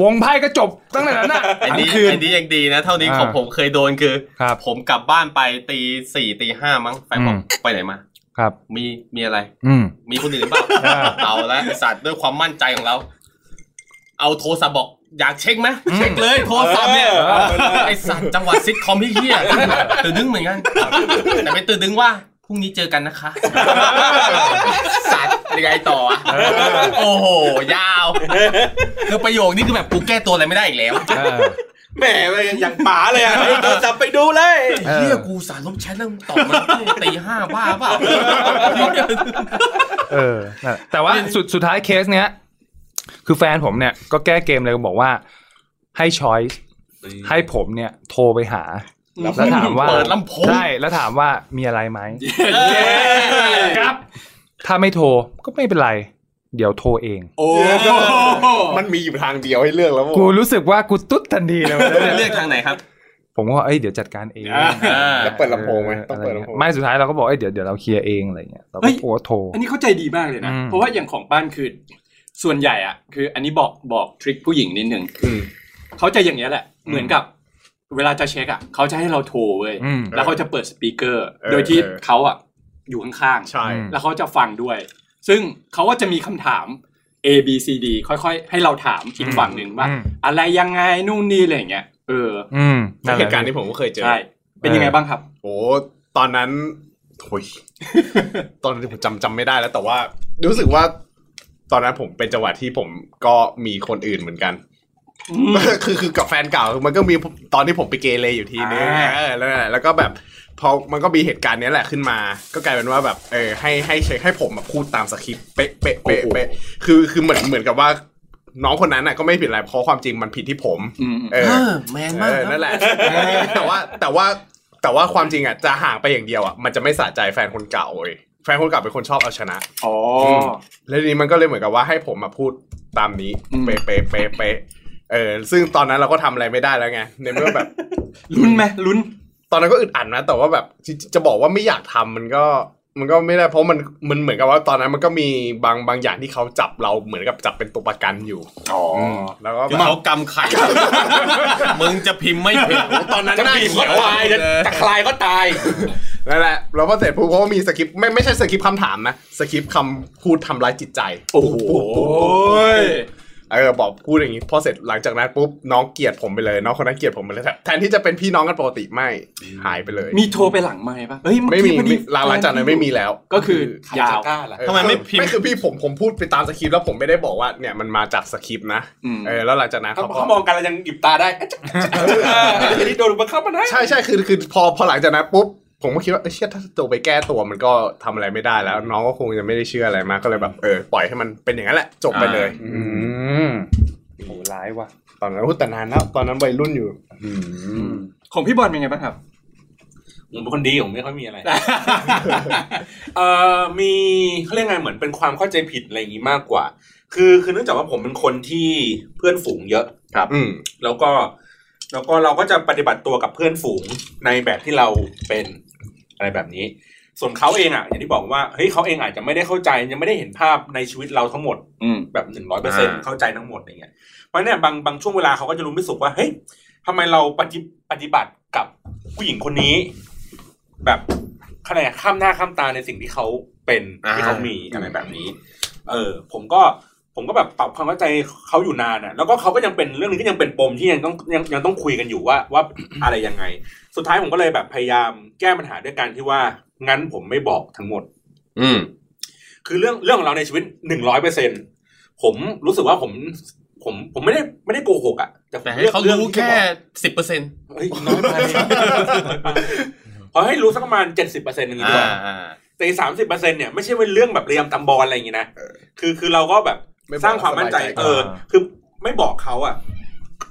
[SPEAKER 6] วงไพ่ก็จบตั้งแต่ นั้นน่ะ
[SPEAKER 3] ไอ้
[SPEAKER 6] ทั้
[SPEAKER 3] นี้
[SPEAKER 6] งคืน
[SPEAKER 3] ไอ้นี้ยังดีนะ เท่านี้
[SPEAKER 6] อ่า
[SPEAKER 3] ของผมเคยโดนคือ
[SPEAKER 6] ครับ
[SPEAKER 3] ผมกลับบ้านไปตีสี่ตีห้ามั้งแฟนบอก
[SPEAKER 6] อืม
[SPEAKER 3] ไปไหนมา
[SPEAKER 6] ครับ
[SPEAKER 3] มีมีอะไร
[SPEAKER 6] อืม
[SPEAKER 3] มีคนอื่นหรือเปล่า
[SPEAKER 6] อ่า
[SPEAKER 3] เอาละไอ้สัตว์ด้วยความมั่นใจของเรา เอาโทรศัพท์บอก อยากเช็คไหมเช็คเลยโทรศัพท์เนี่ยไอสัตว์จังหวะซิทคอมพี่เฮียตื่นดึงเหมือนกันแต่ไม่ตื่นดึงว่าพรุ่งนี้เจอกันนะคะสัตว์ยังไงต่ออะโอ้โหยาวคือประโยคนี้คือแบบกูแก้ตัวอะไรไม่ได้อีกแล้ว
[SPEAKER 6] เออ
[SPEAKER 4] แหมอย่างป๋าเลยอ่ะเดี๋ยวจับไปดูเลย
[SPEAKER 6] เออ
[SPEAKER 3] เฮียกูสารลบแชทแล้วมึงตอบมาตีห้าบ้าเปล่า
[SPEAKER 6] เออนั่นแหละแต่ว่าสุดสุดท้ายเคสเนี้ย คือแฟนผมเนี่ยก็แก้เกมเลยก็บอกว่า ให้ช้อยให้ผมเนี่ย โทรไปหา แล้วถามว่า
[SPEAKER 3] เปิดลำโพง
[SPEAKER 6] ใช่แล้วถามว่ามีอะไรไหม
[SPEAKER 9] ครับ
[SPEAKER 6] ถ้าไม่โทรก็ไม่เป็นไร เดี๋ยวโทรเอง
[SPEAKER 9] โอ้
[SPEAKER 5] มันมีอยู่ทางเดียวให้เลือกแล้ว
[SPEAKER 6] กูรู้สึกว่ากูตุ๊ดทันทีเลย
[SPEAKER 3] เลือกทางไหนครับ
[SPEAKER 6] ผมก็ว่าเอ้ยเดี๋ยวจัดการเอง
[SPEAKER 5] แล้วเปิดลำโพงไหมต้องเปิด
[SPEAKER 6] ะร
[SPEAKER 5] ลำโพ
[SPEAKER 6] งี้
[SPEAKER 5] ง
[SPEAKER 6] ยไม่สุดท้ายเราก็บอกเอ้ยเดี๋ยวเดี๋ยวเราเคลียร์เองอะไรเงี้ยเราก็โทรโทร
[SPEAKER 9] อันนี้เข้าใจดีมากเลยนะ
[SPEAKER 6] อืม
[SPEAKER 9] เพราะว่าอย่างของบ้านคือส่วนใหญ่อ่ะ คืออันนี้บอกบอกทริคผู้หญิงนิดหนึ่ง
[SPEAKER 5] อืม
[SPEAKER 9] เขาจะอย่างเงี้ยแหละ เหมือนกับ เวลาจะเช็คอ่ะเขาจะให้เราโทรเว้ย
[SPEAKER 6] อืม
[SPEAKER 9] แล้วเขาจะเปิดสปีกเกอร์
[SPEAKER 5] เออ
[SPEAKER 9] โดยที่
[SPEAKER 5] เออ
[SPEAKER 9] เขาอ่ะอยู่ข้าง
[SPEAKER 5] ใช่
[SPEAKER 6] อืม
[SPEAKER 9] ๆ แล้วเขาจะฟังด้วย ซึ่งเขาก็จะมีคำถาม A B C D ค่อยๆ ให้เราถามอีกฝั่งหนึ่งว่า
[SPEAKER 6] อืม
[SPEAKER 9] อะไรยังไงนู่นนี่อะไรอย่างเงี้ย เออ
[SPEAKER 6] อืมนั่นแห
[SPEAKER 5] เห
[SPEAKER 6] ละ
[SPEAKER 5] ตุการณ์ที่ผมก็เคยเจอ
[SPEAKER 9] ใช่ เป็นยังไงบ้างครับ
[SPEAKER 5] โอ้ตอนนั้นโอยตอนนั้นผมจำจำไม่ได้แล้ว แต่ว่า รู้สึกว่า ตอนนั้นผมเป็นจังหวะที่ผมก็มีคนอื่นเหมือนกัน คือคือกับแฟนเก่ามันก็มีตอนที่ผมไปเกเรอยู่ทีนึง
[SPEAKER 9] อ่า
[SPEAKER 5] เออแล้วนั่นแหละแล้วก็แบบพอมันก็มีเหตุการณ์เนี้ยแหละขึ้นมา ก็กลายเป็นว่าแบบเออให้ให้เช็คให้ผมแบบพูดตามสคริปต์เป๊ะเป๊ะเป๊ะเป๊ะคือคือเหมือนเหมือนกับว่า น้องคนนั้นน่ะก็ไม่ผิดอะไรเพราะความจริงมันผิดที่ผม
[SPEAKER 9] อืม
[SPEAKER 5] เอ
[SPEAKER 3] เอ
[SPEAKER 5] อ
[SPEAKER 3] อแมนมาก
[SPEAKER 5] เออ
[SPEAKER 3] นะ
[SPEAKER 5] นั่นแหละ แต่ว่าแต่ว่าแต่ว่าความจริงอ่ะจะห่างไปอย่างเดียวอ่ะมันจะไม่สะใจแฟนคนเก่าเว้ยแฟนคนเก่าเป็นคนชอบเอาชนะ
[SPEAKER 9] อ๋อ
[SPEAKER 5] แล้วทีนี้มันก็เลยเหมือนกับว่าให้ผมมาพูดตามนี้
[SPEAKER 9] อืม
[SPEAKER 5] เป๊ะเป๊ะเป๊ะเป๊ะเออซึ่งตอนนั้นเราก็ทำอะไรไม่ได้แล้วไงในเมื่อแบบ
[SPEAKER 9] ลุ้นไหมลุ้น
[SPEAKER 5] ตอนนั้นก็อึดอัดนะแต่ว่าแบบจะจะบอกว่าไม่อยากทำมันก็มันก็ไม่ได้เพราะมันมันเหมือนกับว่าตอนนั้นมันก็มีบางบางอย่างที่เขาจับเราเหมือนกับจับเป็นตัวประกันอยู่
[SPEAKER 9] อ๋อ
[SPEAKER 5] มแล้วก็แบ
[SPEAKER 3] คือเขากำไข่ มึงจะพิมพ์ไม่ผิด
[SPEAKER 5] บตอนนั้น
[SPEAKER 4] จะ
[SPEAKER 5] หน้า
[SPEAKER 4] บีบ
[SPEAKER 5] เขี
[SPEAKER 4] ก็
[SPEAKER 5] ยวอะ
[SPEAKER 4] ตายจะจะคลายก็ตาย
[SPEAKER 5] นั่นแหละเราพอเสร็จปุ๊บเขาก็มีสคริปต์ไม่ไม่ใช่สคริปต์คำถามนะ สคริปต์คำพูดทำร้ายจิตใจ
[SPEAKER 9] โอ้โห
[SPEAKER 5] เออบอกพูดอย่างนี้พอเสร็จหลังจากนั้นปุ๊บน้องเกลียดผมไปเลยน้องคนนั้นเกลียดผมไปเลยแต่แทนที่จะเป็นพี่น้องกันปกติไม่หายไปเลย
[SPEAKER 2] มีโทรไปหลังไม้ปะเอ้ยเอ
[SPEAKER 5] ไม่
[SPEAKER 2] กี้
[SPEAKER 5] มี
[SPEAKER 2] พอดี
[SPEAKER 5] หลังหลังจากนั้นไม่มีแล้ว
[SPEAKER 2] ก็คือยาว
[SPEAKER 9] กล้าล่ะ
[SPEAKER 5] เออ
[SPEAKER 3] ทำไมไม่พิมพ์
[SPEAKER 5] ไม่คือพี่ผมผมพูดไปตามสคริปต์แล้วผมไม่ได้บอกว่าเนี่ยมันมาจากสคริปต์นะ
[SPEAKER 2] อืม
[SPEAKER 5] เออแล้วหลังจากนั้น
[SPEAKER 4] ถ้า
[SPEAKER 5] เขาก็
[SPEAKER 4] เขามองกันเรายังหยิบตาได้ เอ๊ะจะจะนี่โดนบังคับมันได้
[SPEAKER 5] ใช่ใช่คือคือพอพอหลังจากนั้นปุ๊บผมก็คิดว่าเอ้ยเชี่ยถ้าตัวไปแก้ตัวมันก็ทำอะไรไม่ได้แล้ว น้องก็คงจะไม่ได้เชื่ออะไรมากก็เลยแบบเออปล่อยให้มันเป็นอย่างนั้นแหละจบไปเลย
[SPEAKER 6] โหร้ายว่ะ
[SPEAKER 5] ตอนนั้นพูดแต่นานแล้วตอนนั้นวัยรุ่นอยู่
[SPEAKER 2] ของพี่บอลเป็นไงบ้าง ครับ
[SPEAKER 9] ผมเป็นคนดีผมไม่ค่อยมีอะไร
[SPEAKER 4] เอ่อมีเขาเรียกไงเหมือนเป็นความเข้าใจผิดอะไรอย่างนี้มากกว่า คือคือเนื่องจากว่าผมเป็นคนที่เพื่อนฝูงเยอะ
[SPEAKER 5] อืม
[SPEAKER 4] แล้วก็แล้วก็เราก็จะปฏิบัติตัวกับเพื่อนฝูงในแบบที่เราเป็นอะไรแบบนี้ ส่วนเขาเองอ่ะอย่างที่บอกว่าเฮ้ยเขาเองอาจจะไม่ได้เข้าใจยังไม่ได้เห็นภาพในชีวิตเราทั้งหมด
[SPEAKER 2] อืม
[SPEAKER 4] แบบหนึ่งร้อยเปอร์เซ็นเข้าใจทั้งหมดอย่างเงี้ยเพราะเนี่ยบางบางช่วงเวลาเขาก็จะรู้ไม่สุขว่าเฮ้ยทำไมเราปฏิปฏิบัติกับผู้หญิงคนนี้ แบบขนาดข้ามหน้าข้ามตาในสิ่งที่เขาเป็นที่เขามีอะไรแบบนี้ เออ ผมก็ผมก็แบบปรับความเข้าใจเขาอยู่นานอ่ะ แล้วก็เขาก็ยังเป็นเรื่องนี้ก็ยังเป็นปมที่ยังต้องยังยังต้องคุยกันอยู่ว่าว่า อะไรยังไง สุดท้ายผมก็เลยแบบพยายามแก้ปัญหาด้วยการที่ว่างั้นผมไม่บอกทั้งหมด
[SPEAKER 5] อืม
[SPEAKER 4] คือเรื่องเรื่องของเราในชีวิตหนึ่งร้อยเปอร์เซ็นผมรู้สึกว่าผมผมผมไม่ได้ไม่ได้โกหกอ่ะแต่ผม
[SPEAKER 3] แต่ให้
[SPEAKER 4] ลือก
[SPEAKER 3] เขา
[SPEAKER 4] รื่อง
[SPEAKER 3] รู้
[SPEAKER 4] ที่จะ
[SPEAKER 3] แค่
[SPEAKER 4] บอก
[SPEAKER 3] สิบเปอร์เซ็นต์
[SPEAKER 4] เฮ้ยน้อยไปขอให้รู้สักประมาณเจ็ดสิบเปอร์เซ็นต์อย่างนี้ดีกว่าแต่สามสิบเปอร์เซ็นต์เนี่ยไม่ใช่เป็นเรื่องแบบเรียมตำบอลอะไรอย่างนี้นะ คือคือเราก็แบบสร้างความมั่นใจเออ คือไม่บอกเขาอ่ะ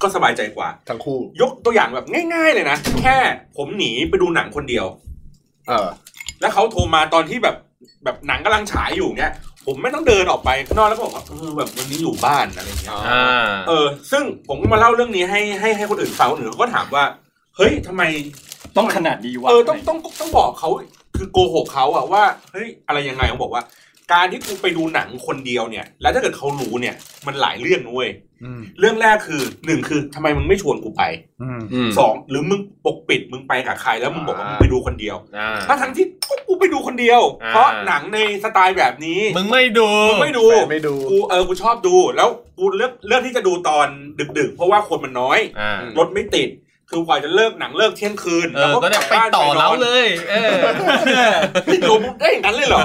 [SPEAKER 4] ก็สบายใจกว่า
[SPEAKER 5] ทั้งคู่
[SPEAKER 4] ยกตัวอย่างแบบง่าย ๆ เลยนะ แค่ผมหนีไปดูหนังคนเดียว
[SPEAKER 5] เออ
[SPEAKER 4] แล้วเขาโทรมาตอนที่แบบแบบหนังกำลังฉายอยู่เนี่ย ผมไม่ต้องเดินออกไปข้างนอกแล้วก็บอกว่าเออแบบวันนี้อยู่บ้านอะไรอย่างเงี้ย
[SPEAKER 3] อ่า
[SPEAKER 4] เออ ซึ่งผมก็มาเล่าเรื่องนี้ให้ให้ให้คนอื่นฟังคนอื่นเขาก็ถามว่า เฮ้ยทำไม
[SPEAKER 2] ต้องขนาดดีวะ
[SPEAKER 4] เออต้องต้องต้องบอกเขาคือโกหกเขาอะว่าเฮ้ยอะไรยังไงเขาบอกว่า การที่กูไปดูหนังคนเดียวเนี่ย แล้วถ้าเกิดเขารู้เนี่ย มันหลายเรื่องนุ้ย
[SPEAKER 6] อืม
[SPEAKER 4] เรื่องแรกคือหนึ่งคือทำไมมึงไม่ชวนกูไป
[SPEAKER 6] อืม
[SPEAKER 5] อืม
[SPEAKER 4] สองหรือมึงปกปิดมึงไปกับใครแล้วมึงบอกว่า
[SPEAKER 5] อ่ามึ
[SPEAKER 4] มึงไปดูคนเดียว
[SPEAKER 3] อ่า
[SPEAKER 4] ถ้าทั้งที่กูไปดูคนเดียว
[SPEAKER 3] อ่า
[SPEAKER 4] เพราะหนังในสไตล์แบบนี้
[SPEAKER 3] มึงไม่ดู
[SPEAKER 4] มึงไม่ดู
[SPEAKER 5] แฟนไม่ดู
[SPEAKER 4] กูเออกูชอบดู แล้วกูเลือกเลือกที่จะดูตอนดึก ๆ เพราะว่าคนมันน้อย
[SPEAKER 3] อ่าร
[SPEAKER 4] ถไม่ติด คือกว่าจะเลิกหนังเลิกเที่ยงคืน
[SPEAKER 3] เออก็เนี่ยไป
[SPEAKER 4] ลับบ้าน
[SPEAKER 3] ต่อน
[SPEAKER 4] น
[SPEAKER 3] แล้วเลย เออ
[SPEAKER 4] นี่ดูได้อย่างนั้นเลยเหรอ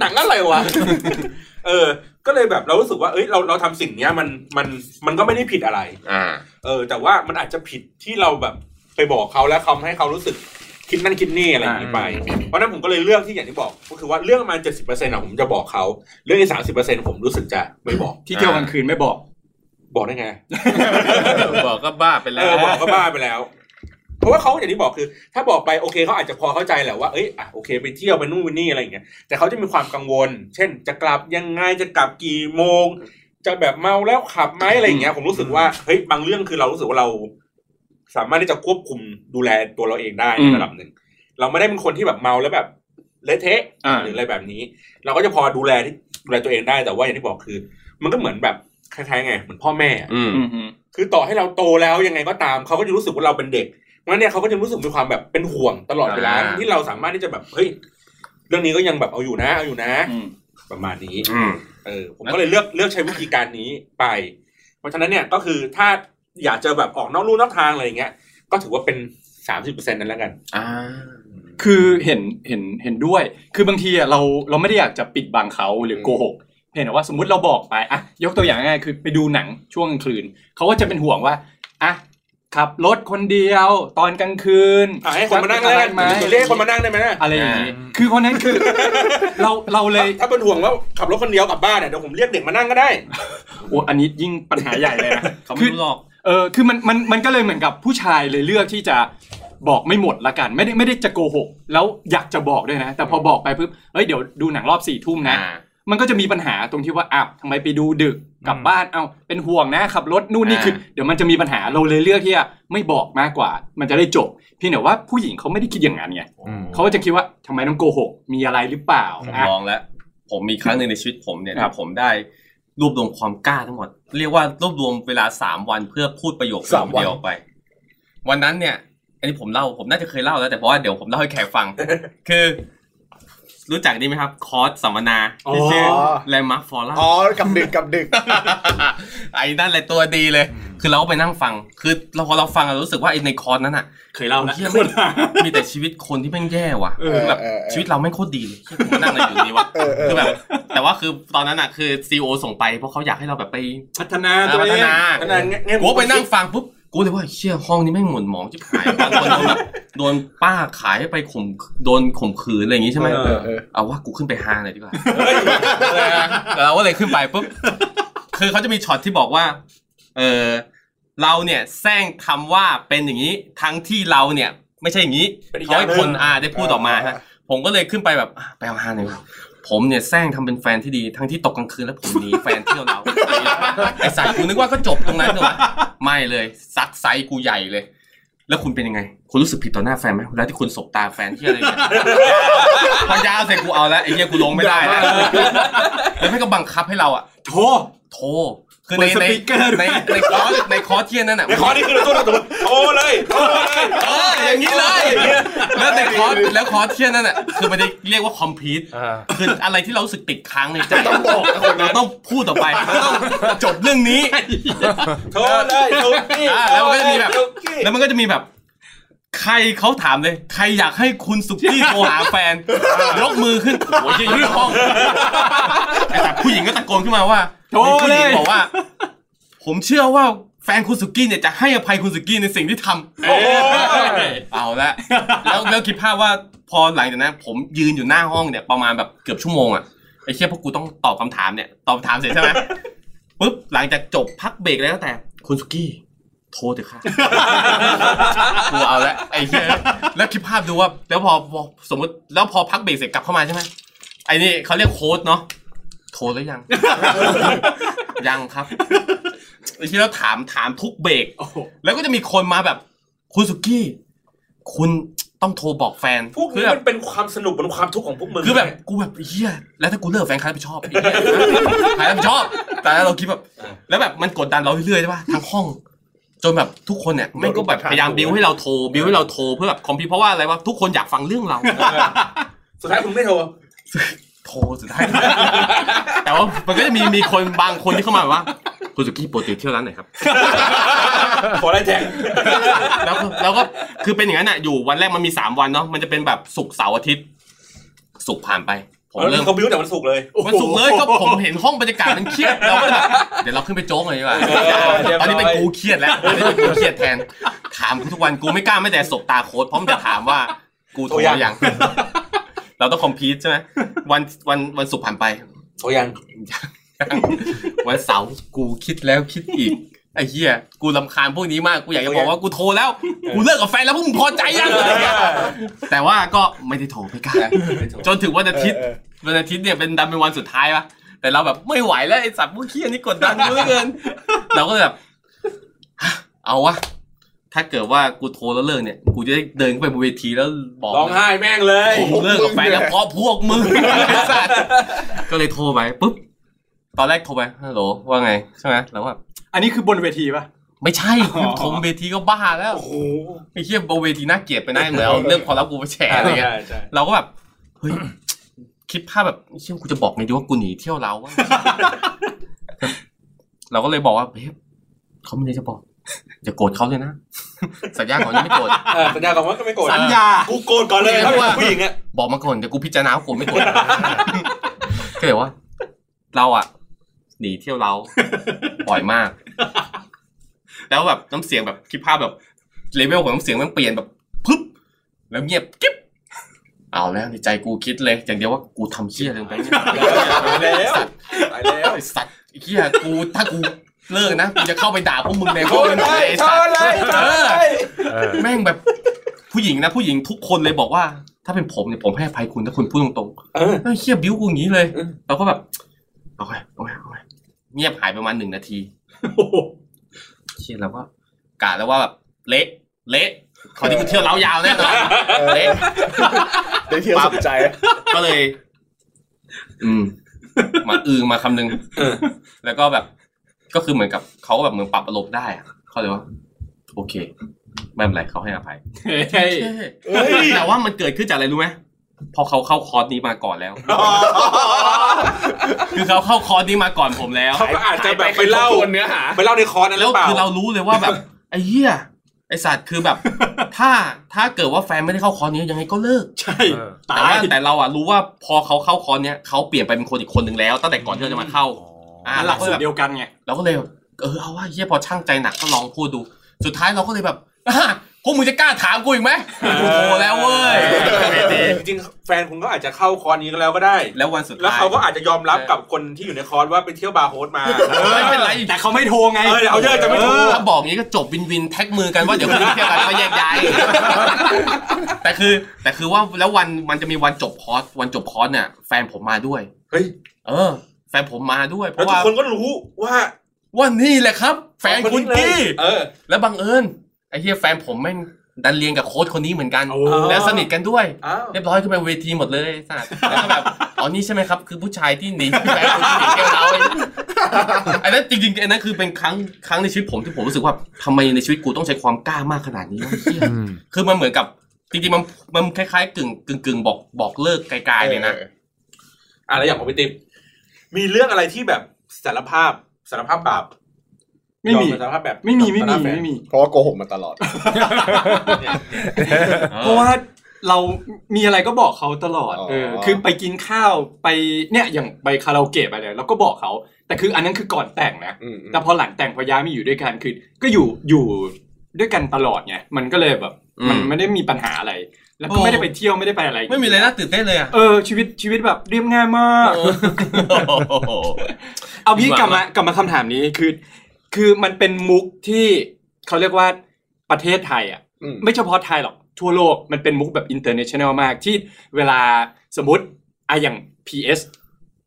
[SPEAKER 4] หนังอะไรวะ เออ ก็เลยแบบเรารู้สึกว่า เอ้ย เราเราทำสิ่งเนี้ยมันมันมันก็ไม่ได้ผิดอะไร
[SPEAKER 3] อ่า
[SPEAKER 4] เออ แต่ว่ามันอาจจะผิดที่เราแบบไปบอกเขาแล้วเขาให้เขารู้สึกคิดนั่นคิดนี่อะไรอย่างนี้ไป เพราะฉะนั้นผมก็เลยเลือกที่อย่างที่บอก ก็คือว่าเรื่องประมาณเจ็ดสิบเปอร์เซ็นต์ะผมจะบอกเขา เรื่องอีกสามสิบเปอร์เซ็นต์ผมรู้สึกจะไม่บอก
[SPEAKER 2] ที่เที่ยวกลางคืนไม่บอก
[SPEAKER 4] บอกได้ไง
[SPEAKER 3] บอกก็บ้าไปแล้
[SPEAKER 4] เอ
[SPEAKER 3] ว
[SPEAKER 4] อบอกก็บ้าไปแล้ว เพราะว่าเขาอย่างที่บอกคือ ถ้าบอกไปโอเคเขาอาจจะพอเข้าใจแหละว่าเอ้ยอ่ะโอเคไปเที่ยวไปนู่นไปนี่อะไรอย่างเงี้ยแต่เขาจะมีความกังวล เช่น จะกลับยังไงจะกลับกี่โมง จะแบบเมาแล้วขับไหมอะไรอย่างเงี้ยผมรู้สึกว่าเฮ้ยบางเรื่องคือเรารู้สึกว่าเรา สามารถที่จะควบคุมดูแลตัวเราเองได้
[SPEAKER 2] อื
[SPEAKER 4] ใน
[SPEAKER 2] ม
[SPEAKER 4] ระดับหนึ่งเราไม่ได้เป็นคนที่แบบเมาแล้วแบบเละเทะ
[SPEAKER 2] อ่า
[SPEAKER 4] หรืออะไรแบบนี้ เราก็จะพอดูแลที่ดูแลตัวเองได้แต่ว่าอย่างที่บอกคือ มันก็เหมือนแบบคล้ายๆไงเหมือนพ่อแม่อะ
[SPEAKER 2] อืมฮึ
[SPEAKER 4] คือต่อให้เราโตแล้วยังไงก็ตามเขาก็จะรู้สึกว่าเราเป็นเด็กงั้นเนี่ยเขาก็จะรู้สึกมีความแบบเป็นห่วงตลอดเวลาที่เราสามารถที่จะแบบเฮ้ยเรื่องนี้ก็ยังแบบเอาอยู่นะ เอาอยู่นะ
[SPEAKER 2] อืม
[SPEAKER 4] ประมาณนี้
[SPEAKER 5] อืม
[SPEAKER 4] เออ ผมก็เลยเลือกเลือกใช้วิธีการนี้ไป เพราะฉะนั้นเนี่ยก็คือถ้าอยากจะแบบออกนอกลู่นอกทางอะไรอย่างเงี้ยก็ถือว่าเป็นสามสิบเปอร์เซ็นต์นั้นแล้วกัน
[SPEAKER 3] อ่า
[SPEAKER 2] คือเห็นเห็นเห็นด้วย คือบางทีอะเราเราไม่ได้อยากจะปิดบังเขาหรือโกหกเพียงแต่ว่าสมมติเราบอกไปอะยกตัวอย่างง่ายๆคือไปดูหนังช่วงกลางคืนเขาก็จะเป็นห่วงว่าอะขับรถคนเดียวตอนกลางคืน
[SPEAKER 4] อ่ะให้คนมานั่ง
[SPEAKER 2] จะ
[SPEAKER 4] แล้ว
[SPEAKER 2] เป็
[SPEAKER 4] กัน
[SPEAKER 2] อะไรไหม
[SPEAKER 4] เรียกให้คนมานั่งได้ไหมนะ
[SPEAKER 2] อะไรอย่างงี้คือเพราะนั้นคือ เราเราเลย
[SPEAKER 4] ถ้าเป็นห่วงว่าขับรถคนเดียวกลับบ้านเนี่ยเดี๋ยวผมเรียกเด็กมานั่งก็ได้
[SPEAKER 2] โอ้อันนี้ยิ่งปัญหาใหญ่เลยนะ
[SPEAKER 3] เขา
[SPEAKER 2] คื
[SPEAKER 3] ไม่
[SPEAKER 2] อ
[SPEAKER 3] รู้หรอก
[SPEAKER 2] เออคือมันมันมันก็เลยเหมือนกับผู้ชายเลยเลือกที่จะบอกไม่หมดละกัน ไม่ได้ไม่ได้จะโกหก แล้วอยากจะบอกด้วยนะ แต่พอบอกไปปุ๊บเอ้ยเดี๋ยวดูหนังรอบสี่ทุ่มนะ
[SPEAKER 3] อ่า
[SPEAKER 2] มันก็จะมีปัญหาตรงที่ว่าอ้าวทำไมไปดูดึกกลับบ้านเอ้าเป็นห่วงนะขับรถนู่นนี่
[SPEAKER 3] อ่า
[SPEAKER 2] คือ เดี๋ยวมันจะมีปัญหาเราเลยเลือกที่จะไม่บอกมากกว่า มันจะได้จบเพียงแต่ว่าผู้หญิงเขาไม่ได้คิดอย่างนั้นไงเขาก็จะคิดว่าทำไมต้องโกหก มีอะไรหรือเปล่า
[SPEAKER 3] ผม
[SPEAKER 2] อ่ะ
[SPEAKER 3] มองแล้ว ผมมีครั้งหนึ่งในชีวิตผมเนี่ย
[SPEAKER 2] ครับ
[SPEAKER 3] ที่ผมได้รวบรวมความกล้าทั้งหมด เรียกว่ารวบรวมเวลาสามวันเพื่อพูดประโยคประโยคเดียวออกไป วันนั้นเนี่ย อันนี้ผมเล่าผมน่าจะเคยเล่าแล้วแต่เพราะว่าเดี๋ยวผมเล่าให้แขกฟัง คือ รู้จักนี่ไหมครับ คอร์สสัมมนาที่ชื่อแลมมาร์ฟอรัม
[SPEAKER 5] อ๋อกับดึกกับดึก
[SPEAKER 3] ไอ้นั่นแหละตัวดีเลย คือเราก็ไปนั่งฟัง คือเราพอเราฟังเรารู้สึกว่าไอ้ในคอร์สนั้นอ่ะ
[SPEAKER 9] เคยเล่านะ
[SPEAKER 3] เหี้ยแม่งมีแต่ชีวิตคนที่แม่งแย่ว่ะ
[SPEAKER 5] เออ
[SPEAKER 3] แบบ
[SPEAKER 5] เออเออ
[SPEAKER 3] ชีวิตเราแม่งโคตรดีเลยเหี้ยกูมานั่งอะไรอยู่นี่วะ
[SPEAKER 5] เออเออ
[SPEAKER 3] คือแบบ แต่ว่าคือตอนนั้นอ่ะคือซีอส่งไปเพราะเขาอยากให้เราแบบไป
[SPEAKER 9] พัฒนาตัวเอง
[SPEAKER 3] พัฒนา
[SPEAKER 9] พัฒนาแง่
[SPEAKER 3] กูก็ไปนั่งฟังปุ๊บ กูเลยว่าเชี่ยห้องนี้แม่งหม่นหมองจิบหาย บางคนโดนแบบโดนป้าขายไปข่มโดนข่มขืนอะไรอย่างงี้ใช่ไหม
[SPEAKER 5] เออเออ
[SPEAKER 3] เอาว่ากูขึ้นไปฮาหน่อยดีกว่าแล้วเราก็เลยขึ้นไปปุ๊บ คือเขาจะมีช็อตที่บอกว่า เออเราเนี่ยแซงทำว่าเป็นอย่างนี้ ทั้งที่เราเนี่ย ไม่ใช่อย่างนี้เขาให้คนอ่าได้พูดออกมาฮะ ผมก็เลยขึ้นไปแบบอ่ะไปเอาฮาหน่อยดีกว่าผมเนี่ยแซงทำเป็นแฟนที่ดี ทั้งที่ตกกลางคืนแล้วผมหนีแฟนเที่ยวเรา ไอ้สายกูนึกว่าก็จบตรงนั้นเลยวะไม่เลยซักไซส์กูใหญ่เลย แล้วคุณเป็นยังไง คุณรู้สึกผิดต่อหน้าแฟนไหมเวลาที่คุณสบตาแฟนที่อะไรเนี่ย พอยาวเสร็จกูเอาแล้วไอ้เหี้ยกูลงไม่ได้แล้วแล้วไม่ก็บังคับให้เราอะ
[SPEAKER 9] โถ
[SPEAKER 3] โทรคือใน
[SPEAKER 9] เปิด
[SPEAKER 3] ใน
[SPEAKER 9] สปีกเกอร์ด้วย
[SPEAKER 3] ในในคอร์สในคอร์สเที่ยนั่นอะ
[SPEAKER 4] ในคอร์สนี่คือเราตัวเราตัวโอ้เลยโอ้เลย
[SPEAKER 3] เอออย่างนี้เลยแล้วแต่คอร์สแล้วคอร์สเทียนนั่นแหละคือมันจะเรียกว่าคอมพีทคืออะไรที่เรารู้สึกติดค้างในใจต้องบอกเราต้องพูดต่อไปเราต้องจบเรื่องนี้
[SPEAKER 4] โทษเลยโทษนี่
[SPEAKER 3] อ่ะแล้วมันก็จะมีแบบ
[SPEAKER 4] โทษนี่
[SPEAKER 3] แล้วมันก็จะมีแบบ ใครเขาถามเลย ใครอยากให้คุณสุกี้โทรหาแฟน ยกมือขึ้นโอ้ย อยู่ในห้องไอ้สัตว์ผู้หญิงก็ตะโกนขึ้นมาว่า
[SPEAKER 9] โทร
[SPEAKER 3] มีผู้หญิง
[SPEAKER 9] เลย
[SPEAKER 3] บอกว่า ผมเชื่อว่าแฟนคุณสุกี้เนี่ยจะให้อภัยคุณสุกี้ในสิ่งที่ทำเอาละแล้วแล้วคิดภาพว่าพอหลังจากนั้น ผมยืนอยู่หน้าห้องเนี่ยประมาณแบบเกือบชั่วโมงอะไอ้เชี่ยพวกกูต้องตอบคำถามเนี่ยตอบคำถามเสร็จใช่ไหม ปุ๊บหลังจากจบพักเบรกแล้วแต่ คุณสุกี้ โทษเถอะค่ะ กูเอาละไอ้เหี้ยแล้วคิดภาพดูว่า แล้วพอพอสมมติแล้วพอพักเบรกเสร็จกลับเข้ามาใช่ไหมไอ้นี่เขาเรียกโค้ดเนาะโทร แล้วยัง ยังครับไอ้ที่เราถามถามทุกเบรกแล้วก็จะมีคนมาแบบ คุณสุกี้ คุณต้องโทรบอกแฟน
[SPEAKER 4] พวก
[SPEAKER 3] คือ
[SPEAKER 4] นี้
[SPEAKER 3] แบบ
[SPEAKER 4] มันเป็นความสนุกบนความทุกข์ของพวกมึง
[SPEAKER 3] คือแบบกูแบบเฮียแล้วถ้ากูเลิกกับแฟนใครรับผิดชอบไอ้เฮียใครรับผิดชอบ แต่เราคิดแบบ แล้วแบบมันกดดันเราเรื่อยๆใช่ป่ะทั้งห้อง จนแบบทุกคนเนี่ยไม่งก็แบบพยายามบิวให้เราโทรบิวให้เราโทรเพื่อแบบคอมพิวเพราะว่าอะไรวะทุกคนอยากฟังเรื่องเรา
[SPEAKER 4] สุดท้ายคุณไม่โท ร
[SPEAKER 3] โทรสุดท้าย แต่ว่ามันก็จะมีมีคนบางคนที่เข้ามาแบบว่าคุณสุกี้โปรตีเที่ยวร้านไหนครับ
[SPEAKER 4] ขอได้แท็ก
[SPEAKER 3] แล้วก็แล้วก็คือเป็นอย่างนั้นอ่ะอยู่วันแรกมันมีสามวันเนาะมันจะเป็นแบบศุกร์เสาร์อาทิตย์ศุกร์ผ่านไปผม
[SPEAKER 4] แล้ว
[SPEAKER 3] เริ่ม
[SPEAKER 4] เขาบิ้วแต่วันศุกร์เลย
[SPEAKER 3] มันสุกร์เลยก็ผมเห็นห้องบรรยากาศมันเครียดเราก็แบบเดี๋ยวเราขึ้นไปโจ๊กหน่อยดีกว่า
[SPEAKER 4] เรียบร้อย
[SPEAKER 3] ตอนนี้เป็นกูเครียดแล้วตอนนี้เป็นกูเครียดแทน ถามกูทุกวันกูไม่กล้าไม่แต่สบตาโค้ดเพราะมันจะถามว่ากูโทรหรือยัง เราต้องคอมพีทใช่ไหมวันวันวันศุกร์ผ่านไป
[SPEAKER 4] โทรยัง
[SPEAKER 3] วันเสาร์กูคิดแล้วคิดอีกไอ้เหี้ยกูลำคาญพวกนี้มากกูอยากจะบอกว่ากูโทรแล้วกูเลิกกับแฟนแล้วพวกมึงพอใจยังอะไรเงี้ยแต่ว่าก็ไม่ได้โทรไม่ กล้าจนถึงวันอาทิตย์ วันอาทิตย์เนี่ยเป็นดันเป็นวันสุดท้ายปะแต่เราแบบไม่ไหวแล้วไอ้สัตว์พวกเคี้ยนี่กดดันกูเหลือเกิน เราก็เลยแบบฮะเอาวะถ้าเกิดว่ากูโทรแล้วเลิกเนี่ย กูจะได้เดินขึ้นไปบนเวทีแล้วบอก
[SPEAKER 4] ร้องไห้แม่งเลย
[SPEAKER 3] กูเลิกกับแฟนแล้วเพราะพวกมึงไอ้สัตว์ก็เลยโทรไปปุ๊บตอนแรกโทรไปฮัลโหลว่าไงใช่ไหมแล้วแบบ
[SPEAKER 9] อันนี้คือบนเวทีป่ะ
[SPEAKER 3] ไม่ใช่กูโทรบนเวทีก็บ้าแล้วไอ้เคี้ยบนเวทีน่าเกลียดไปนะเหมือนเอาเรื่องความลับกูไปแฉอะไรเงี้ย เราก็แบบเฮ้ย คิดภาพแบบเชี่ยกูจะบอกไงดีว่ากูหนีเที่ยวเราวะ เราก็เลยบอกว่าเฮ้ยเขาไม่ได้จะบอกอย่าโกรธเขาเลยนะ สัญญาก่อนยังไม่โกรธ
[SPEAKER 4] เออสัญญาของว่าก็ไม่โกรธ
[SPEAKER 3] สัญญา
[SPEAKER 4] กูโกรธก่อนเลยถ้าเป็นผู้หญิงอะ
[SPEAKER 3] บอกมาก่อนเดี๋ยว กูพิจารณาว่าโกรธไม่โกรธ ก็เลยว่า เราอะหนีเที่ยวเราบ่อยมาก แล้วแบบน้ำเสียงแบบคิดภาพแบบเลเวลของน้ำเสียงมันเปลี่ยนแบบปึ๊บแล้วเงียบกิ๊บเอาแล้วในใจกูคิดเลยอย่างเดียวว่ากูทำเชี่ยอะไรลงไปเนี่ย
[SPEAKER 4] แล้วไปแล้ว
[SPEAKER 3] ไอ้สัตว์ไอ้เหี้ยกูถ้ากูเลิกนะกูจะเข้าไปด่าพวกมึงในห้องเลยไอ้สัตว์เออแม่งแบบผู้หญิงนะ ผู้หญิงทุกคนเลยบอกว่า ถ้าเป็นผมเนี่ยผมให้อภัยคุณถ้าคุณพูดตรง
[SPEAKER 4] เออ
[SPEAKER 3] ๆไอ้เหี้ยบิ้วกูอย่างนี้เลย
[SPEAKER 4] เออ
[SPEAKER 3] เราก็แบบเอาไปเอาไปเอาไปเงียบหายไปประมาณหนึ่งนาทีเชี่ยเราก็กะแล้วว่าแบบเละเละขอที่กูเที่ยวเล้ายาวแน่นอนเละ
[SPEAKER 5] ได้เที่ยวสนใจ
[SPEAKER 3] ก็เลย อืม มาอือมาคำนึง แล้วก็แบบ ก็คือเหมือนกับเขาก็แบบเหมือนปรับอารมณ์ได้อะเขาเลยว่า โอเค ไม่เป็นไรเขาให้อภัย
[SPEAKER 9] เฮ้ย
[SPEAKER 3] แต่ว่ามันเกิดขึ้นจากอะไรรู้ไหม เพราะเขาเข้าคอร์สนี้มาก่อนแล้ว คือเขาเข้าคอร์สนี้มาก่อนผมแล้ว
[SPEAKER 4] เขาก็อาจจะแบบไปเล่า
[SPEAKER 5] เนื้อหา
[SPEAKER 4] ไปเล่าในคอร์สนั้นห
[SPEAKER 3] แล้
[SPEAKER 4] รื
[SPEAKER 3] ว
[SPEAKER 4] อเปล่า
[SPEAKER 3] คือเรารู้เลยว่าแบบ ไอ้เหี้ยไอสัตว์คือแบบ ถ้าถ้าเกิดว่าแฟนไม่ได้เข้าคอร์สนี้ยังไงก็เลิก
[SPEAKER 2] ใช่
[SPEAKER 6] เออ
[SPEAKER 2] ตา
[SPEAKER 3] แต่ว่าย แต่เราอะรู้ว่าพอเขาเข้าคอร์สเนี้ยเขาเปลี่ยนไปเป็นคนอีกคนหนึ่งแล้วตั้งแต่ก่อนที่เราจะมาเข้าอ่า
[SPEAKER 2] มันห
[SPEAKER 3] เรา
[SPEAKER 2] ลัก
[SPEAKER 3] ก็
[SPEAKER 2] สู
[SPEAKER 3] เล
[SPEAKER 2] ตร
[SPEAKER 3] ยแบบ
[SPEAKER 2] เดียวกันไง
[SPEAKER 3] เราก็เลยแบบเออเอาว่าเฮียพอช่างใจหนักก็ลองพูดดู สุดท้ายเราก็เลยแบบ อ่ะพวกมึงจะกล้าถามกูอีกไหมกูโทรแล้วเว้ย
[SPEAKER 4] จริงๆแฟนคุณก็อาจจะเข้าคอร์สนี้ก็แล้วก็ได้
[SPEAKER 3] แล้ววันสุดท้าย
[SPEAKER 4] แล้วเขาก็อาจจะยอมรับกับคนที่อยู่ในคอร์สว่าไปเที่ยวบาร์โฮสมา
[SPEAKER 3] ไม่เป็นไร
[SPEAKER 2] แต่เขาไม่โทรไง
[SPEAKER 4] เออเดี๋ยวเขาเยอะจะไม่โทร
[SPEAKER 3] ถ้าบอกงี้ก็จบวินวินแท็กมือกันว่าเดี๋ยวคุณเที่ยวกันแล้วก็แยก ย้าย แต่คือแต่คือว่าแล้ววันมันจะมีวันจบคอร์สวันจบคอร์สเนี่ยแฟนผมมาด้วย
[SPEAKER 4] เฮ้ย
[SPEAKER 3] เออ แฟนผมมาด้วย เพ
[SPEAKER 4] แล้วทุก
[SPEAKER 3] ราะว่า
[SPEAKER 4] คนก็รู้ว่า
[SPEAKER 3] ว่านี่แหละครับ แฟนคุณ
[SPEAKER 4] เลย
[SPEAKER 3] กี้
[SPEAKER 4] เออ
[SPEAKER 3] แล้วบังเอิญไอ้เฮียแฟนผมแม่งดันเรียนกับโค้ชคนนี้เหมือนกัน
[SPEAKER 2] โอ้
[SPEAKER 3] แล้วสนิทกันด้วย
[SPEAKER 4] อ้าว
[SPEAKER 3] เรียบร้อยขึ้นไปเวทีหมดเลยสัตว์แล้วก็แบบอ๋อนี่ใช่ไหมครับ คือผู้ชายที่หนีแฟนผู้หญิงเที่ยวเราไอ้นั้นจริงๆไอ้นั้นคือเป็นครั้งครั้งในชีวิตผมที่ผมรู้สึกว่าทำไมในชีวิตกูต้องใช้ความกล้ามากขนาดนี้ วะเหี้ยคือมันเหมือนกับจริงๆมันมันคล้ายๆกึ่งกึ่งกึ่งบอกบอกเลิกไกลๆเลยนะ
[SPEAKER 4] อ่ะแล้วอย่างของพี่ติ๊บมีเรื่องอะไรที่แบบสารภาพสารภาพบาป
[SPEAKER 2] ไม่มี
[SPEAKER 4] ยอสารภาพแบบ
[SPEAKER 2] ไม่มี ไม่
[SPEAKER 4] ต่อห
[SPEAKER 2] มี
[SPEAKER 4] น้าแฟน
[SPEAKER 2] ไม่มี
[SPEAKER 5] เพราะว่าโกหกมาตลอด
[SPEAKER 2] เพราะว่าเรามีอะไรก็บอกเขาตลอด
[SPEAKER 5] อ๋อ
[SPEAKER 2] เออ คือไปกินข้าวไปเนี่ยอย่างไปคาราโอเกะไปเลยเราก็บอกเขา แต่คืออันนั้นคือก่อนแต่งนะ
[SPEAKER 5] อืม
[SPEAKER 2] แต่พอหลังแต่งพอย้ายมาอยู่ด้วยกันคือ ก็อยู่อยู่ด้วยกันตลอดไง มันก็เลยแบบ มันไม่ได้มีปัญหาอะไร แล้วก็ไม่ได้ไปเที่ยวไม่ได้ไปอะไร
[SPEAKER 3] ไม่มีอะไรน่าตื่นเต้นเลยอ่ะ
[SPEAKER 2] เออชีวิตชีวิตแบบเรียบง่ายมาก
[SPEAKER 3] โอ้โห
[SPEAKER 2] เอาพี่
[SPEAKER 3] ดีกว่าก
[SPEAKER 2] ลับ
[SPEAKER 3] ไหม
[SPEAKER 2] มากลับมาคำถามนี้คือ คือมันเป็นมุกที่เขาเรียกว่าประเทศไทยอ่ะ
[SPEAKER 5] อืม
[SPEAKER 2] ไม่เฉพาะไทยหรอก ทั่วโลกมันเป็นมุกแบบ international มากที่เวลาสมมติอะอย่าง PS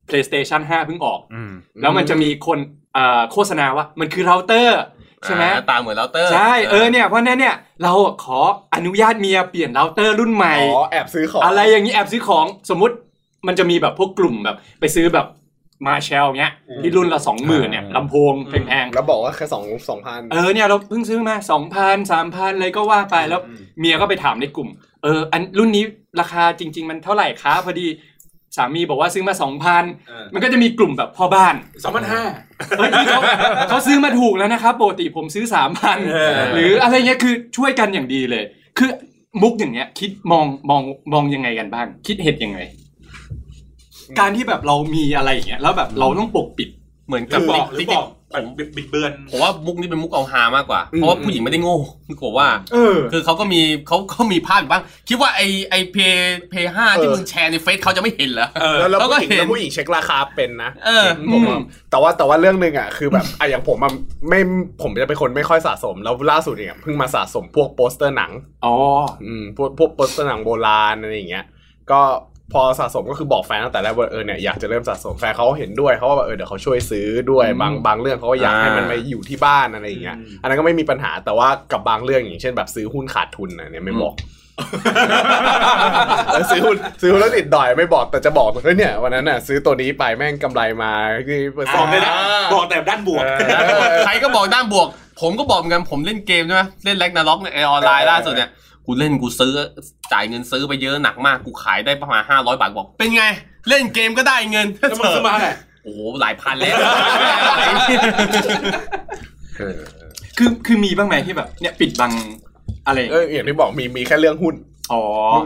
[SPEAKER 2] PlayStation 5 เพิ่งออก
[SPEAKER 6] อืม
[SPEAKER 2] แล้วมันจะมีคนเอ่อโฆษณาว่ามันคือเราเตอร์ ใช่ไหม
[SPEAKER 3] อ่าตาเหมือนเราเตอร์
[SPEAKER 2] ใช่ เออเนี่ยเพราะฉะนั้นเนี่ยเราขออนุญาตเมียเปลี่ยนเราเตอร์รุ่นใหม่
[SPEAKER 5] อ๋อแอบซื้อของ
[SPEAKER 2] อะไรอย่างนี้แอบซื้อของสมมุติมันจะมีแบบพวกกลุ่มแบบไปซื้อแบบมาเชลเงี้ยที่รุ่นละสองหมื่นเนี่ยลำโพงแพง
[SPEAKER 5] แล้วบอกว่าแค่สองสองพัน
[SPEAKER 2] ๆเออเนี่ยเราเพิ่งซื้อมาสองพันสามพันเลยก็ว่าไปแล้วเมียก็ไปถามในกลุ่ม เออ อันรุ่นนี้ราคาจริง ๆ มันเท่าไหร่คะพอดีสามีบอกว่าซื้อมาสองพันมันก็จะมีกลุ่มแบบพ่อบ้าน
[SPEAKER 4] สองพันห้า
[SPEAKER 2] เฮ้ยเขาเขาซื้อมาถูกแล้วนะครับปกติผมซื้อสามพัน
[SPEAKER 4] เออ
[SPEAKER 2] หรืออะไรเงี้ยคือช่วยกันอย่างดีเลย คือมุกอย่างเงี้ยคิดมองมองมองยังไงกันบ้าง คิดเห็นยังไง การที่แบบเรามีอะไรอย่างเงี้ยแล้วแบบเราต้องปกปิด
[SPEAKER 3] เหมือน
[SPEAKER 4] ห
[SPEAKER 3] กั
[SPEAKER 4] รื
[SPEAKER 3] บ
[SPEAKER 4] อบอกหรือ
[SPEAKER 3] จริ
[SPEAKER 4] บ
[SPEAKER 3] ง
[SPEAKER 4] อกแบบบิดเบือน
[SPEAKER 3] ๆผมว่ามุกนี้เป็นมุกเอาฮามากกว่าเพราะว่าผู้หญิงไม่ได้โง่ ผมว่า
[SPEAKER 2] เออ
[SPEAKER 3] คือเขาก็มีเขาก็มีภาพอยู่บ้าง คิดว่าไอไอเพย์เพย์ห้าที่มึงแชร์ในเฟซเขาจะไม่เห็นเหรอ
[SPEAKER 5] แล้วแล้ว
[SPEAKER 3] เขาก็
[SPEAKER 5] ผู้หญิง
[SPEAKER 3] เห็น
[SPEAKER 5] แล้วผู้หญิงเช็คราคาเป็นนะ
[SPEAKER 3] เออ
[SPEAKER 5] ผมว่าแต่ว่าแต่ว่าเรื่องหนึ่งอ่ะคือแบบอ่ ะอย่างผมอ่ะไม่ผมจะเป็นคนไม่ค่อยสะสม แล้วล่าสุดเนี่ยเพิ่งมาสะสมพวกโปสเตอร์หนัง
[SPEAKER 2] อ๋อ
[SPEAKER 5] อืมพวกพวกโปสเตอร์หนังโบราณอะไรอย่างเงี้ย ก็พอสะสมก็คือบอกแฟนตั้งแต่แรกว่าเออเนี่ยอยากจะเริ่มสะสมแฟนเขาเห็นด้วยเขาก็แบบเออเดี๋ยวเขาช่วยซื้อด้วยบางบางเรื่องเขาก็อยากให้มันมาอยู่ที่บ้านอะไรอย่างเงี้ยอันนั้นก็ไม่มีปัญหาแต่ว่ากับบางเรื่องอย่างเช่นแบบซื้อหุ้นขาดทุนนะเนี่ยไม่บอกเออซื้อหุ้นซื้อหุ้นแล้ว ติดดอยไม่บอกแต่จะบอกเฮ้ยเนี่ยวันนั้นน่ะซื้อตัวนี้ไปแม่งกำไรมาที่เปอร์เซ็
[SPEAKER 4] บอ
[SPEAKER 5] น
[SPEAKER 4] ก
[SPEAKER 5] ต์
[SPEAKER 4] เลยนะ บอกแต่ด้านบวก
[SPEAKER 3] ใครก็บอกด้านบวก ผมก็บอกเหมือนกันผมเล่นเกมใช่ไหมเล่นแล็กนาล็อกในออนไลน์ล่าสุดเนี่ย กูเล่นกูซื้อจ่ายเงินซื้อไปเยอะหนักมาก กูขายได้ประมาณห้าร้อยบาทบอก เป็นไง เล่นเกมก็ได้เงิน
[SPEAKER 4] แล้วมันซื้อมาแหละ
[SPEAKER 3] โอ้โหหลายพันแล้ว
[SPEAKER 2] คือคือมีบ้างไหมที่แบบเนี่ยปิดบังอะไรอย่างเงี้ย
[SPEAKER 5] เอออย่างที่บอกมีมีแค่เรื่องหุ้น
[SPEAKER 2] อ๋อ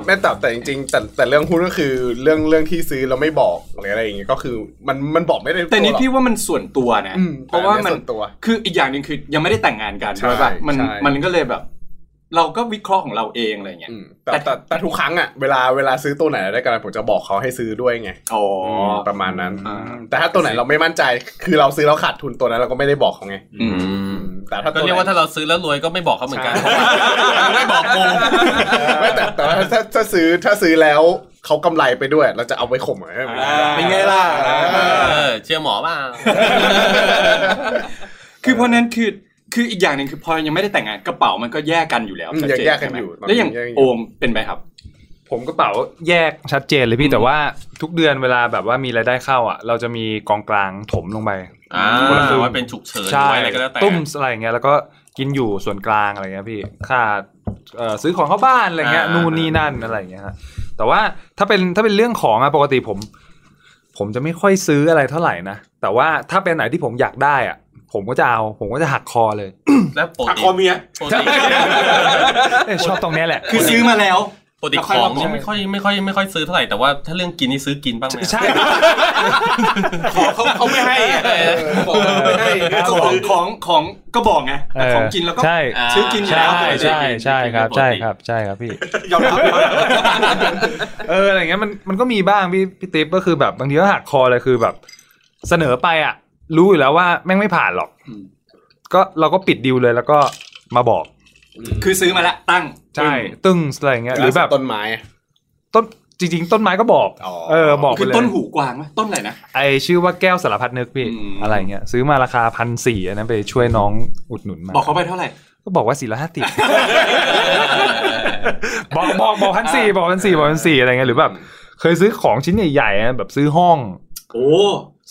[SPEAKER 5] แม่แต่แต่จริงๆแต่แต่เรื่องหุ้นก็คือเรื่องเรื่องที่ซื้อเราไม่บอกหรืออะไรอย่างเงี้ยก็คือมันมันบอกไม่ได้
[SPEAKER 2] แต่นี่
[SPEAKER 5] หรอก
[SPEAKER 2] พี่ว่ามันส่วนตัวนะ
[SPEAKER 5] อืม
[SPEAKER 2] เพราะว่ามัน
[SPEAKER 5] แต่อัส่ตัว
[SPEAKER 2] คืออีกอย่างหนึ่งคือยังไม่ได้แต่งงานกัน
[SPEAKER 5] ใช่
[SPEAKER 2] ใช่ป่ะมัน
[SPEAKER 5] ใช่
[SPEAKER 2] มันก็เลยแบบ เราก็วิเคราะห์ของเราเองอะไรเงี้ย
[SPEAKER 5] อืมแต่แต่แต่ทุกครั้งอ่ะเวลาเวลาซื้อตัวไหนได้กันผมจะบอกเขาให้ซื้อด้วยไง
[SPEAKER 2] อ๋อ
[SPEAKER 5] ม
[SPEAKER 2] อ
[SPEAKER 5] ประมาณนั้น
[SPEAKER 2] อ่า
[SPEAKER 5] แต่ถ้าตัวไหนเราไม่มั่นใจ คือเราซื้อแล้วขาดทุนตัวนั้นเราก็ไม่ได้บอกเขาไง
[SPEAKER 2] อืม
[SPEAKER 5] อืมแต่ถ้า
[SPEAKER 3] ก็
[SPEAKER 5] ตัวไหน
[SPEAKER 3] เรียกว่าถ้าเราซื้อแล้วรวยก็ไม่บอกเขาเหมือนกันไม่บอกกู
[SPEAKER 5] ไม่แต่แต่ว่าถ้าถ้าถ้าซื้อถ้าซื้อแล้วเขากำไรไปด้วย เราจะเอาไปข่มเหรอ
[SPEAKER 4] เป็นไงล่ะ
[SPEAKER 3] เออเชื่อหมอเปล่า
[SPEAKER 2] คือเพราะฉะนั้นคือคืออีกอย่างหนึ่งคือพอยังไม่ได้แต่งงานกระเป๋ามันก็แยกกันอยู่แล้ว
[SPEAKER 5] อืม
[SPEAKER 2] ชัด
[SPEAKER 5] ยัง
[SPEAKER 2] เจน
[SPEAKER 5] แยกกัน
[SPEAKER 2] ใช่ไหม
[SPEAKER 5] อยู่ตน
[SPEAKER 2] แล้ว
[SPEAKER 5] นี้
[SPEAKER 2] อย่าง
[SPEAKER 5] กกัน
[SPEAKER 2] โอมเป็นไหมครับ
[SPEAKER 6] ผมกระเป๋าแยกชัดเจนเลยพี่แต่ว่าทุกเดือนเวลาแบบว่ามีรายได้เข้าอ่ะ เราจะมีกองกลางถมลงไป
[SPEAKER 3] อ่า
[SPEAKER 6] คนละครึ่ง
[SPEAKER 3] ไว้เป็นฉุกเฉินหรือไว้อะไรก็แล้วแต่
[SPEAKER 6] ตุ้มอะไรอย่างเงี้ยแล้วก็กินอยู่ส่วนกลางอะไรเงี้ยพี่ค่าเอ่อซื้อของเข้าบ้านอะไรเงี้ย
[SPEAKER 3] อ่านู่
[SPEAKER 6] นู่นนี่นั่นอะไรเงี้ยฮะ แต่ว่าถ้าเป็นถ้าเป็นเรื่องของอะปกติผม ผมจะไม่ค่อยซื้ออะไรเท่าไหร่นะแต่ว่าถ้าเป็นไหนที่ผมอยากได้อะผมก็จะเอาผมก็จะหักคอเลย
[SPEAKER 3] แล้วปก
[SPEAKER 4] หัก
[SPEAKER 3] ติ
[SPEAKER 4] คอเมีย
[SPEAKER 3] ปกติ
[SPEAKER 6] เอ้ยชอบตรงเนี้ยแหละ
[SPEAKER 2] คือซื้อมาแล้ว
[SPEAKER 3] ปกติของนี่ไม่ค่อยไม่ค่อยไม่ค่อยซื้อเท่าไหร่แต่ว่าถ้าเรื่องกินนี่ซื้อกินบ้างไหม
[SPEAKER 6] ใช่
[SPEAKER 2] ขอเขาเขาไม่ให้อะ
[SPEAKER 4] บอกไม่ให้เดี๋ยว
[SPEAKER 2] ข
[SPEAKER 4] จะ
[SPEAKER 2] อง
[SPEAKER 4] ซื้อ
[SPEAKER 2] ของของก็บอกไงแต่ ของกินแล้วก็
[SPEAKER 6] ใช่
[SPEAKER 2] ซื้อกินอยู่
[SPEAKER 6] ใช่
[SPEAKER 2] แล้ว
[SPEAKER 6] ใช่ใช่ครับใช่ครับใช่ครับพี่
[SPEAKER 2] ยอ มรับยอมรับ
[SPEAKER 6] เอออะไรเงี้ยมันมันก็มีบ้างพี่พี่ติ๊บก็คือแบบบางทีก็หักคอเลยคือแบบ เสนอไปอ่ะ รู้อยู่แล้วว่าแม่งไม่ผ่านหรอก ก็เราก็ปิดดีลเลยแล้วก็มาบอก
[SPEAKER 2] คือซื้อมาแล้วตั้ง
[SPEAKER 6] ใช่ตึ้งอะไรเงี้ยหรือแบบ
[SPEAKER 5] ต้นไม้อะ
[SPEAKER 6] ต้นจริง ๆ ต้นไม้ก็บอก
[SPEAKER 5] อ๋อ
[SPEAKER 6] เออบอกไป
[SPEAKER 2] คือ
[SPEAKER 6] เลย
[SPEAKER 2] ต้นหูกวางไหมต้นอะไรนะ
[SPEAKER 6] ไอชื่อว่าแก้วสารพัดนึกพี่
[SPEAKER 2] อืม
[SPEAKER 6] อะไรเงี้ยซื้อมาราคาพันสี่อันนั้นไปช่วยน้องอุดหนุนมา
[SPEAKER 2] บอกเขาไปเท่าไหร่
[SPEAKER 6] ก็บอกว่าสี่ร้อยห้าสิบ บอกบอกบอกพันสี่บอกพันสี่บอกพันสี่อะไรเงี้ยหรือแบบเคยซื้อของชิ้นใหญ่ๆนะแบบซื้อห้อง
[SPEAKER 2] โอ้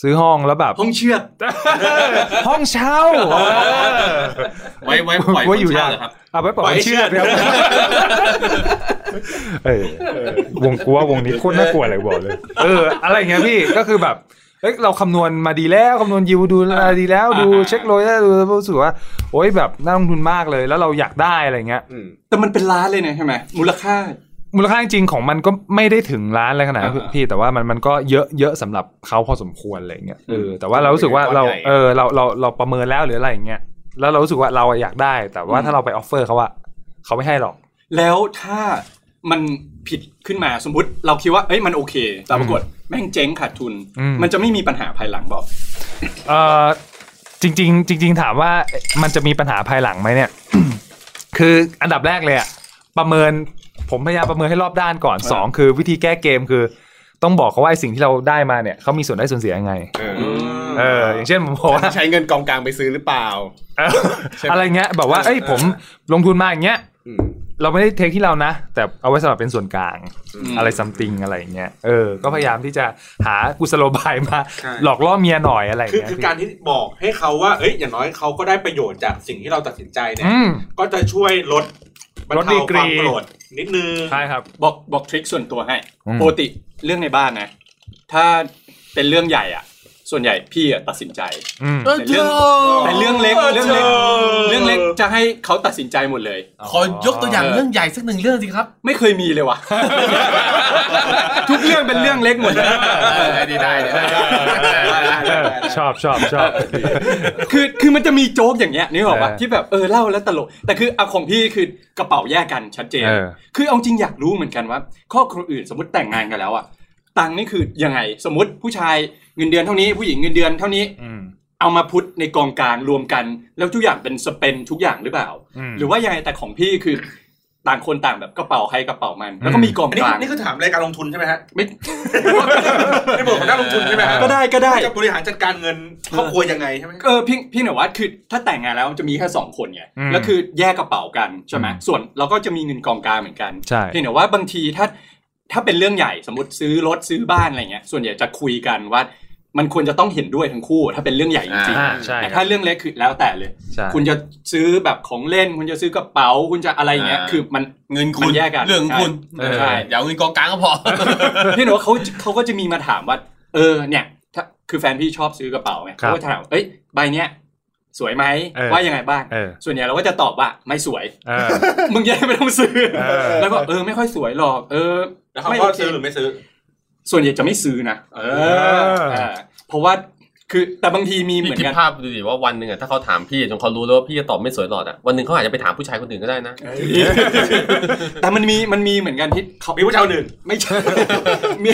[SPEAKER 6] ซื้อห้องแล้วแบบ
[SPEAKER 2] ห้องเชือก
[SPEAKER 6] ห้องเช่า
[SPEAKER 3] ไว้ไว้ปล่อย
[SPEAKER 6] ว่าอยู่
[SPEAKER 3] คนเช่า
[SPEAKER 6] ยา
[SPEAKER 3] ก เหรอครับ
[SPEAKER 6] เอาไว้ปล่อยเชื่อครับเออวงกลัววงนี้โคตรน่ากลัวเลยบอกเลย เออ อะไรอย่างเงี้ยพี่ก็คือแบบเอ้ยเราคำนวณมาดีแล้วคำนวณยิวดูมาดีแล้วดูเช็คโรยแล้วดูแล้วรู้สึกว่า โอ๊ยแบบน่าลงทุนมากเลยแล้วเราอยากได้อะไรเงี้ย
[SPEAKER 2] แต่มันเป็นล้านเลยเนี่ยใช่ไหมมูลค่า
[SPEAKER 6] มูลค่าจริงๆของมันก็ไม่ได้ถึงล้านอะไรขนาดนั้นพี่แต่ว่ามันมันก็เยอะเยอะสำหรับเขาพอสมควรอะไรอย่างเงี้ยเออแต่ว่าเรารู้สึกว่าเรา
[SPEAKER 5] ก้อนใหญ่
[SPEAKER 6] เออเราเราเราประเมินแล้วหรืออะไรอย่างเงี้ยแล้วเรารู้สึกว่าเราอะอยากได้ แต่ว่าถ้าเราไปออฟเฟอร์เขาอะเขาไม่ให้หรอก
[SPEAKER 2] แล้วถ้ามันผิดขึ้นมาสมมติเราคิดว่าเอ้ยมันโอเค แต่ปรากฏแม่งเจ๊งขาดทุน
[SPEAKER 6] อืม
[SPEAKER 2] มันจะไม่มีปัญหาภายหลังบอก
[SPEAKER 6] เออจริง ๆ จริง ๆ ถามว่าเอ๊ะมันจะมีปัญหาภายหลังไหมเนี่ย คืออันดับแรกเลยอะประเมินผมพยายามประเมินให้รอบด้านก่อนสองคือวิธีแก้เกมคือ ต้องบอกเขาว่าไอ้สิ่งที่เราได้มาเนี่ยเขามีส่วนได้ส่วนเสียยังไง
[SPEAKER 5] เออ
[SPEAKER 6] เอออย่างเช่นผมบอกว่า
[SPEAKER 5] ใช้เงินกองกลางไปซื้อหรือเปล่า
[SPEAKER 6] เออ
[SPEAKER 5] ใช่ไหม
[SPEAKER 6] อะไรเงี้ยแบบว่าเอ้ยผมลงทุนมาอย่างเงี้ย
[SPEAKER 5] อืม
[SPEAKER 6] เราไม่ได้เทคที่เรานะ แต่เอาไว้สำหรับเป็นส่วนกลาง อะไรซัมติงอะไรเงี้ยเออ ก็พยายามที่จะหากุศโลบายมา
[SPEAKER 4] ใช่
[SPEAKER 6] หลอกล่อเมียหน่อยอะไร
[SPEAKER 4] คือ
[SPEAKER 6] เงี้ย
[SPEAKER 4] คือการที่บอกให้เขาว่า เอ้ย อย่างน้อยเขาก็ได้ประโยชน์จากสิ่งที่เราตัดสินใจเนี่ย
[SPEAKER 6] อืม
[SPEAKER 4] ก็จะช่วยลดบรร
[SPEAKER 6] ลดดี
[SPEAKER 4] เทากค
[SPEAKER 6] รี
[SPEAKER 4] วามโกรธนิดนึง
[SPEAKER 6] ใช่ครับ
[SPEAKER 2] บอกบอกทริคส่วนตัวให้
[SPEAKER 6] อืม
[SPEAKER 2] ปกติเรื่องในบ้านนะ ถ้าเป็นเรื่องใหญ่อ่ะ ส่วนใหญ่พี่อะตัดสินใจ
[SPEAKER 6] อืม
[SPEAKER 2] แต่เรื่องแต่เรื่องเล็กเรื่องเล็กเรื่องเล็กจะให้เขาตัดสินใจหมดเลย
[SPEAKER 3] ขอยกตัวอย่างเรื่องใหญ่สักหนึ่งเรื่องสิครับ
[SPEAKER 2] ไม่เคยมี เลยว่ะ ทุกเรื่องเป็นเรื่องเล็กหมดเลย
[SPEAKER 3] ได้ได้ได้
[SPEAKER 6] เออชอบชอบชอบ
[SPEAKER 2] คือคือมันจะมีโจ๊กอย่างเงี้ยนึกออกปะ
[SPEAKER 6] เออ
[SPEAKER 2] ที่แบบเออเล่าแล้วตลก แต่คือเอาของพี่คือกระเป๋าแยกกันชัดเจน
[SPEAKER 6] เออ
[SPEAKER 2] คือเอาจริงอยากรู้เหมือนกันว่าครอบครัวอื่นสมมติแต่งงานกันแล้วอะตังค์นี่คือยังไงสมมติผู้ชายเงินเดือนเท่านี้ผู้หญิงเงินเดือนเท่านี้
[SPEAKER 6] อืม
[SPEAKER 2] เอามาพุทในกองกลางรวมกัน แล้วทุกอย่างเป็นสเปนทุกอย่างหรือเปล่า
[SPEAKER 6] อืม
[SPEAKER 2] หรือว่ายังไงแต่ของพี่คือต่างคนต่างแบบกระเป๋าใครกระเป๋ามัน แล้วก็มีกอง
[SPEAKER 4] อัน
[SPEAKER 2] ก
[SPEAKER 4] นี้
[SPEAKER 2] ลาง
[SPEAKER 4] นี่คือถามรายการลงทุนใช่ไหมฮะ
[SPEAKER 2] ไม่
[SPEAKER 4] ในบทของนักลงทุนใช่ไหมฮะ
[SPEAKER 2] ก็ได้ก็ได้
[SPEAKER 4] จะบริหารจัดการเงินครอบครัวยังไงใช่ไหม
[SPEAKER 2] เออพี่พี่หน่อยว่าคือถ้าแต่งงานแล้วมันจะมีแค่สองคนไง
[SPEAKER 6] อืม
[SPEAKER 2] แล้วคือแยกกระเป๋ากันใช่ไหม
[SPEAKER 6] อืม
[SPEAKER 2] ส่วนเราก็จะมีเงินกองกลางเหมือนกัน
[SPEAKER 6] ใช่
[SPEAKER 2] เพียงแต่ว่าบางทีถ้าถ้าเป็นเรื่องใหญ่สมมติซื้อรถซื้อบ้านอะไรเงี้ยส่วนใหญ่จะคุยกันว่า มันควรจะต้องเห็นด้วยทั้งคู่ ถ้าเป็นเรื่องใหญ่จริง
[SPEAKER 6] อ่าใช่
[SPEAKER 2] ๆแต่
[SPEAKER 6] ครั
[SPEAKER 2] ถ้า
[SPEAKER 6] บ
[SPEAKER 2] เรื่องเล็กคือแล้วแต่เลย
[SPEAKER 6] ใช่
[SPEAKER 2] คุณจะซื้อแบบของเล่น คุณจะซื้อกระเป๋าคุณจะอะไรเงี้ย
[SPEAKER 3] อ่า
[SPEAKER 2] คือ มัน
[SPEAKER 3] เงินคุ
[SPEAKER 2] มั
[SPEAKER 3] ณ
[SPEAKER 2] นแยกกัน
[SPEAKER 3] เรื่องคุณ
[SPEAKER 2] ใช่ใช่
[SPEAKER 3] อย่าเอาเงินกองกลางก็พอ
[SPEAKER 2] พี่หนูว่าเขาเขาก็จะมีมาถามว่า เออเนี่ยถ้าคือแฟนพี่ชอบซื้อกระเป๋าไง
[SPEAKER 6] ครับ
[SPEAKER 2] เขาก็ถามเอ้ยใบเนี้ยสวยไหม
[SPEAKER 6] เออ
[SPEAKER 2] ว่ายังไงบ้าง
[SPEAKER 6] เออ
[SPEAKER 2] ส่วนใหญ่เราก็จะตอบว่าไม่สวย
[SPEAKER 6] เออ
[SPEAKER 2] มึงยังไม่ต้อง ซื้อ
[SPEAKER 6] เออ
[SPEAKER 2] แล้วก็เออไม่ค่อยสวยหรอก เออ
[SPEAKER 4] แล้วเขา
[SPEAKER 2] ไม่
[SPEAKER 4] ก็
[SPEAKER 2] โอเค
[SPEAKER 4] ซื้อหรือไม่ซื้อ
[SPEAKER 2] ส่วนใหญ่จะไม่ซื้อนะเอออ่าเพราะว่าคือแต่บางทีมีเหมือน
[SPEAKER 3] พี่คิด
[SPEAKER 2] กัน
[SPEAKER 3] ภาพดูดิว่าวันหนึ่งอะถ้าเขาถามพี่จนเขารู้แล้วว่าพี่จะตอบไม่สวยหลอดอะวันหนึ่งเขาอาจจะไปถามผู้ชายคนอื่นก็ได้นะ
[SPEAKER 2] แต่มันมีมันมีเหมือนกันที่เขา
[SPEAKER 4] มีผู้ชายคนอื่น
[SPEAKER 2] ไม่ใช่ มี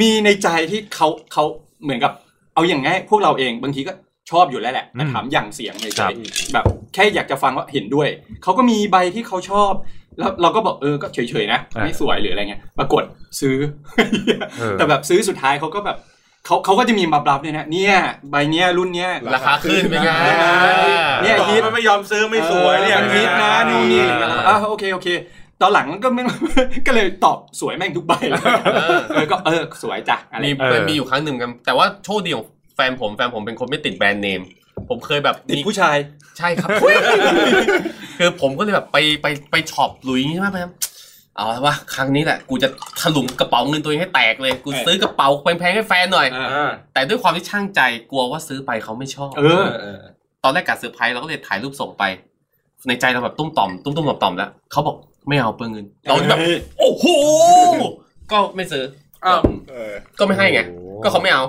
[SPEAKER 2] มีในใจที่เขาเขาเหมือนกับ เอาอย่างง่ายพวกเราเองบางทีก็ชอบอยู่แล้วแหละแต่ถามอย่างเสียงในใจ
[SPEAKER 6] ครับ
[SPEAKER 2] แบบแค่อยากจะฟังว่าเห็นด้วยเขาก็มีใบที่เขาชอบ แล้วเราก็บอกเออก็เฉยๆนะไม่สวยหรืออะไรเงี้ยปรากฏซื้อ
[SPEAKER 6] เออ
[SPEAKER 2] แต่แบบซื้อสุดท้ายเขาก็แบบเขาเขาก็จะมีมาบลับด้วยนะเนี่ยใบเนี้ยรุ่นเนี้ย
[SPEAKER 3] ราคาขึ้นเป็นไง
[SPEAKER 2] เนี่ยฮิต
[SPEAKER 4] มันไม่ยอมซื้อไม่สวยเนี่ย
[SPEAKER 2] มันฮิตนะนู่นนี่อะไรเงี้ย
[SPEAKER 3] อ่า
[SPEAKER 2] อ่ะโอเคโอเค ตอนหลังก็ไม่ ก็เลยตอบสวยแม่งทุกใบเลย เออก็เออสวยจ้ะอะไร
[SPEAKER 3] มี
[SPEAKER 6] เออ
[SPEAKER 3] มันมีอยู่ครั้งหนึ่งกันแต่ว่าโชคดีของแฟนผมแฟนผมเป็นคนไม่ติดแบรนด์เนม ผมเคยแบบ
[SPEAKER 2] ติด
[SPEAKER 3] มี
[SPEAKER 2] ผู้ชาย
[SPEAKER 3] ใช่ครับ คือผมก็เลยแบบไปไปไปช็อปหลุยส์ใช่ไหมไป เอาละวะครั้งนี้แหละกูจะถลุงกระเป๋าเงินตัวเองให้แตกเลย กูซื้อกระเป๋าแพงๆให้แฟนหน่อย
[SPEAKER 9] อ่า
[SPEAKER 3] แต่ด้วยความที่ช่างใจกลัวว่าซื้อไปเขาไม่ชอบ
[SPEAKER 9] เออ
[SPEAKER 3] ตอนแรกกะเซอร์ไพรส์เราก็เลยถ่ายรูปส่งไป ในใจเราแบบตุ้มต่อมตุ้มตุ้มต่อมต่อมแล้วเขาบอกไม่เอาเปลืองเงินเรา แบบโอ้โหก็ไม่ซื้ออก็ไม่ให้ไง ก็เขาไม่เอา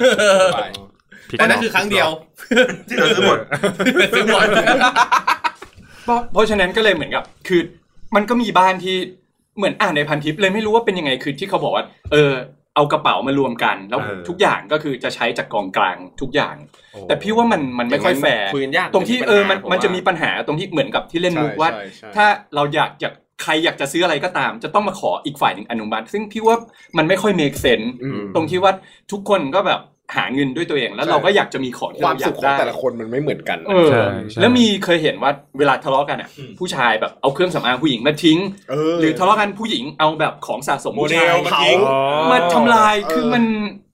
[SPEAKER 6] ผิด
[SPEAKER 3] แต่นั่น
[SPEAKER 6] เนาะ
[SPEAKER 3] คือครั้งเดียว
[SPEAKER 5] ที่เราซื้อหมด
[SPEAKER 3] ซื้อหมด
[SPEAKER 2] เพราะเพราะฉะนั้นก็เลยเหมือนกับ คือมันก็มีบ้านที่เหมือนอ่านในพันทิปเลยไม่รู้ว่าเป็นยังไงคือที่เขาบอกว่า เออ เอากระเป๋ามารวมกัน แล้ว
[SPEAKER 5] เออ
[SPEAKER 2] ทุกอย่างก็คือจะใช้จากกองกลางทุกอย่าง แต่พี่ว่ามันมันไม่ค่อยแฟร์
[SPEAKER 3] คุยกันยาก
[SPEAKER 2] ตรงที่เออมัน
[SPEAKER 3] ผว่า
[SPEAKER 2] มันจะมีปัญหาตรงที่เหมือนกับที่เล่นมุกว่า ถ้าเราอยากอยากใครอยากจะซื้ออะไรก็ตาม จะต้องมาขออีกฝ่ายหนึ่งอนุมัติ ซึ่งพี่ว่ามันไม่ค่อยเมกเซนตรงที่ว่าทุกคนก็แบบหาเงินด้วยตัวเอง แล้ว
[SPEAKER 5] ใช่
[SPEAKER 2] เราก็อยากจะมีของที่
[SPEAKER 5] ควา
[SPEAKER 2] เรา
[SPEAKER 5] ม
[SPEAKER 2] อ
[SPEAKER 5] สุ
[SPEAKER 2] ยา
[SPEAKER 5] ข
[SPEAKER 2] ก
[SPEAKER 5] ของ
[SPEAKER 2] ได้
[SPEAKER 5] แต่ละคนมันไม่เหมือนกันนะ
[SPEAKER 2] เออ
[SPEAKER 6] ใช่ใช่
[SPEAKER 2] แล้วมีเคยเห็นว่าเวลาทะเลาะกันอ่ะ ผู้ชายแบบเอาเครื่องสำอางผู้หญิงมาทิ้ง
[SPEAKER 5] เออ
[SPEAKER 2] หรือทะเลาะกันผู้หญิงเอาแบบของสะสม
[SPEAKER 4] โม
[SPEAKER 2] ผู้
[SPEAKER 4] เด
[SPEAKER 2] ชาย
[SPEAKER 4] ลมัน
[SPEAKER 2] เขา
[SPEAKER 4] ทิ้ง
[SPEAKER 2] มาทำลาย
[SPEAKER 5] เออ
[SPEAKER 2] คือมัน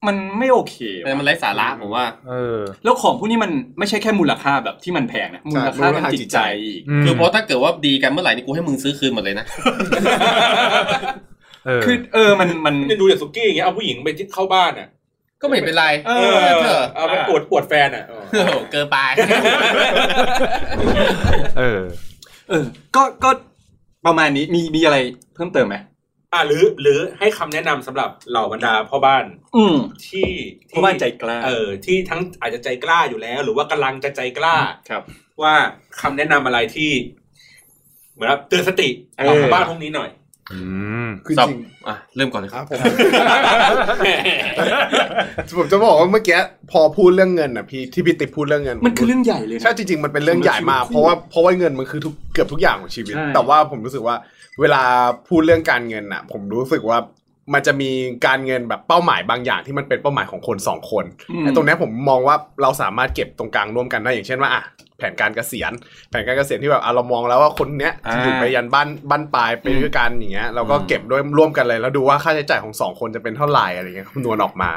[SPEAKER 2] มันไม่โอเค
[SPEAKER 3] แต่มันไร้สาระผมว่า
[SPEAKER 6] เออ
[SPEAKER 2] แล้วของพวกนี้มันไม่ใช่แค่มูลค่าแบบที่มันแพงนะมูลค่าทางจิตใจอีก
[SPEAKER 3] คือเพ
[SPEAKER 6] ม
[SPEAKER 3] ราะถ้าเกิดว่าดีกันเมื่อไหร่นี่กูให้มึงซื้อคืนหมดเลยนะ
[SPEAKER 6] เออ
[SPEAKER 2] คือเออมันมัน
[SPEAKER 4] เนี่ยดูอย่างสุกี้อย่างเงี้ยเอาผู้หญิงไปที่เข้าบ้านอ่ะ
[SPEAKER 3] ก็ไม่เป็นไร
[SPEAKER 2] เออ
[SPEAKER 3] เถอะ
[SPEAKER 4] เอาไปปวดปวดแฟนอ่ะ
[SPEAKER 3] โอ้โห เกินไป
[SPEAKER 6] เออ
[SPEAKER 2] เออก็ก็ประมาณนี้มีมีอะไรเพิ่มเติมไหม
[SPEAKER 4] อ่าหรือหรือให้คำแนะนำสำหรับเหล่าบรรดาพ่อบ้าน
[SPEAKER 2] อืม
[SPEAKER 4] ที่
[SPEAKER 2] เพราะว่าใจกล้า
[SPEAKER 4] เออที่ทั้งอาจจะใจกล้าอยู่แล้ว หรือว่ากำลังจะใจกล้า
[SPEAKER 2] ครับ
[SPEAKER 4] ว่าคำแนะนำอะไรที่ เหมือนแบบเตือนสติ
[SPEAKER 2] เออ
[SPEAKER 4] ของพ่อบ้านพวกนี้หน่อย
[SPEAKER 6] อืม
[SPEAKER 5] คือ
[SPEAKER 3] สับ
[SPEAKER 5] จริง
[SPEAKER 3] อ่ะเริ่มก่อนเลยครับ
[SPEAKER 5] อ่ะผมผมจะบอกว่าเมื่อกี้พอพูดเรื่องเงินอ่ะพี่ที่พี่ติ๊บพูดเรื่องเงิน
[SPEAKER 2] มันคือเรื่องใหญ่เลยนะ
[SPEAKER 5] ใช่จริง ๆ มันเป็นเรื่องใหญ่มากเพราะว่าเพราะว่าเงินมันคือทุกเกือบทุกอย่างของชีวิต
[SPEAKER 2] ใช่
[SPEAKER 5] แต่ว่าผมรู้สึกว่า เวลาพูดเรื่องการเงินอ่ะ ผมรู้สึกว่ามันจะมีการเงินแบบเป้าหมายบางอย่างที่มันเป็นเป้าหมายของคนสองคนแต่ตรงเนี้ยผมมองว่าเราสามารถเก็บตรงกลางร่วมกันได้อย่างเช่นว่าอ่ะแผนการเกษียณ แผนการเกษียณที่แบบอ่ะเรามองแล้วว่าคนเนี้ยจะอยู่ไปยันบ้านบ้านปลายไปด้วยกันอย่างเงี้ยเราก็เก็บด้วยร่วมกันเลย แล้วดูว่าค่าใช้จ่ายของสองคนจะเป็นเท่าไหร่อะไรเงี้ยคำนวณออกมา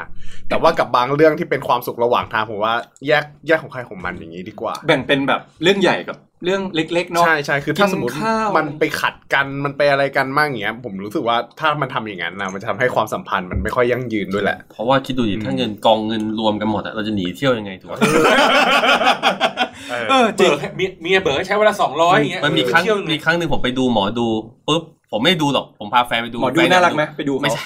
[SPEAKER 5] แต่ว่ากับบางเรื่องที่เป็นความสุขระหว่างทางผมว่าแยกแยกของใครของมันอย่างนี้ดีกว่า
[SPEAKER 2] แบ่งเป็นแบบเรื่องใหญ่กับเรื่องเล็กๆเนาะ
[SPEAKER 5] ใช่ใช่คือถ้าสมมติ
[SPEAKER 2] กินข้าว
[SPEAKER 5] มันไปขัดกันมันไปอะไรกันมากอย่างเงี้ย ผมรู้สึกว่าถ้ามันทำอย่างนั้นนะมันจะทำให้ความสัมพันธ์มันไม่ค่อยยั่งยืนด้ว ยแหละ
[SPEAKER 3] เพราะว่าคิดดูดิถ้าเงินกองเงินรวมกันหมดอะเราจะหนีเที่ยวยังไงถูกปะ
[SPEAKER 2] เออจริ
[SPEAKER 4] เบิ
[SPEAKER 2] ง
[SPEAKER 4] กให้เมียเมียเบิกให้ใช้เวนลาสองร้อยอย่างเงี้ย
[SPEAKER 3] มันมีครั้ง
[SPEAKER 4] เที่ยวหนึ่ง
[SPEAKER 3] มีครั้งหนึ่งผมไปดูหมอดูปุ๊บผมไม่ดูหรอกผมพาแฟนไปดู
[SPEAKER 2] หมอดู
[SPEAKER 3] แฟย
[SPEAKER 2] น่ารักไหมไปดูเขา
[SPEAKER 3] ไม่ใช่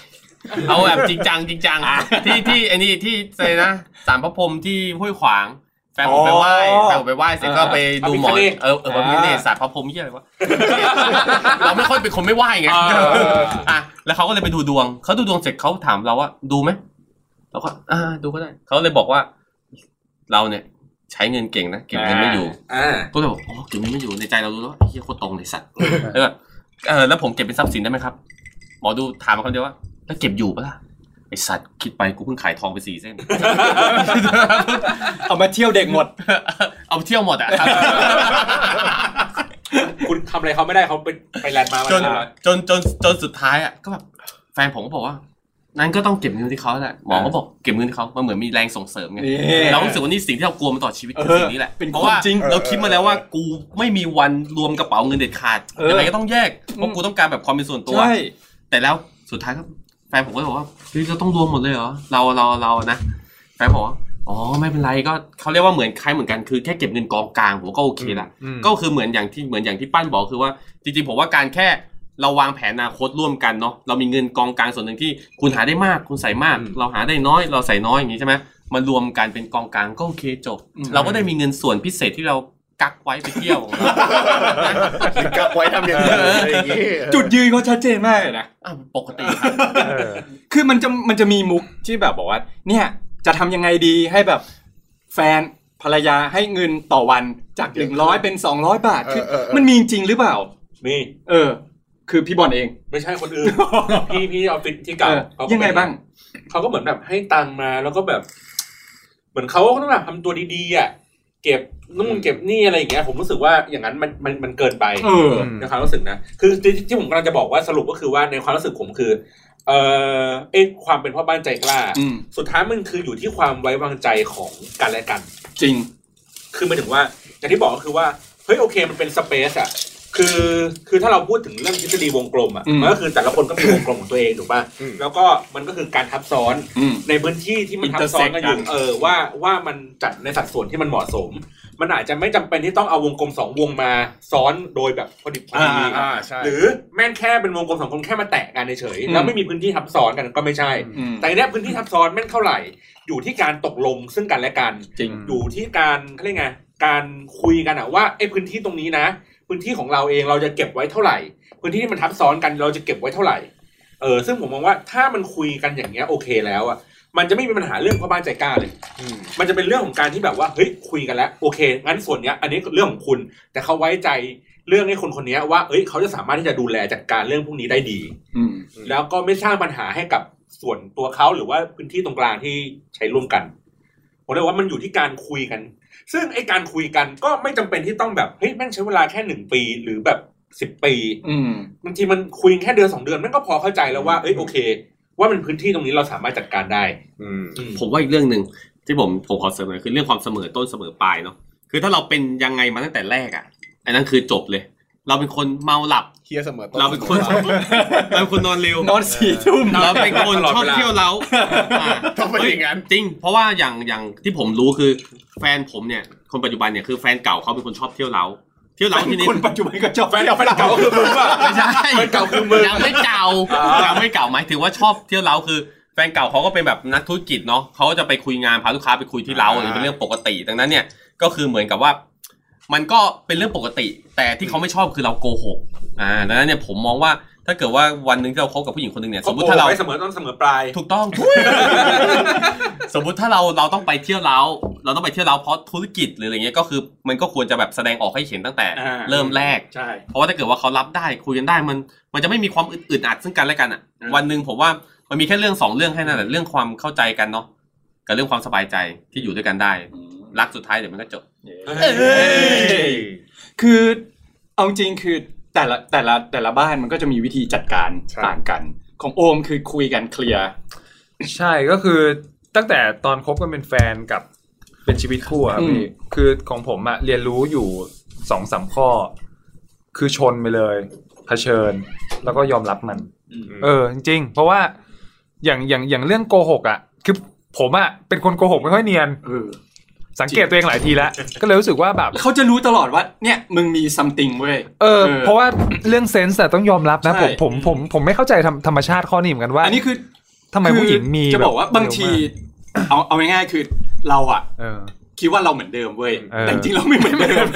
[SPEAKER 3] เอาแบบจริงจังจริงจังที่ที่ไอ้นี่ที่อะไรนะสารพระพรหมที่ห้วยขวาง แฟนผมไปไหว้แฟนผมไปไหว้เสร็จก็ไปดูหมอเออเออวันนี้เนี่ยสารพระพรหมที่อะไรวะ เราไม่ค่อยเป็นคนไม่ไหว้ไงอ่ะแล้วเขาก็เลยไปดูดวงเขาดูดวงเสร็จเขาถามเราว่าดูไหมเราก็อ่าดูก็ได้เขาเลยบอกว่า เราเนี่ยใช้เงินเก่งนะเก็บเงินไม่อยู่
[SPEAKER 4] อ่า
[SPEAKER 3] ก็เลยบอกอ๋อเก็บเงินไม่อยู่ในใจเรารู้แล้วว่าไอ้เฮียโคตรตรงเลยสัตว์ แล้วก็เออแล้วผมเก็บเป็นทรัพย์สินได้ไหมครับ หมอดูถามมาคำเดียวว่า แล้วเก็บอยู่ปะล่ะไอสัตว์คิดไปกูเพิ่งขายทองไปสี่เส้น
[SPEAKER 2] เอามาเที่ยวเด็กหมด
[SPEAKER 3] เอาไปเที่ยวหมดอ่ะครับ
[SPEAKER 4] คุณทำอะไรเขาไม่ได้เขาไปไปแลนด์มาร์ค
[SPEAKER 3] จน
[SPEAKER 4] มาแล้ว
[SPEAKER 3] จนจนจนสุดท้ายอ่ะก็แบบแฟนผมก็บอกว่า นั้นก็ต้องเก็บเงินที่เขาแหละหมอก็บอกเก็บเงินที่เขามันเหมือนมีแรงส่งเสริมไง
[SPEAKER 2] นี่
[SPEAKER 3] เรารู้สึกว่านี่สิ่งที่เรากลัวมาตลอดชีวิตคือ
[SPEAKER 2] เออ
[SPEAKER 3] สิ่งนี้แหละ
[SPEAKER 2] เป็น
[SPEAKER 3] เพราะว่า
[SPEAKER 2] ความจริง
[SPEAKER 3] เราคิดมาแล้วว่ากูไม่มีวันรวมกระเป๋าเงินเด็ดขาด
[SPEAKER 2] เออ
[SPEAKER 3] ยังไงก็ต้องแยกเพราะกูต้องการแบบความเป็นส่วนตัว
[SPEAKER 2] ใช่
[SPEAKER 3] แต่แล้วสุดท้ายก็แฟนผมก็บอกว่าเฮ้ยเราต้องรวมหมดเลยเหรอเราเราเรานะแฟนบอกว่าอ๋อไม่เป็นไรก็เขาเรียกว่าเหมือนคล้ายเหมือนกันคือแค่เก็บเงินกองกลางผมก็โอเคละก็คือเหมือนอย่างที่เหมือนอย่างที่ปั้นบอกคือว่า จริงๆผมว่าการแค่เราวางแผนอนาคตร่วมกันเนาะเรามีเงินกองกลางส่วนหนึ่งที่คุณหาได้มากคุณใส่มาก เราหาได้น้อย เราใส่น้อยอย่างนี้ใช่ไหมมันรวมกันเป็นกองกลางก็โอเคจบ เราก็ได้มีเงินส่วนพิเศษที่เรากักไว้ไปเที่ยว
[SPEAKER 5] กับไว้ทำอย่างอื่นอะไรอย่างงี้
[SPEAKER 2] จุดยืนเขาชัดเจนมากเลยนะ
[SPEAKER 3] อ่ะปกติครับ
[SPEAKER 2] คือมันจะมันจะมีมุกที่แบบบอกว่า เนี่ยจะทำยังไงดีให้แบบแฟนภรรยาให้เงินต่อวันจากหนึ่งร้อยเป็นสองร้อยบาทคือ
[SPEAKER 5] เออเออเออ
[SPEAKER 2] มันมีจริงหรือเปล่า
[SPEAKER 4] นี่
[SPEAKER 2] เออ คือพี่บอลเอง
[SPEAKER 4] ไม่ใช่คนอื่น พี่พี่ออฟฟิศที่เก่า
[SPEAKER 2] เออ
[SPEAKER 4] เขาก็
[SPEAKER 2] ยังไงบ้าง
[SPEAKER 4] เขาก็เหมือนแบบให้ตังค์มาแล้วก็แบบ เหมือนเขาก็ต้องแบบทำตัวดีๆอ่ะเก็บนู่นเก็บนี่อะไรอย่างเงี้ย ผมรู้สึกว่าอย่างนั้นมันมันมันเกินไป
[SPEAKER 2] เออ
[SPEAKER 4] ในความรู้สึกนะคือที่ที่ผมกำลังจะบอกว่าสรุปก็คือว่าในความรู้สึกผมคือ เอ่อเอ้ความเป็นพ่อบ้านใจกล้า
[SPEAKER 2] อืม
[SPEAKER 4] สุดท้ายมันคืออยู่ที่ความไว้วางใจของกันและกัน
[SPEAKER 2] จริง
[SPEAKER 4] คือหมายถึงว่าอย่างที่บอกก็คือว่าเฮ้ยโอเคมันเป็นสเปซอะ คือคือถ้าเราพูดถึงเรื่องทฤษฎีวงกลมอ่ะ
[SPEAKER 2] อืม
[SPEAKER 4] มันก็คือแต่ละคนก็มีวงกลมของตัวเองถูกป่ะ
[SPEAKER 5] อืม
[SPEAKER 4] แล้วก็มันก็คือการทับซ้อน
[SPEAKER 2] อืม
[SPEAKER 4] ในพื้นที่ที่มันทับซ้อนกันอยู่
[SPEAKER 2] Intersect กัน
[SPEAKER 4] เออว่าว่ามันจัดในสัดส่วนที่มันเหมาะสม มันอาจจะไม่จำเป็นที่ต้องเอาวงกลมสองวงมาซ้อนโดยแบบพอดิบพอดี
[SPEAKER 5] อ่าใช่
[SPEAKER 4] หรือแม่นแค่เป็นวงกลมสองวงกลมแค่มาแตะกันเฉยๆแล้วไม่มีพื้นที่ทับซ้อนกันก็ไม่ใช่
[SPEAKER 2] อืม
[SPEAKER 4] แต่อันเนี้ยพื้นที่ทับซ้อนแม่นเท่าไหร่ อยู่ที่การตกลงซึ่งกันและกัน
[SPEAKER 2] จริง
[SPEAKER 4] อยู่ที่การเขาเรียกไงการคุยกันอะว่าไอ้พื้นที่ตรงนี้นะ พื้นที่ของเราเองเราจะเก็บไว้เท่าไหร่ พื้นที่ที่มันทับซ้อนกันเราจะเก็บไว้เท่าไหร่เออซึ่งผมมองว่าถ้ามันคุยกันอย่างเงี้ยโอเคแล้วอะมันจะไม่มีปัญหาเรื่องพ่อบ้านใจกล้าเลย
[SPEAKER 5] อืม
[SPEAKER 4] มันจะเป็นเรื่องของการที่แบบว่าเฮ้ยคุยกันแล้วโอเค งั้นส่วนเนี้ยอันนี้เรื่องของคุณ แต่เขาไว้ใจเรื่องให้คนคนเนี้ยว่าเอ้ยเขาจะสามารถที่จะดูแลจัดการเรื่องพวกนี้ได้ดี
[SPEAKER 2] อืม
[SPEAKER 4] แล้วก็ไม่สร้างปัญหาให้กับส่วนตัวเขาหรือว่าพื้นที่ตรงกลางที่ใช้ร่วมกันผมเลยว่ามันอยู่ที่การคุยกัน ซึ่งไอการคุยกันก็ไม่จำเป็นที่ต้องแบบเฮ้ยแม่งใช้เวลาแค่หนึ่งปีหรือแบบสิบปี
[SPEAKER 2] อืม
[SPEAKER 4] บางทีมันคุยแค่เดือนสองเดือนมันก็พอเข้าใจแล้วว่าเอ้ยโอเค ว่ามันพื้นที่ตรงนี้เราสามารถจัดการได้
[SPEAKER 5] อืม
[SPEAKER 4] อืม
[SPEAKER 3] ผมว่าอีกเรื่องหนึ่งที่ผมผมขอเสนอคือเรื่องความเสมอต้นเสมอปลายเนาะคือถ้าเราเป็นยังไงมาตั้งแต่แรกอ่ะอันนั้นคือจบเลย เราเป็นคนเมาหลับ
[SPEAKER 5] เฮียเสมอต้น
[SPEAKER 3] เราเป็นคน
[SPEAKER 5] สมอปลย
[SPEAKER 3] เราเป็นคนนอนเร็วน
[SPEAKER 2] อนสี่ทุ่ม
[SPEAKER 3] เราเป็นคนชอบเที่ยวเราอ่า
[SPEAKER 5] ต้องเป็นอย่างนั้น
[SPEAKER 3] ฮ้จริง เพราะว่าอย่างอย่างที่ผมรู้คือแฟนผมเนี่ยคนปัจจุบันเนี่ยคือแฟนเก่าเขาเป็นคนชอบเที่ยวเราเที่ยวเราทีนี้
[SPEAKER 2] คนปัจจุบันก็ชอบ
[SPEAKER 4] แฟนเก่าคือมึงว่า
[SPEAKER 3] ไม่ใช่
[SPEAKER 4] แฟนเก่าคือมึง
[SPEAKER 3] ยังไม่เก่า
[SPEAKER 4] อ่ายั
[SPEAKER 3] ยังไม่เก่าหมายถึงว่าชอบเที่ยวเล้าคือแฟนเก่าเขาก็เป็นแบบนักธุรกิจเนาะเขาจะไปคุยงานพาลูกค้าไปคุยที่เล้าอะไรเป็นเรื่องปกติ ดังนั้นเนี่ยก็คือเหมือนกับว่า มันก็เป็นเรื่องปกติ แต่ที่เขาไม่ชอบคือเราโกหกอ่าดังนั้นเนี่ยผมมองว่าถ้าเกิดว่าวันหนึ่งที่เราคบกับผู้หญิงคนหนึ่งเนี่ยสมมติถ้าเรา
[SPEAKER 4] ไว้เสมอต้นเสมอปลาย
[SPEAKER 3] ถูกต้อง สมมุติถ้าเราเราต้องไปเที่ยวเราเราต้องไปเที่ยวเราเพราะธุรกิจหรืออะไรเงี้ยก็คือ มันก็ควรจะแบบแสดงออกให้เห็นตั้งแต่
[SPEAKER 2] อ่า
[SPEAKER 3] เริ่มแรก
[SPEAKER 2] ใช่
[SPEAKER 3] เพราะว่าถ้าเกิดว่าเขารับได้คุยกันได้มันมันจะไม่มีความอึดอึดอัดซึ่งกันและกันอ่ะ
[SPEAKER 2] อืม
[SPEAKER 3] วันหนึ่งผมว่ามันมีแค่เรื่องสองเรื่องแค่นั้นแหละเรื่องความเข้าใจกันเนาะกับเรื่องความสบายใจที่อยู่ด้วยกันได้ รักสุดท้ายเดี๋ยวมันก็จบ
[SPEAKER 2] คือเอาจริงคือแต่ละแต่ละแต่ละบ้านมันก็จะมีวิธีจัดการ
[SPEAKER 5] ใช่
[SPEAKER 2] ต่างกัน ของโอมคือคุยกันเคลียร์
[SPEAKER 6] ใช่ก็คือตั้งแต่ตอนคบกันเป็นแฟนกับเป็นชีวิตคู่อะครับ
[SPEAKER 2] อืม
[SPEAKER 6] พี่คือของผมอะเรียนรู้อยู่สองสามข้อ คือชนไปเลยเผชิญ แล้วก็ยอมรับมัน เออจริงๆเพราะว่าอย่างอย่างอย่างเรื่องโกหกอะคือผมอะเป็นคนโกหกไม่ค่อยเนียน
[SPEAKER 2] เออ
[SPEAKER 6] สังเกตตัวเองหลายทีแล้ว ก็เลยรู้สึกว่าแบบ
[SPEAKER 2] เขาจะรู้ตลอดว่า เนี่ยมึงมี something เว้ย
[SPEAKER 6] เออ
[SPEAKER 2] เออ
[SPEAKER 6] เพราะว่าเรื่องเซนส์แต่ต้องยอมรับนะ
[SPEAKER 2] ใช่
[SPEAKER 6] ผมผมผมผมไม่เข้าใจธรรมธรรมชาติข้อนี้เหมือนกันว่า
[SPEAKER 2] อันนี้คือ
[SPEAKER 6] ทำไมผู้หญิงมี
[SPEAKER 2] คือจะบอกว่าบางที เอาเอาง่ายๆคือเราอะ
[SPEAKER 6] เออ
[SPEAKER 2] คิดว่าเราเหมือนเดิมเว้ย
[SPEAKER 6] เออ
[SPEAKER 2] แต่จริงๆเราไม่เหมือนเดิม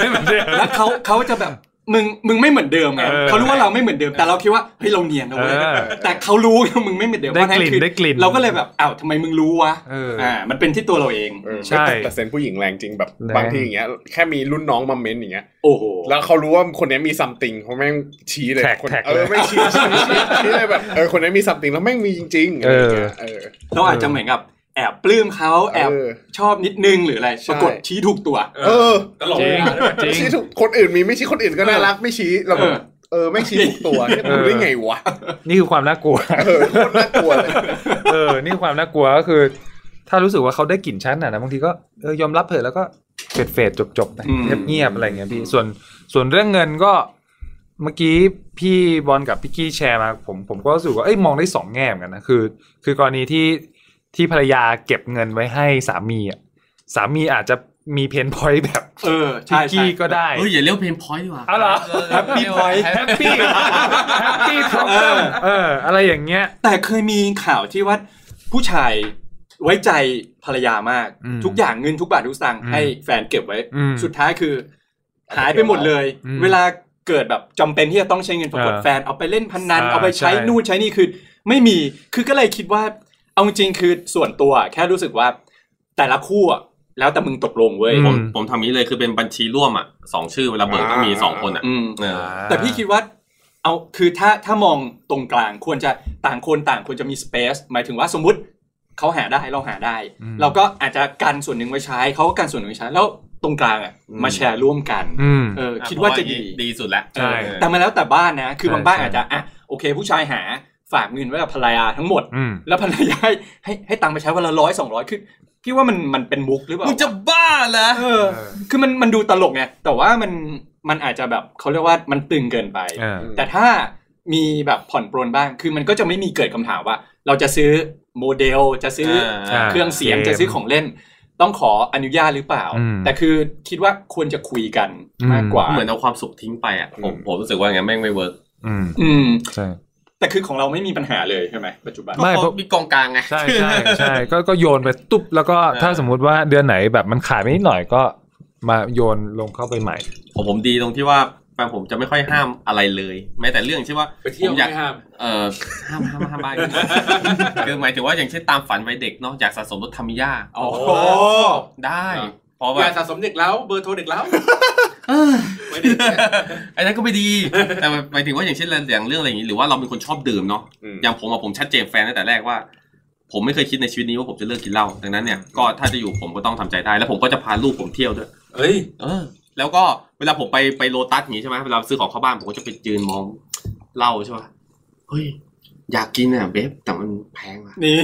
[SPEAKER 2] แล้วเขาเขาจะแบบ มึง มึงไม่เหมือนเดิมไง
[SPEAKER 6] เออ
[SPEAKER 2] เขารู้ว่าเราไม่เหมือนเดิม แต่เราคิดว่า เฮ้ย เราเนียนนะเว้ย
[SPEAKER 6] เออ
[SPEAKER 2] แต่เขารู้ว่ามึงไม่เหมือนเดิม
[SPEAKER 6] ได้ก
[SPEAKER 2] เพ
[SPEAKER 6] ลิ่น
[SPEAKER 2] ราะฉะคือ
[SPEAKER 6] ได้กลิ่น
[SPEAKER 2] เราก็เลยแบบ อ้าวทำไมมึงรู้วะ
[SPEAKER 6] เออ
[SPEAKER 2] มันเป็นที่ตัวเราเอง
[SPEAKER 6] ใช่
[SPEAKER 5] แต่แต่เซนส์ผู้หญิงแรงจริงแบบ
[SPEAKER 6] แรง
[SPEAKER 5] บางทีอย่างเงี้ยแค่มีรุ่นน้องมาเม้นอย่างเงี้ย
[SPEAKER 2] โอ้โห
[SPEAKER 5] แล้วเขารู้ว่าคนเนี้ยมีซัมติงเขาแม่งชี้เลย
[SPEAKER 6] แท็ก
[SPEAKER 5] คน
[SPEAKER 6] แท็ก
[SPEAKER 5] เออไม่งชี้ชี้ชี้ชี้เลยแบบเออคนเนี้ยมีซัมติงแล้วแม่งมีจริงๆอะไรอย่างเงี้ยเออ
[SPEAKER 2] เราอาจจะเหมือนกับ แอบปลื้มเขาแอบ
[SPEAKER 5] เออ
[SPEAKER 2] ชอบนิดนึงหรืออะไร
[SPEAKER 5] ใช่
[SPEAKER 2] ปรากฏชี้ถูกตัว
[SPEAKER 5] เออ
[SPEAKER 4] ตลอด
[SPEAKER 6] จริงจริง
[SPEAKER 5] ชี้ถูกคนอื่นมีไม่ชี้คนอื่นก็น่ารักไม่ชี้เราแบบเออไม่งชี้ถูกตัวเนี่ยมันรู้ได้ไงวะ
[SPEAKER 6] นี่คือความน่ากลัว
[SPEAKER 5] เออโคตรน่ากลัวเลย
[SPEAKER 6] เออ นี่ความน่ากลัวก็คือ ถ้ารู้สึกว่าเขาได้กลิ่นชั้นน่ะนะบางทีก็เออยอมรับเถอะแล้วก็เฟดเฟดจบจบๆไป
[SPEAKER 2] อืม
[SPEAKER 6] เงียบๆอะไรอย่างเงี้ยพี่ส่วนส่วนเรื่องเงินก็เมื่อกี้พี่บอลกับพี่กี้แชร์มา ผมผมก็รู้สึกว่าเอ้ยมองได้สองแง่เหมือนกันนะคือ คือกรณีที่ที่ภรรยาเก็บเงินไว้ให้สามีอ่ะสามีอาจจะมีเพนพอยต์แบบ
[SPEAKER 2] เออ
[SPEAKER 6] พี่
[SPEAKER 2] ใช่ใช่
[SPEAKER 6] กี้ก็ได้
[SPEAKER 3] เฮ้ยอย่าเรียกเพนพอยต์ดีกว่า
[SPEAKER 6] เอาเหรอ
[SPEAKER 3] เรียกว่า
[SPEAKER 6] point แฮปปี้แฮปปี้ทอมเออ อะไรอย่างเงี้ย
[SPEAKER 2] แต่เคยมีข่าวที่ว่าผู้ชายไว้ใจภรรยามาก
[SPEAKER 6] อืม
[SPEAKER 2] ทุกอย่างเงินทุกบาททุกสตางค์
[SPEAKER 6] อืม
[SPEAKER 2] ให้แฟนเก็บไว้
[SPEAKER 6] อืม
[SPEAKER 2] สุดท้ายคือ หายไปหมดเลย
[SPEAKER 6] อืม
[SPEAKER 2] เวลาเกิดแบบจำเป็นที่จะต้องใช้เงินปรากฏ
[SPEAKER 6] เออ
[SPEAKER 2] แฟนเอาไปเล่นพนัน
[SPEAKER 6] อ่า
[SPEAKER 2] เอาไปใช้
[SPEAKER 6] ใช่
[SPEAKER 2] นู่นใช้นี่คือ ไม่มีคือก็เลยคิดว่า เอาจริงคือส่วนตัวแค่รู้สึกว่าแต่ละคู่อะแล้วแต่มึงตกลงเว้ย
[SPEAKER 6] อื
[SPEAKER 3] ผมผมทำอย่างนี้เลยคือเป็นบัญชีร่วมอ่ะสองชื่อเวลาเบิกก็มีสองคนอ่ะ
[SPEAKER 2] อืม
[SPEAKER 3] เออ
[SPEAKER 2] แต่พี่คิดว่าเอาคือถ้าถ้ามองตรงกลางควรจะต่างคนต่างควรจะมีสเปซหมายถึงว่าสมมติเขาหาได้เราหาได้
[SPEAKER 6] อืม
[SPEAKER 2] เราก็อาจจะกันส่วนหนึ่งไว้ใช้เขาก็กันส่วนหนึ่งไว้ใช้แล้วตรงกลางอ่ะ
[SPEAKER 3] อืม
[SPEAKER 2] มาแชร์ร่วมกัน
[SPEAKER 6] อืม
[SPEAKER 2] เออคิดว่าจะ
[SPEAKER 3] เพร
[SPEAKER 2] ดี
[SPEAKER 3] อย่งนี้ดีสุดแล้ว
[SPEAKER 6] ใช่
[SPEAKER 3] เออ
[SPEAKER 2] แต่มาแล้วแต่บ้านนะ คือบางบ้าน
[SPEAKER 6] ใช่
[SPEAKER 2] อาจจะอ่ะโอเค ผู้ชายหาฝากเงินไว้กับภรรยาทั้งหมด
[SPEAKER 6] อืม
[SPEAKER 2] แล้วภรรยาให้ให้ให้ตังค์ไปใช้วันละร้อยสองร้อยคือพี่ว่ามันมันเป็นมุกหรือเปล่า
[SPEAKER 3] มึงจะบ้าเหรอ
[SPEAKER 2] เออ คือมันมันดูตลกไงแต่ว่ามัน มันอาจจะแบบเขาเรียกว่ามันตึงเกินไป
[SPEAKER 6] อ่า
[SPEAKER 2] แต่ถ้ามีแบบผ่อนปรนบ้าง คือมันก็จะไม่มีเกิดคำถามว่า เราจะซื้อโมเดล จะซื้ออา เครื่องเสียง
[SPEAKER 6] เกม
[SPEAKER 2] จะซื้อของเล่น ต้องขออนุญาตหรือเปล่า
[SPEAKER 6] อืม
[SPEAKER 2] แต่คือคิดว่าควรจะคุยกันมากกว่า
[SPEAKER 3] เหมือนเอาความสุขทิ้งไปอ่ะผมผมรู้สึกว่าอย่างนั้นแม่งไม่เวิร์ก
[SPEAKER 6] อืม
[SPEAKER 2] อืม
[SPEAKER 6] ใช่
[SPEAKER 2] แต่คือของเราไม่มีปัญหาเลยใช่ไหมปัจจุบัน
[SPEAKER 6] ไม่
[SPEAKER 3] เพ
[SPEAKER 6] เพ
[SPEAKER 3] ราะ
[SPEAKER 6] ราะ
[SPEAKER 3] มีกองกลางไง
[SPEAKER 6] ใช่ใช่ใช่ก็ก็โยนไปตุ๊บแล้วก็ถ้าสมมุติว่าเดือนไหนแบบมันขายไม่นิดหน่อยก็มาโยนลงเข้าไปใหม่
[SPEAKER 3] ผมผมดีตรงที่ว่าแฟนผมจะไม่ค่อยห้ามอะไรเลย แม้แต่เรื่องที่ว่า
[SPEAKER 9] ไปเที่ยว
[SPEAKER 3] ผมอยาก
[SPEAKER 9] ไม่ห้าม
[SPEAKER 3] เออห้ามห้าม ห้ามบ้าน คือหมายถึงว่าอย่างเช่นตามฝันวัยเด็กเนาะอยากสะสมรถทามิยา
[SPEAKER 9] โอ้โห
[SPEAKER 3] ได้
[SPEAKER 9] อ่ะ
[SPEAKER 3] เพราะ
[SPEAKER 9] อ
[SPEAKER 3] ว่า
[SPEAKER 9] ยากสะสมเด็กแล้วเบอร์โทรเด็กแล้ว
[SPEAKER 3] ไม่ดีอันนั้นก็ไม่ดี แต่หมายถึงว่าอย่างเช่นอย่างเรื่องอะไรอย่างนี้หรือว่าเราเป็นคนชอบดื่มเนาะ
[SPEAKER 5] อืม
[SPEAKER 3] อย่างผมอะผมชัดเจนแฟนตั้งแต่แรกว่า ผมไม่เคยคิดในชีวิตนี้ว่าผมจะเลิกกินเหล้าดังนั้นเนี่ยก็ถ้าจะอยู่ผมก็ต้องทำใจได้ แล้วผมก็จะพาลูกผมเที่ยวด้วย
[SPEAKER 9] เอ้ย
[SPEAKER 3] เออ แล้วก็เวลาผมไปไปโลตัสอย่างนี้ใช่ไหมเวลาซื้อของเข้าบ้านผมก็จะไปยืนมองเหล้าใช่ไหมเฮ้ยอยากกินอ่ะเบฟแต่มันแพงว่ะ
[SPEAKER 2] นี่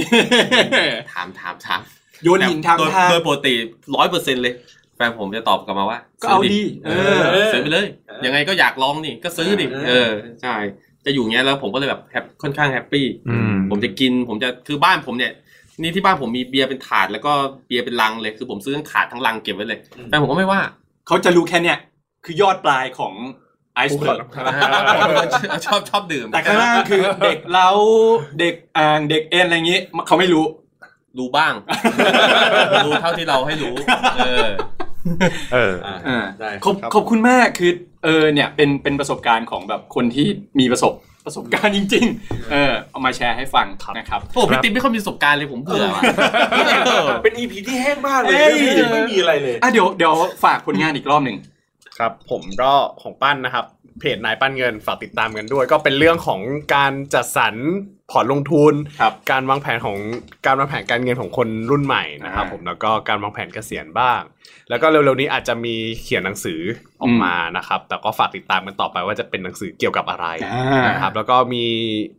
[SPEAKER 3] ถามถามถาม
[SPEAKER 2] โยนหินทาง
[SPEAKER 3] โดย
[SPEAKER 2] ทาง
[SPEAKER 3] โดยปกติร้อยเปอร์เซ็นต์เลยแฟนผมจะตอบกลับมาว่า
[SPEAKER 2] ก็เอา
[SPEAKER 3] ซื้
[SPEAKER 2] ดีเออ
[SPEAKER 3] เออซื้อไปเลย ยังไงก็อยากลองนี่ก็ซื้อดิ
[SPEAKER 9] เออ
[SPEAKER 3] เออใช่จะอยู่เงี้ยแล้วผมก็เลยแบบแฮปค่อนข้างแฮปปี้
[SPEAKER 6] อืม
[SPEAKER 3] ผมจะกินผมจะคือบ้านผมเนี่ย นี่ที่บ้านผมมีเบียร์เป็นถาดแล้วก็เบียร์เป็นลังเลยคือผมซื้อทั้งถาดทั้งลังเก็บไว้เลยแฟนผมก็ไม่ว่า
[SPEAKER 2] เขาจะรู้แค่เนี้ยคือยอดปลายของไอซ์เบิร์ก
[SPEAKER 3] ชอบชอบดื่ม
[SPEAKER 2] แต่ข้างล่างคือเด็กเล้าเด็กอ่างเด็กเอ็นอะไรอย่างงี้เขาไม่รู้
[SPEAKER 3] รู้บ้าง รู้เท่าที่เราให้รู้เออ
[SPEAKER 6] เออ
[SPEAKER 2] อ่า
[SPEAKER 9] ได้
[SPEAKER 2] ขอบขอบคุณมากคือเออเนี่ยเป็นเป็นประสบการณ์ของแบบคนที่มีประสบประสบการณ์จริง ๆ เออเอามาแชร์ให้ฟังนะครับ
[SPEAKER 3] โอ้พี่ติ๊มไม่ค่อยมีประสบการณ์เลยผมเบื่อว่ะ
[SPEAKER 4] เป็นอีพีที่แห้งมากเลย
[SPEAKER 2] เอ้ย
[SPEAKER 4] เรื่องนี้ไม่มีอะไรเลย
[SPEAKER 2] อ่ะเดี๋ยวเดี๋ยวฝากผลงานอีกรอบหนึ่ง
[SPEAKER 5] ครับผมก็ของปั้นนะครับเพจนายปั้นเงินฝากติดตามกันด้วย ก็เป็นเรื่องของการจัดสรรพอร์ตลงทุน
[SPEAKER 2] ครับ
[SPEAKER 5] การวางแผนของการวางแผนการเงินของคนรุ่นใหม่นะครับ
[SPEAKER 2] อ่า
[SPEAKER 5] ผมแล้วก็การวางแผนเกษียณบ้าง แล้วก็เร็วๆนี้อาจจะมีเขียนหนังสือออกมานะครับ แต่ก็ฝากติดตามกันต่อไปว่าจะเป็นหนังสือเกี่ยวกับอะไร
[SPEAKER 2] อ่าน
[SPEAKER 5] นะครับแล้วก็มี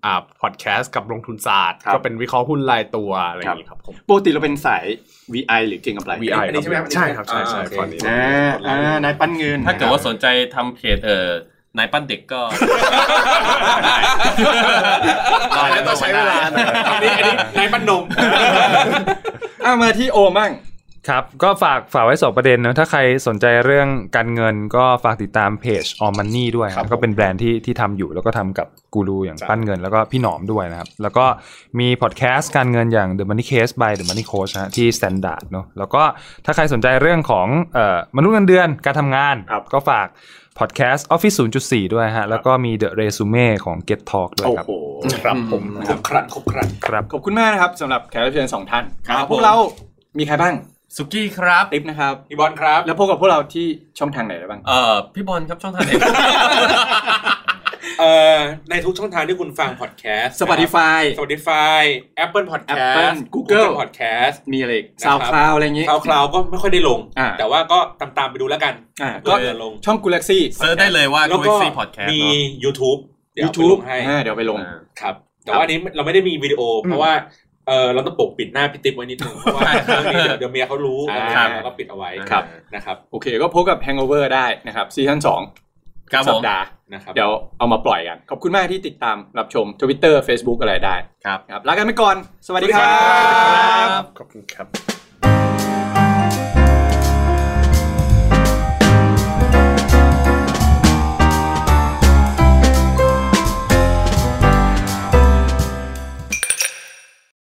[SPEAKER 5] อ่าพอดแคสต์กับลงทุนศาสตร์
[SPEAKER 2] ครับ
[SPEAKER 5] ก็เป็นวิเคราะห์หุ้นรายตัวอะไรอย่างนี้ครับผม
[SPEAKER 2] ปกติเราเป็นสาย VI หรือเก่งกำไร
[SPEAKER 5] VI
[SPEAKER 9] อันนี้ใช่ไหมอันนี้
[SPEAKER 5] ใช่ครับใช่
[SPEAKER 9] อ่า
[SPEAKER 5] ใช่
[SPEAKER 9] โอเค
[SPEAKER 5] ตอนนี้
[SPEAKER 2] อ่าอ่านายปั้นเงิน
[SPEAKER 3] ถ้าเกิดว่าสนใจทำเพจเออนายปั้นเด็กก็ ได้
[SPEAKER 5] อาจจะต้องใช้เวลาหน่อย
[SPEAKER 9] อันนี้อันนี้นายบันนม
[SPEAKER 2] อ่ามาที่โอมั่ง
[SPEAKER 6] ครับ ก็ฝากฝากไว้สองประเด็นนะถ้าใครสนใจเรื่องการเงินก็ฝากติดตามเพจ On Money ด้วยนะครับก็เป็นแบรนด์ที่ที่ทำอยู่แล้วก็ทำกับกูรูอย่างปั้นเงิน แล้วก็พี่หนอมด้วยนะครับ แล้วก็มีพอดแคสต์การเงินอย่าง The Money Case by The Money Coach นะที่ Standard เนอะแล้วก็ถ้าใครสนใจเรื่องของเอ่อมนุษย์เงินเดือนการทำงาน ก็ฝากพอดแคสต์ Office 0.4 ด้วยฮะแล้วก็มี The Resume ของ Get Talk ด้วยค
[SPEAKER 5] ครั
[SPEAKER 6] รับ
[SPEAKER 5] บผม
[SPEAKER 9] ครบครันครบครัน
[SPEAKER 6] ครับ
[SPEAKER 2] ขอบคุณมากนะครับสำหรับแขกรับเชิญสองท่าน
[SPEAKER 3] ครับ
[SPEAKER 2] พว
[SPEAKER 3] ผ
[SPEAKER 2] ก
[SPEAKER 3] ม
[SPEAKER 2] เรามีใครบ้าง
[SPEAKER 3] สุกี้ครับ
[SPEAKER 2] ติ๊บนะครับ
[SPEAKER 9] พี่บอลครับ
[SPEAKER 2] แล้วพบกับพวกเราที่ช่องทางไหนได้บ้าง
[SPEAKER 3] เอ่อพี่บอลครับช่องทาง ไหน
[SPEAKER 4] เอ่อในทุกช่องทางที่คุณฟังพอดแคสต์
[SPEAKER 2] Spotify
[SPEAKER 4] Spotify Apple Podcast
[SPEAKER 2] Apple Google
[SPEAKER 4] Podcast
[SPEAKER 2] มีอะไรอีก
[SPEAKER 4] นะครับ
[SPEAKER 2] SoundCloud อะไรอย่างงี้
[SPEAKER 4] คลาวก็ไม่ค่อยได้ลง
[SPEAKER 2] อ่า
[SPEAKER 4] แต่ว่าก็ตามๆไปดูแล้วกัน
[SPEAKER 2] อ่า
[SPEAKER 4] ก็
[SPEAKER 2] ก็
[SPEAKER 4] จะลง
[SPEAKER 2] ช่องกูเล็กซี่
[SPEAKER 3] เซิร์ชได้เลยว่า
[SPEAKER 4] แล้ว
[SPEAKER 3] u
[SPEAKER 4] ก็
[SPEAKER 3] x c Podcast
[SPEAKER 4] มี
[SPEAKER 3] เนอะ
[SPEAKER 4] YouTube เดี๋ยวเอาไปล
[SPEAKER 2] YouTube
[SPEAKER 4] งให้
[SPEAKER 2] อ่าเดี๋ยวไปลง
[SPEAKER 4] ครับ แต่ว่าอันนี้เราไม่ได้มีวิดีโอ เพราะว่าเออเราต้องปกปิดหน้าพี่ติ๊บไว้นิดนึงเพราะว่าเรื่องนี้เดี๋ยวเดี๋ยวเมียเขารู้
[SPEAKER 2] อ่า
[SPEAKER 4] เราก็ปิดเอาไว้
[SPEAKER 2] ครับ
[SPEAKER 4] นะครับ
[SPEAKER 2] โอเคก็พบกับ Hangover ได้นะครับซีซั่น2
[SPEAKER 3] ครับผ
[SPEAKER 2] สั
[SPEAKER 3] ม
[SPEAKER 2] ปดาห์
[SPEAKER 4] นะครับ
[SPEAKER 2] เดี๋ยวเอามาปล่อยกัน ขอบคุณมากที่ติดตามรับชม Twitter Facebook อะไรได้
[SPEAKER 3] ครับ
[SPEAKER 2] ครับลากันไปก่อน สวัสดีครั
[SPEAKER 4] สวัสดีครับ บ
[SPEAKER 5] ขอบคุณครับ